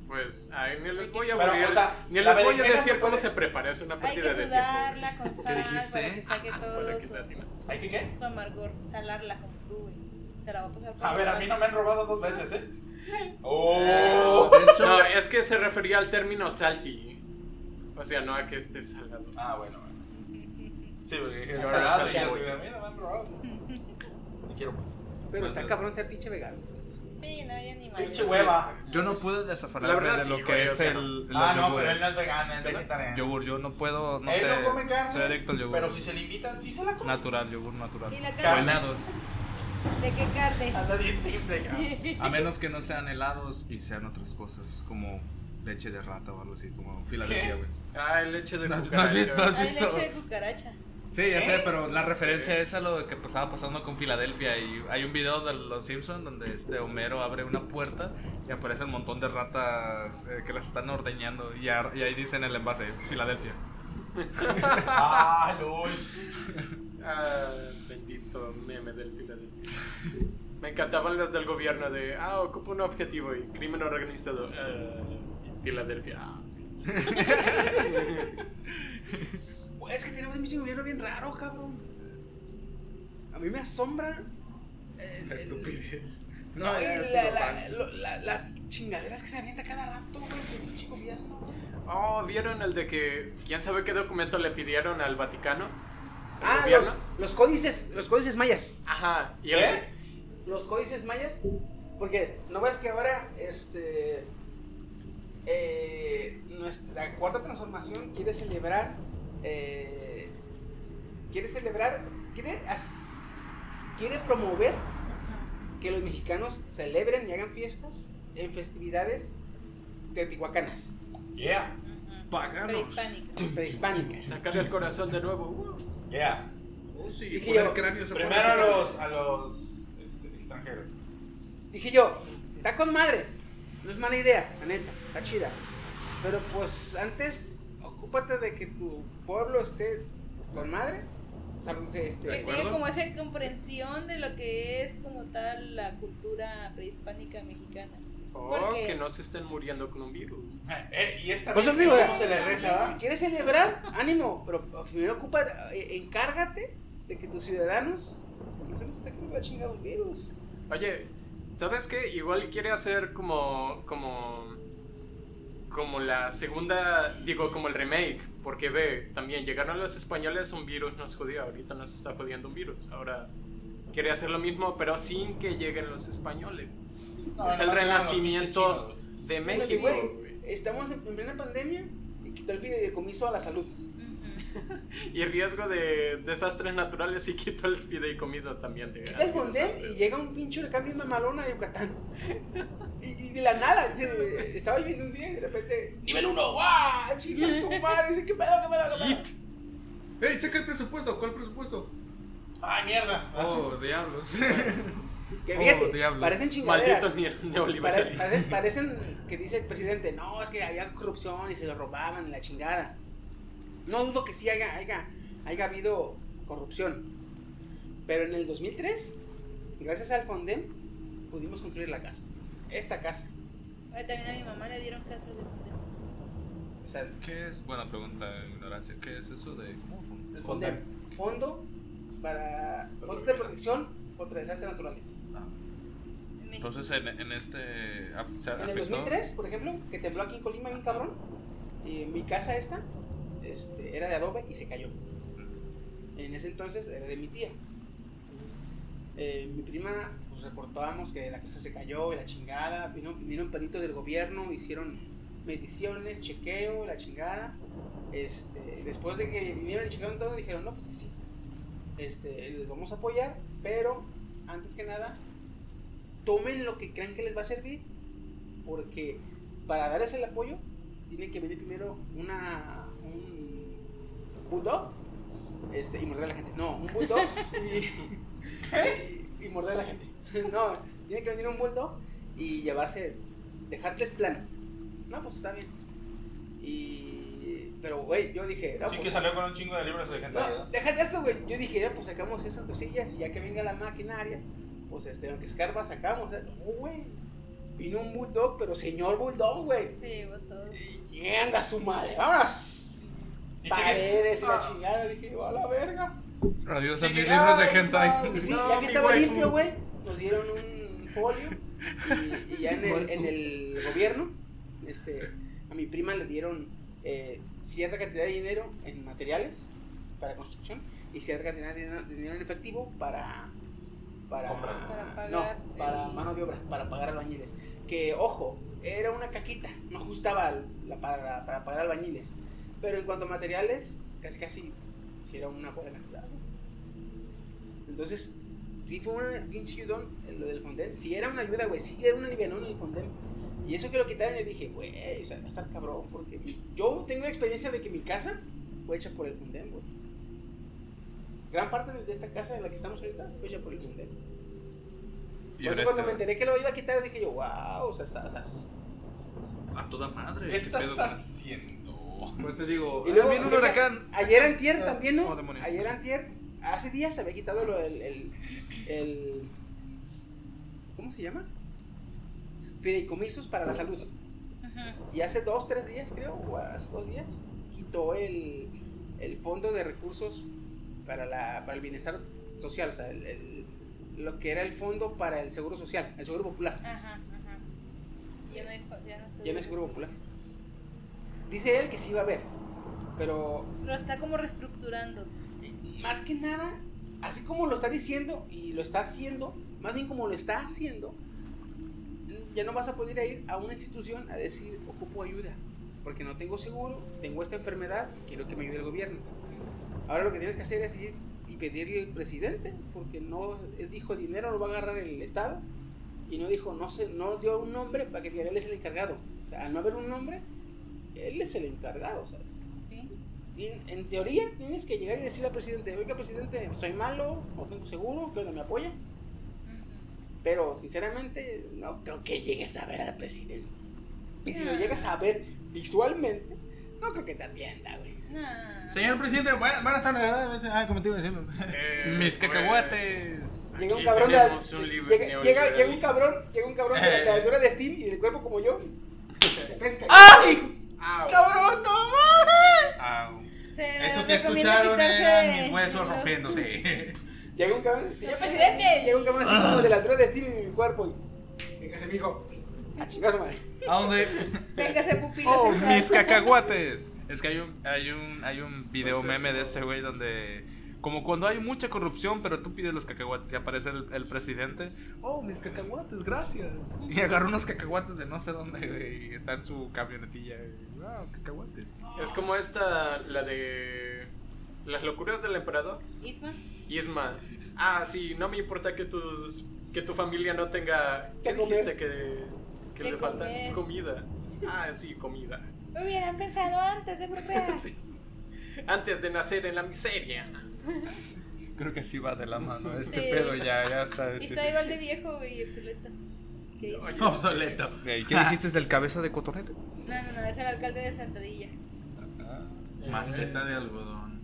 Speaker 4: Pues, ay, ni les voy a
Speaker 10: Pero,
Speaker 4: aburrir.
Speaker 10: o sea,
Speaker 4: ni
Speaker 10: la
Speaker 4: les voy a
Speaker 10: berenjena
Speaker 4: decir
Speaker 10: se
Speaker 4: cómo
Speaker 10: puede-
Speaker 4: se prepara. Es una
Speaker 7: Hay
Speaker 4: partida
Speaker 7: que
Speaker 4: de tiempo.
Speaker 7: sudarla con sal para que saque
Speaker 10: Ah,
Speaker 4: Para
Speaker 7: todo
Speaker 4: que se atina.
Speaker 10: ¿Hay que qué?
Speaker 7: su, su amargor, salarla como tú, güey. Te la va a pasar por
Speaker 10: A
Speaker 7: la
Speaker 10: ver, a mí
Speaker 7: espalda.
Speaker 10: no me han robado dos veces, ¿eh? ¡Oh!
Speaker 4: No, es que se refería al término salty. O sea, no a que esté salado.
Speaker 10: Ah, bueno, bueno. Sí, porque
Speaker 4: Y
Speaker 10: es
Speaker 4: ahora
Speaker 10: salado,
Speaker 4: salía,
Speaker 10: ya,
Speaker 4: güey.
Speaker 10: sí, a mí no me han robado. Te quiero.
Speaker 5: Pero está cabrón ser pinche vegano. entonces.
Speaker 7: Sí, no, yo ni madre.
Speaker 10: Pinche hueva.
Speaker 8: Yo no puedo desafanarme
Speaker 4: La verdad,
Speaker 8: de lo
Speaker 4: sí,
Speaker 8: que
Speaker 4: güey, o
Speaker 8: es
Speaker 4: sea,
Speaker 8: el,
Speaker 4: no.
Speaker 8: los
Speaker 10: Ah, no, pero
Speaker 8: yogures.
Speaker 10: él no es vegano, es vegetariano.
Speaker 8: Yogur, yo no puedo, no
Speaker 10: él
Speaker 8: sé.
Speaker 10: no come carne.
Speaker 8: soy adicto al yogur.
Speaker 10: Pero si se le invitan, sí se la come.
Speaker 8: Natural, yogur natural.
Speaker 7: ¿Y la
Speaker 8: O
Speaker 7: carne?
Speaker 8: helados.
Speaker 7: ¿De qué
Speaker 6: Ah,
Speaker 7: carne?
Speaker 10: Anda bien simple, cabrón.
Speaker 8: A menos que no sean helados y sean otras cosas, como leche de rata o algo así, como Filadelfia,
Speaker 10: ¿Qué?
Speaker 8: güey.
Speaker 4: Ah, el leche de
Speaker 8: ¿No has-
Speaker 4: cucaracha.
Speaker 8: no has visto- no has
Speaker 7: Hay
Speaker 8: visto?
Speaker 7: leche de cucaracha.
Speaker 8: Sí, ya sé, pero la referencia es a lo que estaba pasando con Filadelfia. Y hay un video de Los Simpsons donde este Homero abre una puerta y aparece un montón de ratas eh, que las están ordeñando. Y, ar- y ahí dice en el envase, Filadelfia.
Speaker 10: Ah, lol.
Speaker 4: Ah, bendito meme del Filadelfia. Me encantaban las del gobierno de, ah, ocupa un objetivo y crimen organizado. eh, y Filadelfia, ah, sí.
Speaker 5: Güey, Es que tenemos un pinche gobierno bien raro, cabrón. A mí me asombra. eh,
Speaker 8: La estupidez.
Speaker 5: No, y la- la- lo- la- las chingaderas que se avienta cada rato, güey, su pinche gobierno. güey.
Speaker 4: Oh, ¿vieron el de que, quién sabe qué documento le pidieron al Vaticano? ¿El
Speaker 5: Ah,
Speaker 4: gobierno?
Speaker 5: los, los códices, los códices mayas.
Speaker 4: Ajá. ¿Y
Speaker 10: ¿Eh?
Speaker 4: el,
Speaker 5: Los códices mayas, porque no ves que ahora, este, eh, nuestra cuarta transformación quiere celebrar, eh, quiere celebrar, quiere, as- quiere promover que los mexicanos celebren y hagan fiestas en festividades teotihuacanas,
Speaker 10: Yeah,
Speaker 8: Paganos.
Speaker 7: Prehispánica.
Speaker 5: prehispánicas.
Speaker 4: sacar el corazón de nuevo? Uh,
Speaker 10: yeah.
Speaker 8: Oh, sí,
Speaker 5: Dije
Speaker 8: poner
Speaker 5: yo,
Speaker 8: cráneos afuera.
Speaker 10: Primero a los, a los este, extranjeros.
Speaker 5: Dije yo, está con madre. No es mala idea, la neta, está chida. Pero pues antes, ocúpate de que tu pueblo esté con madre. O sea, no sé,
Speaker 7: Que
Speaker 5: este.
Speaker 7: tenga como esa comprensión de lo que es como tal la cultura prehispánica mexicana.
Speaker 4: oh,
Speaker 7: Porque-
Speaker 4: que no se estén muriendo con un virus.
Speaker 10: Eh, eh, y esta
Speaker 5: Pues
Speaker 10: vez
Speaker 5: os digo,
Speaker 10: cómo
Speaker 5: eh,
Speaker 10: se le reza,
Speaker 5: Si
Speaker 10: ¿ah?
Speaker 5: quieres celebrar, ánimo, pero pues, primero ocupa, eh, encárgate de que tus ciudadanos pues, no se les está quedando la chingada un virus.
Speaker 4: Oye, ¿sabes qué? Igual quiere hacer como. como. como la segunda. digo, como el remake. Porque ve, también llegaron los españoles, un virus nos jodió. Ahorita nos está jodiendo un virus. Ahora quiere hacer lo mismo, pero sin que lleguen los españoles.
Speaker 10: No,
Speaker 4: es
Speaker 10: no,
Speaker 4: el
Speaker 10: no, no,
Speaker 4: renacimiento
Speaker 10: pinche
Speaker 4: de
Speaker 5: Pero,
Speaker 4: México.
Speaker 5: güey,
Speaker 4: güey.
Speaker 5: Estamos en plena pandemia y quitó el fideicomiso a la salud.
Speaker 7: Ujú.
Speaker 4: Y riesgo de desastres naturales y quito el fideicomiso también. De,
Speaker 5: Quita el Fondel y
Speaker 4: desastres.
Speaker 5: llega un pinche huracán bien mamalón a Yucatán. Y, y de la nada, es decir, estaba viviendo un día y de repente, nivel 1, ¡guau! ¡Ah, Chinga su madre, dice, ¿qué pedo, qué pedo, qué pedo?
Speaker 8: ¡Ey, saca el presupuesto! ¿Cuál presupuesto?
Speaker 10: Ay, mierda.
Speaker 8: Oh, diablos.
Speaker 5: Que
Speaker 8: Oh,
Speaker 5: fíjate,
Speaker 8: diablo.
Speaker 5: parecen chingaderas.
Speaker 4: Malditos neo-
Speaker 5: Pare-
Speaker 4: neoliberalistas.
Speaker 5: pare- parecen que dice el presidente, no, es que había corrupción y se lo robaban y la chingada. No dudo que sí haya, haya, haya habido corrupción. Pero en el 2003, gracias al Fondem, pudimos construir la casa. Esta casa.
Speaker 7: Oye, eh, también a mi mamá le dieron casas de Fondel.
Speaker 5: O sea,
Speaker 8: ¿Qué es? Buena pregunta, ignorancia. ¿Qué es eso de.? ¿Cómo fue?
Speaker 10: El
Speaker 5: Fondem.
Speaker 10: Fondem.
Speaker 5: Fondo para fondo de protección contra desastres naturales.
Speaker 7: En México.
Speaker 8: Entonces en, en este. af- ¿Se
Speaker 5: En el
Speaker 8: afectó?
Speaker 5: 2003, por ejemplo, que tembló aquí en Colima bien cabrón, y mi casa esta este, era de adobe y se cayó. En ese entonces era de mi tía. Entonces, eh, mi prima, pues reportábamos que la casa se cayó y la chingada, vino, vinieron peritos del gobierno, hicieron mediciones, chequeo, la chingada. Este, después de que vinieron y checaron todo, dijeron, no, pues que sí, este, les vamos a apoyar, pero antes que nada, tomen lo que crean que les va a servir, porque para darles el apoyo, tiene que venir primero una, un bulldog este, y morder a la gente. No, un bulldog y, y, y morder a la gente. No, tiene que venir un bulldog y llevarse, dejarles plano. No, pues está bien. Y. Pero, güey, yo dije. No,
Speaker 10: Sí que
Speaker 5: pues-
Speaker 10: salió con un chingo de libros de
Speaker 5: no,
Speaker 10: legendarios.
Speaker 5: déjate eso, güey. Yo dije, ya, pues sacamos esas cosillas y ya que venga la maquinaria, pues este, aunque escarba, sacamos. ¿eh? No, güey. Vino un bulldog, pero señor bulldog, güey.
Speaker 7: Se llevó todo.
Speaker 5: Y Venga su madre, vámonos.
Speaker 10: Y
Speaker 5: Paredes y la
Speaker 10: Ah.
Speaker 5: chingada. Dije, va a la verga.
Speaker 8: Adiós a
Speaker 10: Sí,
Speaker 8: mis
Speaker 10: que-
Speaker 8: libros de
Speaker 10: ay,
Speaker 8: hentai.
Speaker 10: no.
Speaker 5: Y sí,
Speaker 10: No,
Speaker 5: ya
Speaker 10: mi
Speaker 5: que estaba
Speaker 10: waifu.
Speaker 5: limpio, güey, nos dieron un folio. Y, y ya en el, en el gobierno, este, a mi prima le dieron eh, cierta cantidad de dinero en materiales para construcción y cierta cantidad de dinero, de dinero en efectivo para. Para,
Speaker 10: Compra.
Speaker 7: Para pagar
Speaker 5: no, para
Speaker 7: el-
Speaker 5: mano de obra, para pagar albañiles. Que, ojo, era una caquita, no ajustaba al- la, para, para pagar albañiles. Pero en cuanto a materiales, casi casi si era una buena cantidad. ¿no? Entonces, sí fue una pinche ayudón eh, lo del Fonden. Sí era una ayuda, güey. Sí era una alivianón el Fonden. Y eso que lo quitaron, yo dije, güey, o sea, va a estar cabrón. Porque mi- yo tengo la experiencia de que mi casa fue hecha por el Fonden, güey. Gran parte de de esta casa en la que estamos ahorita fue hecha por el Fonden. Por eso cuando me enteré que lo iba a quitar, dije yo, wow, o sea, está. está-
Speaker 8: A toda madre.
Speaker 10: ¿Qué
Speaker 8: qué
Speaker 10: estás
Speaker 8: pedo con-
Speaker 10: haciendo?
Speaker 8: Pues te digo,
Speaker 5: Y
Speaker 8: ah,
Speaker 5: luego-
Speaker 8: viene un huracán.
Speaker 5: Ayer antier también, ¿no?
Speaker 8: Oh, demonios.
Speaker 5: Ayer antier, hace días se había quitado lo- el, el, el- ¿Cómo se llama? Fideicomisos para la salud. Y hace dos, tres días, creo, o hace dos días, quitó el, el fondo de recursos para, la, para el bienestar social, o sea, el- el- lo que era el fondo para el seguro social, el seguro popular.
Speaker 7: Ajá, ajá. Ya no hay. pa- Ya no se-
Speaker 5: Ya no es seguro popular. Dice él que sí va a haber, pero
Speaker 7: Lo está como reestructurando.
Speaker 5: más que nada, así como lo está diciendo y lo está haciendo, más bien como lo está haciendo, ya no vas a poder ir a una institución a decir ocupo ayuda, porque no tengo seguro, tengo esta enfermedad y quiero que me ayude el gobierno. Ahora lo que tienes que hacer es ir y pedirle al presidente, porque no él dijo dinero lo va a agarrar el Estado y no dijo no sé, no dio un nombre para que diga él es el encargado. O sea, al no haber un nombre, él es el encargado, o sea,
Speaker 7: ¿Sí?
Speaker 5: Tien- En teoría tienes que llegar y decirle al presidente, oiga presidente, soy malo, no tengo seguro, que onda me apoya. Pero sinceramente no creo que llegues a ver al presidente. Y si lo llegas a ver visualmente, no creo que te atienda, güey.
Speaker 7: Nah.
Speaker 9: Señor presidente, buenas, buenas tardes. Ah, como te iba diciendo.
Speaker 4: Eh,
Speaker 8: Mis
Speaker 4: pues,
Speaker 8: cacahuates.
Speaker 5: Llega un
Speaker 4: aquí
Speaker 5: cabrón de la-
Speaker 4: tenemos un libro
Speaker 5: llega, llega- llega un
Speaker 4: neoliberalista.
Speaker 5: cabrón, llega un cabrón de, la- de la altura de Steam y del cuerpo como yo. te pesca.
Speaker 4: Au.
Speaker 9: ¡Cabrón, no mames!
Speaker 7: Se
Speaker 9: Eso que
Speaker 7: recomienda
Speaker 9: escucharon
Speaker 7: quitarse
Speaker 9: eran mis huesos
Speaker 7: los-
Speaker 9: rompiéndose.
Speaker 5: Llega un cabrón, señor presidente, llega un cabrón así como de la altura de Steam y mi cuerpo y véngase mijo. A chingar a su madre.
Speaker 9: ¿A dónde?
Speaker 7: Véngase pupila.
Speaker 8: Oh,
Speaker 7: sexual.
Speaker 8: mis cacahuates. Es que hay un, hay un, hay un video meme de ese güey donde. Como cuando hay mucha corrupción, pero tú pides los cacahuates y aparece el, el presidente. Oh, mis cacahuates, gracias. Y agarra unos cacahuates de no sé dónde, güey, y está en su camionetilla. y, Wow, cacahuates.
Speaker 4: Es como esta, la de. Las locuras del emperador.
Speaker 7: Isma.
Speaker 4: Isma. Ah, sí, no me importa que tus que tu familia no tenga. ¿Qué
Speaker 5: Que comer.
Speaker 4: dijiste que, que
Speaker 7: Que
Speaker 4: le falta?
Speaker 7: comer.
Speaker 4: Comida. Ah, sí, comida.
Speaker 7: Lo hubieran pensado antes de procrear.
Speaker 4: Sí. Antes de nacer en la miseria.
Speaker 8: Creo que así va de la mano este
Speaker 7: Sí.
Speaker 8: pedo, ya, ya sabes.
Speaker 7: Y
Speaker 8: sí,
Speaker 7: está
Speaker 8: sí.
Speaker 7: igual de viejo, güey, y obsoleto. ¿Qué dices?
Speaker 9: Obsoleto.
Speaker 8: Ey, ¿Qué dijiste del cabeza de cotonete?
Speaker 7: No, no, no, es el alcalde de Santadilla.
Speaker 9: Maceta de algodón.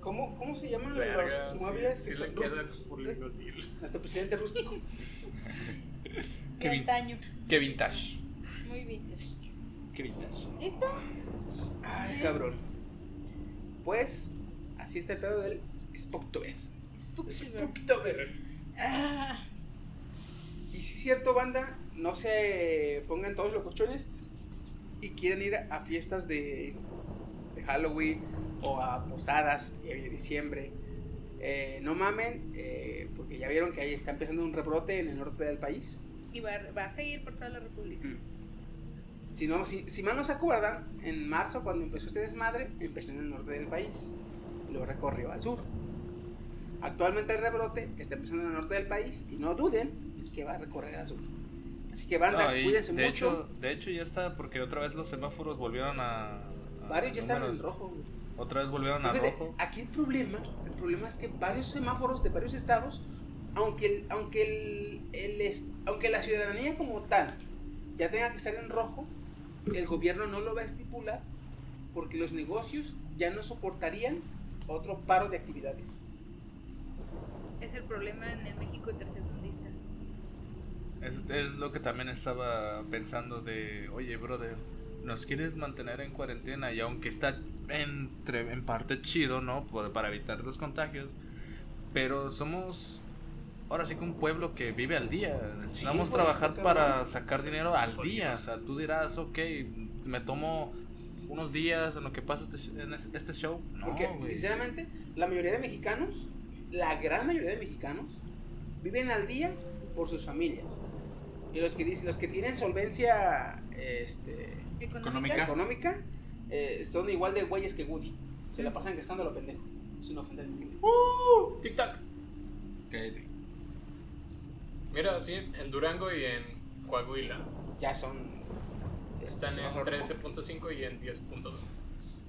Speaker 5: ¿Cómo, ¿Cómo se llaman
Speaker 4: Verga,
Speaker 5: los
Speaker 4: sí,
Speaker 5: muebles
Speaker 4: sí
Speaker 5: que
Speaker 4: le
Speaker 5: son
Speaker 4: queda
Speaker 5: rústicos?
Speaker 4: por lo inútil.
Speaker 5: Nuestro presidente rústico.
Speaker 7: De
Speaker 8: Kevin.
Speaker 7: antaño.
Speaker 8: Qué vintage.
Speaker 7: Muy vintage.
Speaker 8: Qué vintage.
Speaker 7: ¿Listo?
Speaker 5: Ay, cabrón. Pues, así está el pedo del Spooktober.
Speaker 7: Spooktober.
Speaker 5: Spooktober.
Speaker 7: Ah,
Speaker 5: Y si es cierto, banda, no se pongan todos los cochones y quieren ir a fiestas de, de Halloween o a posadas que viene diciembre. Eh, no mamen, eh, porque ya vieron que ahí está empezando un rebrote en el norte del país.
Speaker 7: y va, va a seguir por toda la República.
Speaker 5: Si, no, si, si mal no se acuerdan, en marzo cuando empezó este desmadre, empezó en el norte del país, lo recorrió al sur. Actualmente el rebrote está empezando en el norte del país y no duden que va a recorrer al sur. Así que banda,
Speaker 8: No, y
Speaker 5: cuídense
Speaker 8: de
Speaker 5: mucho.
Speaker 8: Hecho, de hecho, ya está, porque otra vez los semáforos volvieron a. a
Speaker 5: varios ya están en
Speaker 8: números.
Speaker 5: rojo. güey.
Speaker 8: Otra vez volvieron a
Speaker 5: Fíjate,
Speaker 8: rojo.
Speaker 5: aquí el problema, el problema es que varios semáforos de varios estados aunque el- aunque el, el est- aunque la ciudadanía como tal ya tenga que estar en rojo, el gobierno no lo va a estipular porque los negocios ya no soportarían otro paro de actividades.
Speaker 7: Es el problema en el México tercermundista.
Speaker 8: Es, es lo que también estaba pensando de, oye, brother, nos quieres mantener en cuarentena y aunque está entre, en parte chido, ¿no? Por- para evitar los contagios, pero somos ahora sí que un pueblo que vive al día. Necesitamos
Speaker 5: güey,
Speaker 8: trabajar
Speaker 5: está
Speaker 8: para
Speaker 5: cabrón.
Speaker 8: sacar dinero al día. O sea, tú dirás, ok, me tomo unos días en lo que pasa este, sh- en es- este show. No,
Speaker 5: Porque,
Speaker 8: güey.
Speaker 5: sinceramente, la mayoría de mexicanos, la gran mayoría de mexicanos, viven al día por sus familias. Y los que dicen, los que tienen solvencia este,
Speaker 7: Económica.
Speaker 5: económica, eh, son igual de güeyes que Woody. Se la pasan gastando a lo pendejo, sin ofender a nadie.
Speaker 4: TikTok.
Speaker 6: Cállate.
Speaker 4: Mira, sí, en Durango y en Coahuila
Speaker 5: Ya son.
Speaker 4: están en
Speaker 5: son-
Speaker 4: 13.5 y en 10.2.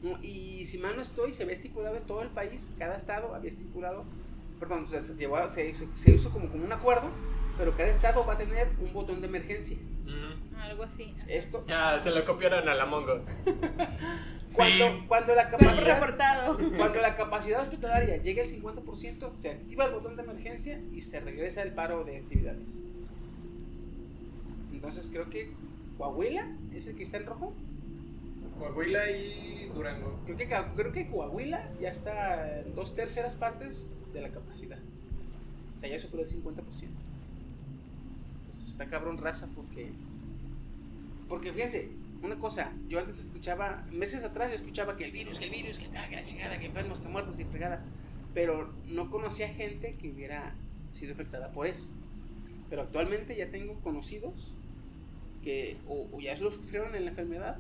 Speaker 5: No, Y si mal no estoy, se había estipulado en todo el país, cada estado había estipulado, perdón, o sea, se, llevó, se, se- se hizo como, como un acuerdo, pero cada estado va a tener un botón de emergencia.
Speaker 4: Mm.
Speaker 7: Algo así. ajá.
Speaker 5: Esto,
Speaker 4: Ya, Ah, se lo copiaron a la Mongo.
Speaker 5: cuando, cuando la
Speaker 7: Dato
Speaker 5: capacidad,
Speaker 7: reportado.
Speaker 5: cuando la capacidad hospitalaria llegue al 50%, se activa el botón de emergencia y se regresa el paro de actividades. Entonces creo que Coahuila es el que está en rojo.
Speaker 4: Coahuila y Durango.
Speaker 5: Creo que, Ca- creo que Coahuila ya está en dos terceras partes de la capacidad. O sea, ya superó el 50%. Pues está cabrón raza porque... Porque fíjense, una cosa, yo antes escuchaba, meses atrás yo escuchaba que el virus, que el virus, que acá, que la chingada, que enfermos, que muertos y fregada. Pero no conocía gente que hubiera sido afectada por eso. Pero actualmente ya tengo conocidos que o, o ya lo sufrieron en la enfermedad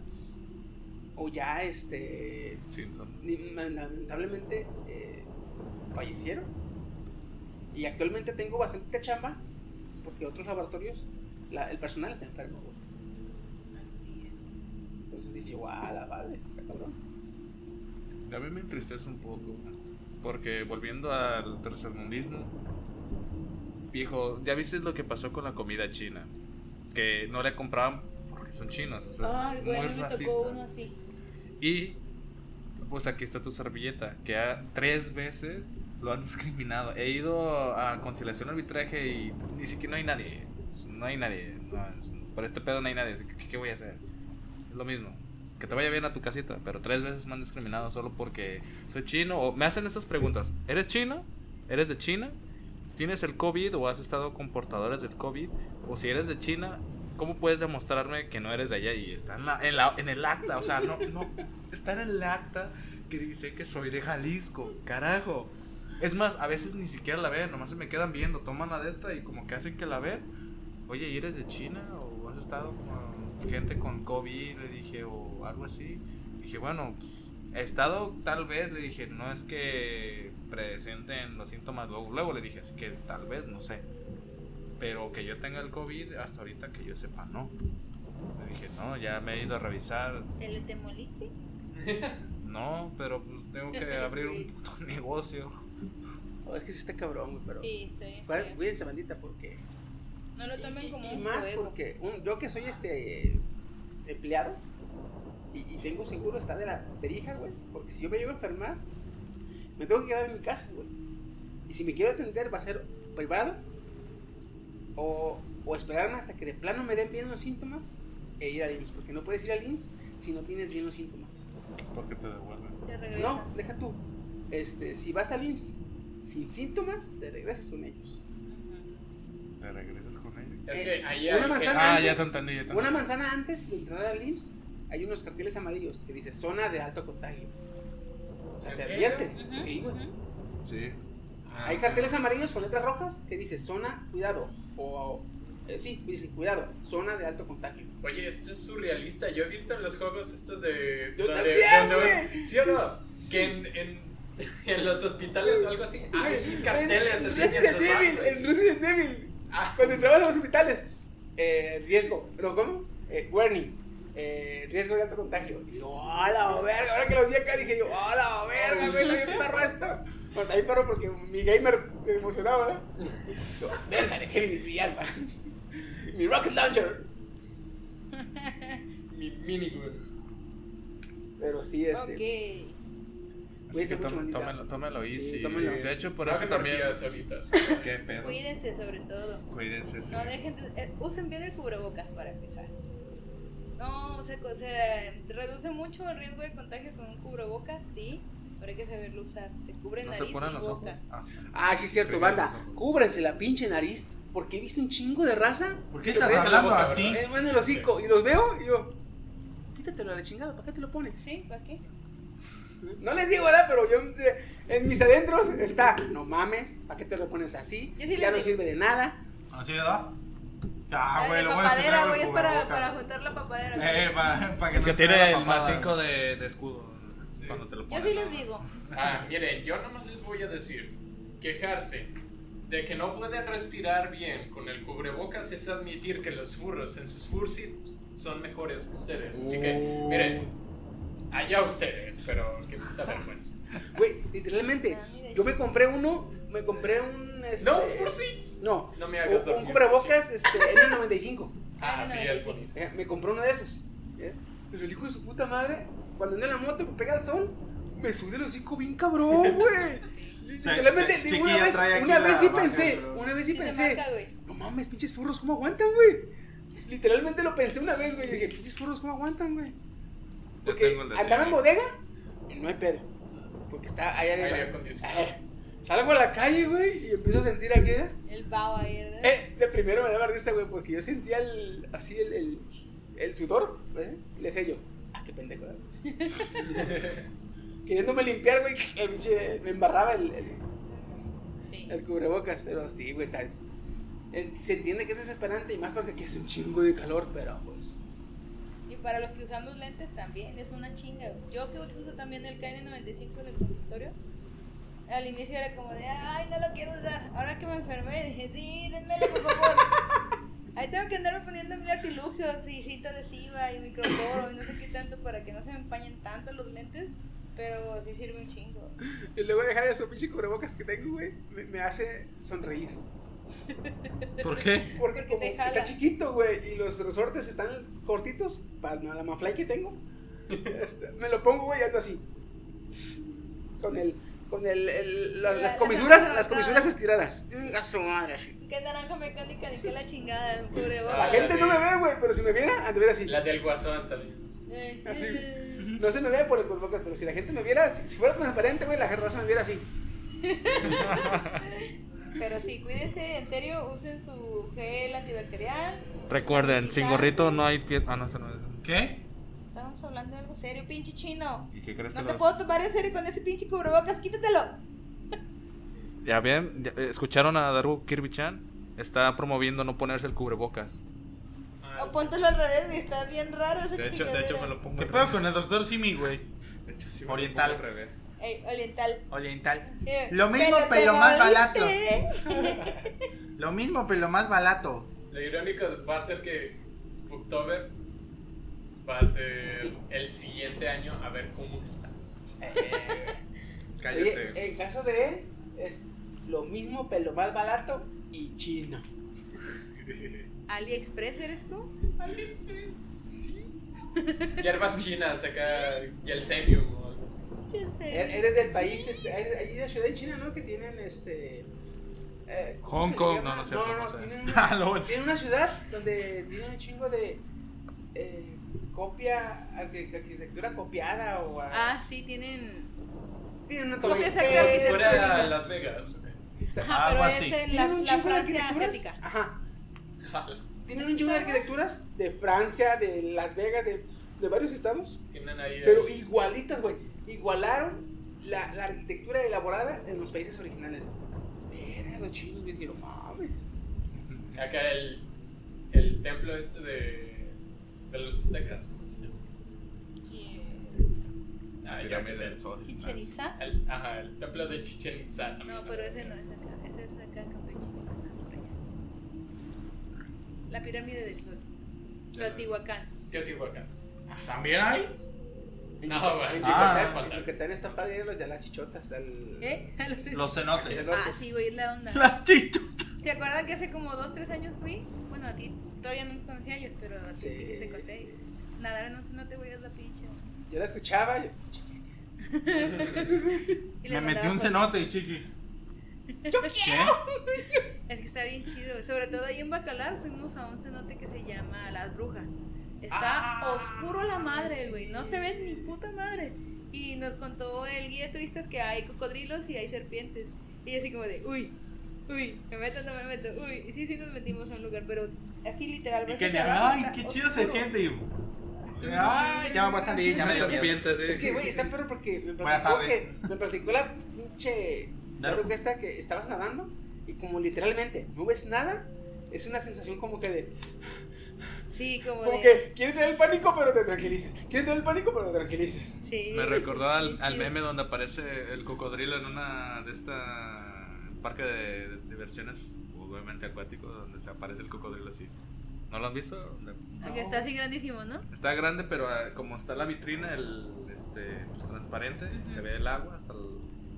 Speaker 5: o ya este
Speaker 8: Sí, entonces,
Speaker 5: ni- lamentablemente eh, fallecieron. Y actualmente tengo bastante chamba porque otros laboratorios, la- el personal está enfermo. güey. Entonces dije, guau, la madre, está cabrón.
Speaker 8: A mí me entristece un poco, porque volviendo al tercermundismo, viejo, ya viste lo que pasó con la comida china, que no la compraban porque son chinos, o sea,
Speaker 7: Ay,
Speaker 8: es
Speaker 7: güey, a
Speaker 8: muy
Speaker 7: mí me
Speaker 8: racista.
Speaker 7: tocó uno así.
Speaker 8: Y pues aquí está tu servilleta, que ha- tres veces lo han discriminado. He ido a conciliación arbitraje y ni siquiera no hay nadie, no hay nadie, no, es- por este pedo no hay nadie, así que, ¿qué, qué voy a hacer? Es lo mismo. Que te vaya bien a tu casita, pero tres veces me han discriminado solo porque soy chino o me hacen estas preguntas. ¿Eres chino? ¿Eres de China? ¿Tienes el COVID o has estado con portadores del COVID? O si eres de China, ¿cómo puedes demostrarme que no eres de allá? Y está en, la- en, la- en el acta, o sea, no, no, está en el acta que dice que soy de Jalisco, carajo. Es más, a veces ni siquiera la ven, nomás se me quedan viendo, toman la de esta y como que hacen que la ven. Oye, ¿y eres de China o has estado con gente con COVID? Le dije, o algo así. Dije, bueno, pues, he estado tal vez, le dije, no es que presenten los síntomas luego, luego le dije, así que tal vez, no sé. Pero que yo tenga el COVID, hasta ahorita que yo sepa, no. Le dije, no, ya me he ido a revisar,
Speaker 7: ¿Te lo temoliste?
Speaker 8: no, pero pues tengo que abrir un puto negocio.
Speaker 5: Oh, es que sí está cabrón, güey, pero.
Speaker 7: Sí, estoy bien.
Speaker 5: Cuá-
Speaker 7: feo.
Speaker 5: Cuídense, bandita, porque.
Speaker 7: No lo tomen como
Speaker 5: y
Speaker 7: un
Speaker 5: más
Speaker 7: juego.
Speaker 5: porque un- yo que soy este eh, empleado y, y tengo seguro está de la perija, güey. Porque si yo me llego a enfermar, me tengo que quedar en mi casa, güey. Y si me quiero atender, va a ser privado o, o esperarme hasta que de plano me den bien los síntomas e ir al IMSS. Porque no puedes ir al IMSS si no tienes bien los síntomas.
Speaker 8: Porque te devuelven.
Speaker 7: Te regresas.
Speaker 5: No, deja tú. Este, si vas al IMSS sin síntomas, te regresas con ellos.
Speaker 8: Te regresas con ellos.
Speaker 4: Es
Speaker 5: Eh,
Speaker 4: que ahí
Speaker 5: una
Speaker 4: hay
Speaker 5: manzana-
Speaker 4: gente-
Speaker 8: Ah, ya te entendí, ya te
Speaker 5: Una
Speaker 8: entendí.
Speaker 5: manzana antes de entrar al IMSS hay unos carteles amarillos que dice zona de alto contagio. O sea,
Speaker 4: ¿En
Speaker 5: te
Speaker 4: serio?
Speaker 5: advierte.
Speaker 7: Ujú,
Speaker 5: Sí, güey.
Speaker 7: ujú.
Speaker 6: Sí.
Speaker 4: Ah,
Speaker 5: Hay carteles amarillos con letras rojas que dice zona, cuidado. O, eh, sí, dice cuidado, zona de alto contagio.
Speaker 4: Ah. Oye, esto es surrealista. Yo he visto en los juegos estos de.
Speaker 5: Yo también,
Speaker 4: ¿Sí o no? Que en, en, en los hospitales o algo así Ah, hay carteles.
Speaker 5: en
Speaker 4: así
Speaker 5: Resident
Speaker 4: mientras vas,
Speaker 5: Evil,
Speaker 4: güey.
Speaker 5: en Resident Evil.
Speaker 4: Ah.
Speaker 5: Cuando entrabas a los hospitales, eh, riesgo, ¿no? ¿Cómo? Eh, warning, eh, riesgo de alto contagio. Y yo, ¡hola, verga! Ahora que lo vi acá dije yo, ¡hola, verga, güey! ¡Está bien perro esto! Corta mi perro porque mi gamer emocionado, ¿verdad? Yo, Verga, dejé mi, mi arma. Mi rocket launcher. Mi minigun. Pero sí, este.
Speaker 7: Ok.
Speaker 8: Así
Speaker 5: Cuídense
Speaker 8: que
Speaker 5: mucho,
Speaker 8: tómalo,
Speaker 5: bandita.
Speaker 8: tómalo, tómalo easy.
Speaker 5: Sí, tómalo.
Speaker 8: De hecho, por
Speaker 4: No
Speaker 8: eso
Speaker 4: hagan
Speaker 8: también.
Speaker 4: orgías ahorita, sí.
Speaker 8: Qué pedo.
Speaker 7: Cuídense sobre todo.
Speaker 8: Cuídense. sí.
Speaker 7: No dejen de- eh, usen bien el cubrebocas para empezar. No, se, co- se reduce mucho el riesgo de contagio con un cubrebocas, sí, pero hay que saberlo usar. Se cubre
Speaker 8: No se
Speaker 7: nariz
Speaker 8: ponen
Speaker 7: y
Speaker 8: los ojos.
Speaker 7: boca.
Speaker 8: Ah.
Speaker 5: Ah, sí, es cierto,
Speaker 8: Sí,
Speaker 5: banda.
Speaker 8: sí, sí.
Speaker 5: Cúbranse la pinche nariz porque he visto un chingo de raza.
Speaker 6: ¿Por qué
Speaker 5: que
Speaker 6: estás
Speaker 5: ves-
Speaker 6: hablando
Speaker 4: boca,
Speaker 6: así?
Speaker 5: Eh, bueno, el hocico. Y los veo y yo. Quítatelo a la chingada, ¿para qué te lo pones?
Speaker 7: ¿Sí? ¿Para qué?
Speaker 5: No les digo nada, pero yo eh, en mis adentros está, no mames, ¿para qué te lo pones así?
Speaker 7: Yo sí
Speaker 5: ya
Speaker 7: le-
Speaker 5: no sirve de nada.
Speaker 6: ¿Así verdad? Ya,
Speaker 7: La
Speaker 6: Ah, güey,
Speaker 7: de
Speaker 6: lo voy a
Speaker 7: papadera,
Speaker 6: estrenar
Speaker 7: güey, es
Speaker 6: con
Speaker 7: para,
Speaker 6: cubrebocas.
Speaker 7: para juntar la papadera. güey.
Speaker 6: Eh, para, para que
Speaker 8: Es
Speaker 6: no se
Speaker 8: que
Speaker 6: vea
Speaker 8: tiene
Speaker 6: la
Speaker 8: el más
Speaker 6: papada.
Speaker 8: 5 de, de escudo. Cuando te lo
Speaker 7: Yo
Speaker 8: pones.
Speaker 7: sí les digo,
Speaker 4: Ah, miren, yo nomás les voy a decir, quejarse de que no pueden respirar bien con el cubrebocas es admitir que los furros en sus fursuits son mejores que ustedes. Así que, miren, allá ustedes, pero qué puta vergüenza.
Speaker 5: Güey, literalmente,
Speaker 7: Ah, mira,
Speaker 5: yo me compré uno, me compré un. este,
Speaker 4: No, un fursuit.
Speaker 5: No,
Speaker 4: No me hagas
Speaker 5: un, un
Speaker 4: dormir,
Speaker 5: cubrebocas este, N95.
Speaker 4: Ah,
Speaker 7: Ah,
Speaker 4: sí,
Speaker 7: no,
Speaker 4: es
Speaker 7: sí.
Speaker 4: buenísimo.
Speaker 5: Eh, me compré uno de esos. ¿eh? Pero el hijo de su puta madre, cuando andé en la moto, pega el sol, me sudé el hocico bien cabrón, güey. Literalmente,
Speaker 6: se-
Speaker 5: digo, una
Speaker 6: chiquilla
Speaker 5: vez,
Speaker 6: trae aquí
Speaker 5: una
Speaker 6: la
Speaker 5: vez sí
Speaker 6: marca,
Speaker 5: pensé,
Speaker 6: pero-
Speaker 5: una vez sí
Speaker 7: sí se
Speaker 5: pensé,
Speaker 7: marca, güey.
Speaker 5: no mames, pinches furros, ¿cómo aguantan, güey? Literalmente lo pensé una vez, güey, y dije, pinches furros, ¿cómo aguantan, güey? Porque
Speaker 8: tengo el de
Speaker 5: andaba en
Speaker 8: Siri.
Speaker 5: bodega, y no hay pedo, porque está allá arriba.
Speaker 4: Aire acondicionado.
Speaker 5: Eh, Salgo a la calle, güey, y empiezo a sentir aquí, ¿eh?
Speaker 7: El bao ahí, ¿verdad?
Speaker 5: Eh, de primero me daba risa, güey, porque yo sentía el, así el, el, el sudor, ¿eh? Y le decía yo, ah, qué pendejo, ¿eh? Queriéndome limpiar, güey, el pinche- me embarraba el, el,
Speaker 7: Sí.
Speaker 5: el cubrebocas, pero sí, güey, está, es- en- se entiende que es desesperante y más porque aquí hace un chingo de calor, pero pues...
Speaker 7: Y para los que usamos lentes también, es una chinga. güey. Yo que uso también el KN95 en el consultorio, al inicio era como de, ay, no lo quiero usar. Ahora que me enfermé, dije, sí, denmelo, por favor. Ahí tengo que andarme poniendo mil artilugios y cinta adhesiva y microforo y no sé qué tanto para que no se me empañen tanto los lentes, pero sí sirve un chingo.
Speaker 5: Y luego dejar esos pinche cubrebocas que tengo, güey, me, me hace sonreír.
Speaker 8: ¿Por
Speaker 5: Porque
Speaker 8: qué?
Speaker 7: Porque
Speaker 5: como
Speaker 7: te
Speaker 5: que está
Speaker 7: jala.
Speaker 5: chiquito, güey, y los resortes están cortitos para la maflay que tengo. Este, me lo pongo, güey, y ando así. Con el con el, el- la-
Speaker 7: La-
Speaker 5: las
Speaker 7: la Mm,
Speaker 5: comisuras,
Speaker 7: zona
Speaker 5: las comisuras estiradas. Chinga su madre.
Speaker 7: Qué naranja mecánica, ni qué la chingada, pobre
Speaker 5: La
Speaker 4: Ah,
Speaker 5: gente
Speaker 4: la
Speaker 5: no me
Speaker 4: de-
Speaker 5: ve, güey, pero si me viera, anduviera así.
Speaker 4: La del guasón también.
Speaker 7: Eh,
Speaker 5: así. No se me ve por el cubrebocas, pero si la gente me viera, si, si fuera transparente, güey, la raza me viera así.
Speaker 7: Pero sí, cuídense, en serio, usen su gel antibacterial.
Speaker 8: Recuerden, sin gorrito no hay fiesta. Ah, no, eso no es.
Speaker 6: ¿Qué?
Speaker 7: Estamos hablando de algo serio, pinche chino.
Speaker 8: ¿Y qué crees
Speaker 7: No
Speaker 8: que
Speaker 7: te
Speaker 8: los-
Speaker 7: puedo tomar en serio con ese pinche cubrebocas, quítatelo.
Speaker 8: Ya bien, ya, eh, escucharon a Daru Kirby-chan. Está promoviendo no ponerse el cubrebocas.
Speaker 7: O póntelo al revés, güey, está bien raro ese
Speaker 8: Ah, De hecho, de hecho me lo pongo
Speaker 6: ¿Qué
Speaker 8: al
Speaker 6: pedo
Speaker 8: revés.
Speaker 6: con el doctor Simi, güey?
Speaker 8: De hecho, sí me lo pongo
Speaker 6: Oriental.
Speaker 8: al revés.
Speaker 7: Ey, oriental.
Speaker 6: Oriental.
Speaker 7: Eh,
Speaker 6: Lo mismo,
Speaker 7: te
Speaker 6: pero más barato.
Speaker 7: moriste.
Speaker 6: Lo mismo, pero más barato.
Speaker 4: Lo irónico va a ser que Spooktober va a ser el siguiente año a ver cómo está.
Speaker 8: Cállate.
Speaker 5: Oye, en caso de él, es lo mismo, pero más barato y chino.
Speaker 7: AliExpress eres tú?
Speaker 4: Hierbas chinas acá y el semium o algo así.
Speaker 6: eh,
Speaker 5: E- Eres del país, este, hay- hay una ciudad en China, ¿no? Que tienen este. eh, ¿cómo
Speaker 8: Hong
Speaker 5: se
Speaker 8: Kong,
Speaker 5: llama?
Speaker 8: no, no es cierto,
Speaker 5: No, no, no,
Speaker 8: no sé.
Speaker 5: tienen,
Speaker 6: Ah,
Speaker 5: una,
Speaker 6: lol.
Speaker 5: tienen una ciudad donde tienen un chingo de eh, copia, arque- arquitectura copiada o. ah,
Speaker 7: Ah, sí, tienen.
Speaker 5: tienen una
Speaker 7: copias
Speaker 5: Torre
Speaker 7: acá,
Speaker 5: Eiffel,
Speaker 7: sí,
Speaker 4: Fuera Las Vegas. ok.
Speaker 7: Ajá,
Speaker 6: algo
Speaker 7: Ah, pero
Speaker 6: así.
Speaker 7: es en la,
Speaker 5: ah, tienen un
Speaker 7: la
Speaker 5: chingo de
Speaker 7: Francia
Speaker 5: arquitecturas.
Speaker 7: asiática.
Speaker 5: Ajá. Tienen un chingo de arquitecturas de Francia, de Las Vegas, de, de varios estados.
Speaker 4: Tienen ahí.
Speaker 5: Pero
Speaker 4: el-
Speaker 5: igualitas, güey. Igualaron la, la arquitectura elaborada en los países originales. Mira, los chinos, güey, dijeron, mames.
Speaker 4: Acá el, el templo este de, de los aztecas, ¿cómo se llama? Ah, ya me
Speaker 8: Pirámide
Speaker 4: sé.
Speaker 8: del sol.
Speaker 7: Chichen Itza.
Speaker 4: El- ajá, el templo de Chichen Itza.
Speaker 7: No, pero ese no es acá. Ese es acá, Campeche. por allá. La pirámide del sol. Teotihuacán.
Speaker 4: Teotihuacán.
Speaker 6: ¿También hay?
Speaker 5: En
Speaker 4: No,
Speaker 5: Yucatán-
Speaker 4: güey.
Speaker 5: En
Speaker 4: Ah,
Speaker 5: Yucatán,
Speaker 4: es faltar.
Speaker 5: en Yucatán están padres los de las chichotas. Del...
Speaker 7: ¿Eh?
Speaker 6: Los cenotes.
Speaker 7: Ah, sí, güey, es la onda.
Speaker 6: Las chichotas.
Speaker 7: ¿Se acuerdan que hace como 2, 3 años fui? Bueno, a ti todavía no nos conocía yo, pero a ti sí, que te conté. Nadar en un cenote, güey, es la pinche.
Speaker 5: Yo la escuchaba. Yo...
Speaker 7: Y
Speaker 6: Me
Speaker 7: les
Speaker 6: metí
Speaker 7: mandaba
Speaker 6: un
Speaker 7: fotos.
Speaker 6: cenote, chiqui.
Speaker 7: Es que está bien chido. Sobre todo ahí en Bacalar fuimos a un cenote que se llama Las Brujas. Está
Speaker 5: Ah,
Speaker 7: oscuro la madre, güey. No se ve ni puta madre. Y nos contó el guía de turistas que hay cocodrilos y hay serpientes. Y yo así como de, uy, uy, me meto, no me meto, uy. Y sí, sí nos metimos a un lugar, pero así literal.
Speaker 6: Y
Speaker 7: ves
Speaker 6: que le
Speaker 7: hacia
Speaker 6: habló,
Speaker 7: abajo,
Speaker 6: ay,
Speaker 7: está
Speaker 6: qué chido se
Speaker 7: oscuro".
Speaker 6: siente. Y... Ay, ya me voy a estar ahí, ya me dio miedo.
Speaker 5: Es que, güey, está perro porque me
Speaker 6: Buenas
Speaker 5: platicó que
Speaker 6: tardes.
Speaker 5: me platicó la pinche
Speaker 6: Claro.
Speaker 5: que esta que estabas nadando y como literalmente no ves nada, es una sensación como que de
Speaker 7: Sí, como,
Speaker 5: como
Speaker 7: de.
Speaker 5: que quieres tener el pánico pero te tranquilizas. Quieres tener el pánico pero te tranquilizas.
Speaker 7: Sí,
Speaker 8: Me recordó al,
Speaker 7: qué
Speaker 8: al
Speaker 7: chido.
Speaker 8: meme donde aparece el cocodrilo en una de esta parque de, de diversiones, obviamente acuático, donde se aparece el cocodrilo así. ¿No lo han visto?
Speaker 7: Aunque está así grandísimo, ¿no?
Speaker 8: Está grande, pero ah, como está la vitrina, el este, pues, transparente, se ve el agua hasta el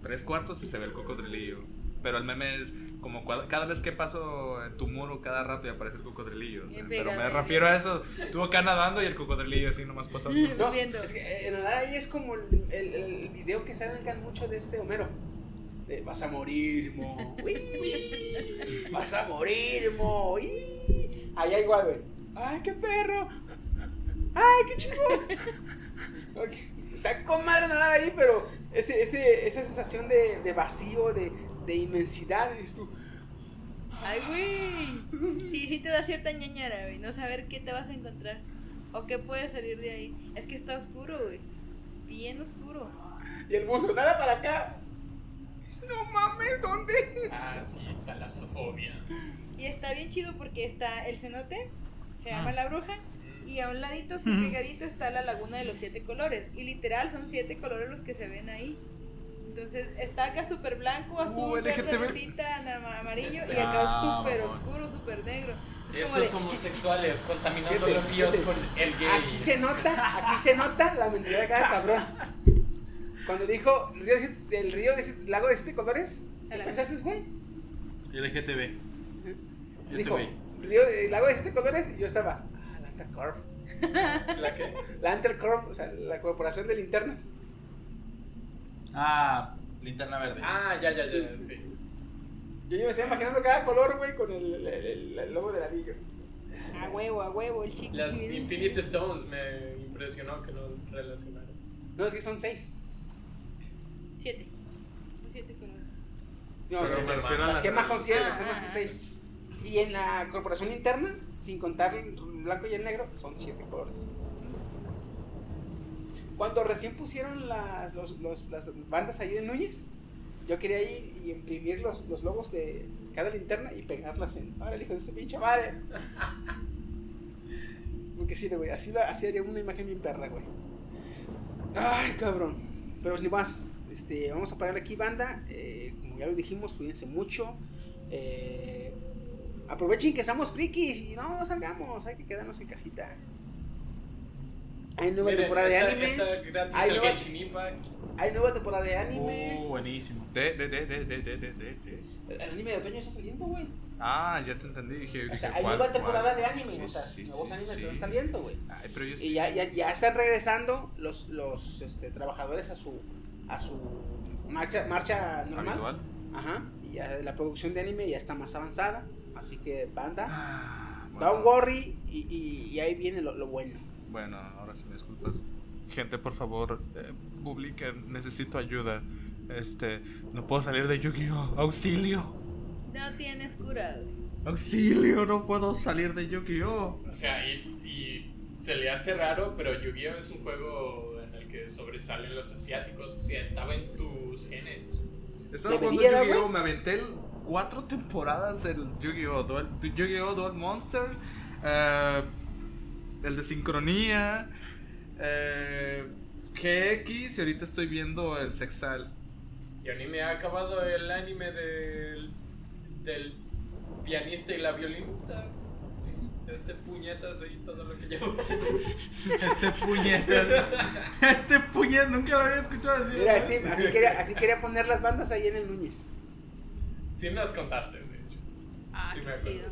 Speaker 8: tres cuartos y se ve el cocodrilillo. Pero el meme es como cua- cada vez que paso en tu muro, cada rato y aparece el cocodrilillo. o sea,
Speaker 7: Bien
Speaker 8: pero me
Speaker 7: pegado.
Speaker 8: refiero a eso, tú acá nadando y el cocodrilillo así nomás pasando.
Speaker 5: No,
Speaker 7: Viendo.
Speaker 5: es que eh, nadar ahí es como el, el- el video que sacan mucho de este Homero. De, vas a morir, mo. Uy, Vas a morir, mo. Uy. Allá igual, güey. Ay, qué perro. Ay, qué chingón. Ok, Está con madre nadar ahí, pero ese, ese, esa sensación de, de vacío, de, de inmensidad, dices tú.
Speaker 7: Ay, güey. Sí, sí te da cierta ñañara, güey. No saber qué te vas a encontrar. O qué puede salir de ahí. Es que está oscuro, güey. Bien oscuro.
Speaker 5: Y el buzo, nada para acá. Dices, No mames, ¿dónde?
Speaker 4: Ah, sí, talasofobia.
Speaker 7: Y está bien chido porque está el cenote, se llama La Bruja. Y a un ladito, así pegadito, está la laguna de los siete colores. Y literal, son siete colores los que se ven ahí. Entonces, está acá súper blanco, azul, verde, rosita, anama- amarillo. Y acá súper oscuro, súper negro. Es como
Speaker 4: Esos
Speaker 7: de-
Speaker 4: homosexuales contaminando
Speaker 5: Fíjate,
Speaker 4: los ríos
Speaker 5: fíjate.
Speaker 4: con el gay.
Speaker 5: Aquí se nota, aquí se nota la mentalidad de cada cabrón. Cuando dijo el río, de siete- el río de siete- lago de siete colores, ¿qué
Speaker 7: Ala.
Speaker 5: pensaste, güey?
Speaker 6: LGTB.
Speaker 5: Dijo, río de, lago de siete colores, y yo estaba, ah, la Antercorp.
Speaker 4: ¿La qué?
Speaker 5: La Antercorp, o sea, la corporación de linternas.
Speaker 6: Ah, linterna verde.
Speaker 4: Ah, ya, ya, ya, sí.
Speaker 5: Yo, yo me estaba imaginando cada color, güey, con el, el, el- el logo del anillo.
Speaker 7: A huevo, a huevo, el chico.
Speaker 4: Las Infinite Stones me impresionó que lo relacionaron.
Speaker 5: No, es que son seis.
Speaker 7: Siete. Los Siete colores.
Speaker 5: No,
Speaker 8: Pero
Speaker 5: no,
Speaker 8: me
Speaker 5: no,
Speaker 8: refiero a
Speaker 5: las
Speaker 8: las-
Speaker 5: que más son siete,
Speaker 7: Ah,
Speaker 5: esas
Speaker 7: ah,
Speaker 5: son
Speaker 7: ah.
Speaker 5: seis. Y en la corporación linterna, sin contar el blanco y el negro, son siete colores. Cuando recién pusieron las, los- los- las bandas ahí de Núñez, yo quería ir y imprimir los, los logos de cada linterna y pegarlas en. Ahora el hijo de su pinche madre. Porque sí, güey, así, la- así haría una imagen bien perra, güey. Ay, cabrón. Pero ni más. Este, vamos a parar aquí, banda. Eh, como ya lo dijimos, cuídense mucho. Eh, aprovechen que estamos frikis y no salgamos. Hay que quedarnos en casita. Hay nueva
Speaker 4: Miren,
Speaker 5: temporada de
Speaker 4: está-
Speaker 5: anime.
Speaker 4: está gratis
Speaker 5: Ay,
Speaker 4: el
Speaker 5: no.
Speaker 4: Genshin Impact.
Speaker 5: Hay nueva temporada de anime.
Speaker 6: Uh, buenísimo.
Speaker 8: De, de, de, de, de, de, de, de.
Speaker 5: El anime de otoño está saliendo, güey.
Speaker 8: Ah, ya te entendí. Dije,
Speaker 5: O
Speaker 8: dije,
Speaker 5: sea, hay
Speaker 8: ¿cuál,
Speaker 5: nueva
Speaker 8: cuál?
Speaker 5: temporada de anime.
Speaker 8: Sí,
Speaker 5: o sea,
Speaker 8: sí,
Speaker 5: nuevos
Speaker 8: sí,
Speaker 5: animes que
Speaker 8: sí.
Speaker 5: están saliendo, güey.
Speaker 8: Ay, pero yo
Speaker 5: Y ya, ya, ya están regresando los, los este, trabajadores a su, a su marcha, marcha normal.
Speaker 8: habitual.
Speaker 5: Ajá. Y ya la producción de anime ya está más avanzada. Así que, banda,
Speaker 8: Ah,
Speaker 5: don't worry. Y, y- y ahí viene lo, lo bueno.
Speaker 8: Bueno, ahora sí me disculpas. Gente, por favor, eh, publiquen, necesito ayuda. Este, no puedo salir de Yu-Gi-Oh! ¡Auxilio!
Speaker 7: No tienes cura, güey.
Speaker 6: Auxilio, no puedo salir de Yu-Gi-Oh!
Speaker 4: O sea, y, y se le hace raro, pero Yu-Gi-Oh es un juego en el que sobresalen los asiáticos. O sea, estaba en tus genes.
Speaker 8: Estaba jugando
Speaker 5: Debería,
Speaker 8: Yu-Gi-Oh!
Speaker 5: güey.
Speaker 8: Me aventé el- cuatro temporadas del Yu-Gi-Oh! Dual, du- Yu-Gi-Oh! Dual Monster, eh, el de Sincronía, eh, GX, y ahorita estoy viendo el Sexal.
Speaker 4: Y a mí me ha acabado el anime del, del pianista y la violinista. Este puñetas y todo lo que llevo.
Speaker 6: Este puñeta. Este puñet, nunca lo había escuchado decir.
Speaker 9: Mira, Steve, así quería, así quería poner las bandas ahí en el Núñez.
Speaker 4: Sí nos contaste, de hecho.
Speaker 7: Ah,
Speaker 4: Sí, me
Speaker 7: qué
Speaker 4: acuerdo.
Speaker 7: chido.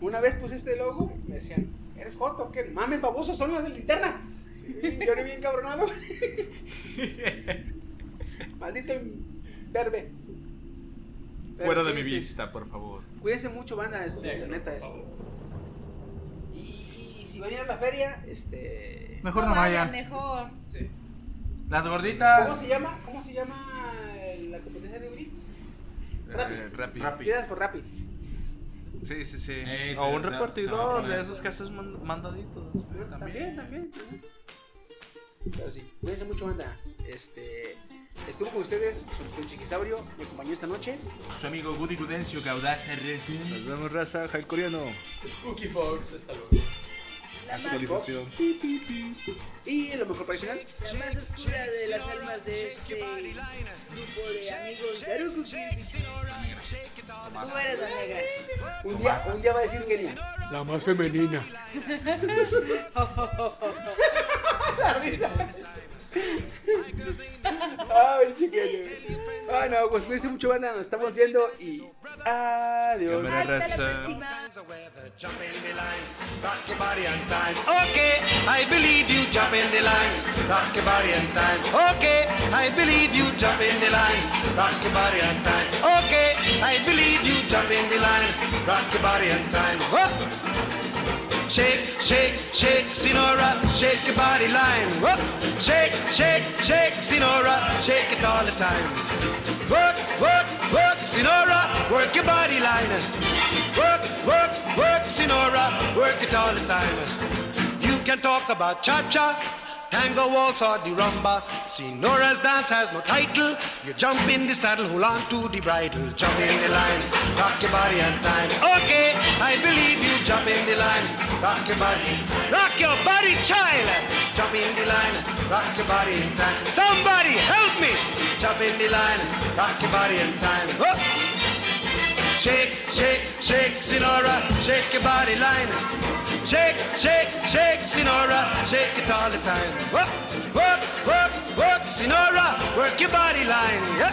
Speaker 9: Una vez puse este logo y me decían, ¿eres Joto? ¿Qué? Mames, babosos, son las de linterna. Y Yo ni bien cabronado. Maldito verbe.
Speaker 8: Fuera de mi
Speaker 5: este,
Speaker 8: vista, por favor.
Speaker 9: Cuídense mucho, banda, este,
Speaker 4: Negro,
Speaker 9: neta,
Speaker 4: por
Speaker 9: este.
Speaker 4: favor.
Speaker 9: Y, y si van a ir a la feria, este.
Speaker 6: Mejor no vayan.
Speaker 7: Mejor.
Speaker 4: Sí.
Speaker 6: Las
Speaker 9: ¿Cómo
Speaker 6: gorditas.
Speaker 9: se llama? ¿Cómo se llama eh, la competencia de Uber Eats? Rappi.
Speaker 8: Eh, Rappi.
Speaker 9: Piedras por Rappi.
Speaker 8: Sí, sí, sí.
Speaker 6: Eh,
Speaker 8: o
Speaker 6: se- se- se
Speaker 8: un
Speaker 6: va a
Speaker 8: repartidor
Speaker 6: poner-
Speaker 8: de esos que haces man- mandaditos.
Speaker 9: También, también. también. Pero sí, cuídense mucho, banda. Este. Estuvo con ustedes su, su chiquisaurio, me acompañó esta noche.
Speaker 6: Su amigo Woody Gudencio Gaudaza recién.
Speaker 11: Nos vemos, raza. Jai coreano.
Speaker 4: Spooky Fox, hasta luego.
Speaker 7: La más,
Speaker 11: Actualización.
Speaker 9: Y lo mejor para el final.
Speaker 7: la más oscura de las almas de este grupo de amigos Garuku Kids. Tú eres la negra.
Speaker 9: Un día, un día va a decir genio.
Speaker 11: La más femenina.
Speaker 9: Ay, chiquillo. Ay, no, pues cuídense mucho, banda. Nos estamos viendo y. Adiós.
Speaker 8: Cámara.
Speaker 7: Hasta
Speaker 8: Raza.
Speaker 7: la próxima.
Speaker 5: Rock your body and time. Okay, I believe you. Jump in the line. Rock your body and time. Okay, I believe you. Jump in the line. Rock your body and time. Okay, I believe you. Jump in the line. Rock your body and time. Whoop. Shake, shake, shake, Sinora, shake your body line. Whoop. Shake, shake, shake, Sinora, shake it all the time. Work, work, work, Sinora, work your body line. Work, work, work, Sinora, work it all the time. You can talk about cha cha, tango waltz, or the rumba. Sinora's dance has no title. You jump in the saddle, hold on to the bridle. Jump in the line, rock your body and time. Okay, I believe you. Jump in the line, rock your body. Rock your body, child. Jump in the line, rock your body in time. Somebody help me. Jump in the line, rock your body Oh. in time. Whoop. Shake, shake, shake, Sinora, shake your body line. Shake, shake, shake, Sinora, shake it all the time. Work, work, work, work, Sinora, work your body line. Yeah.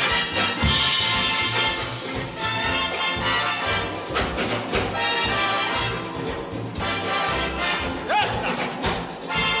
Speaker 5: Yes, sir.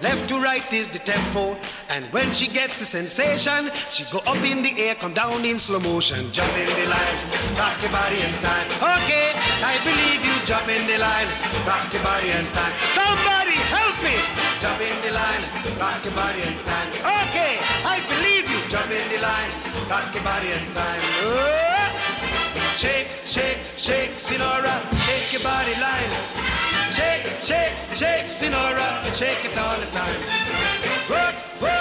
Speaker 5: Left to right is the tempo. And when she gets the sensation, she go up in the air, come down in slow motion. Jump in the line, rock your body in time. Okay, I believe you. Jump in the line, rock your body in time. Somebody help me. Jump in the line, rock your body in time. Okay, I believe you. Jump in the line, rock your body in time. Oh! Shake, shake, shake, Sinora, shake your body line. Shake, shake, shake, Sinora, shake it all the time. Work, work.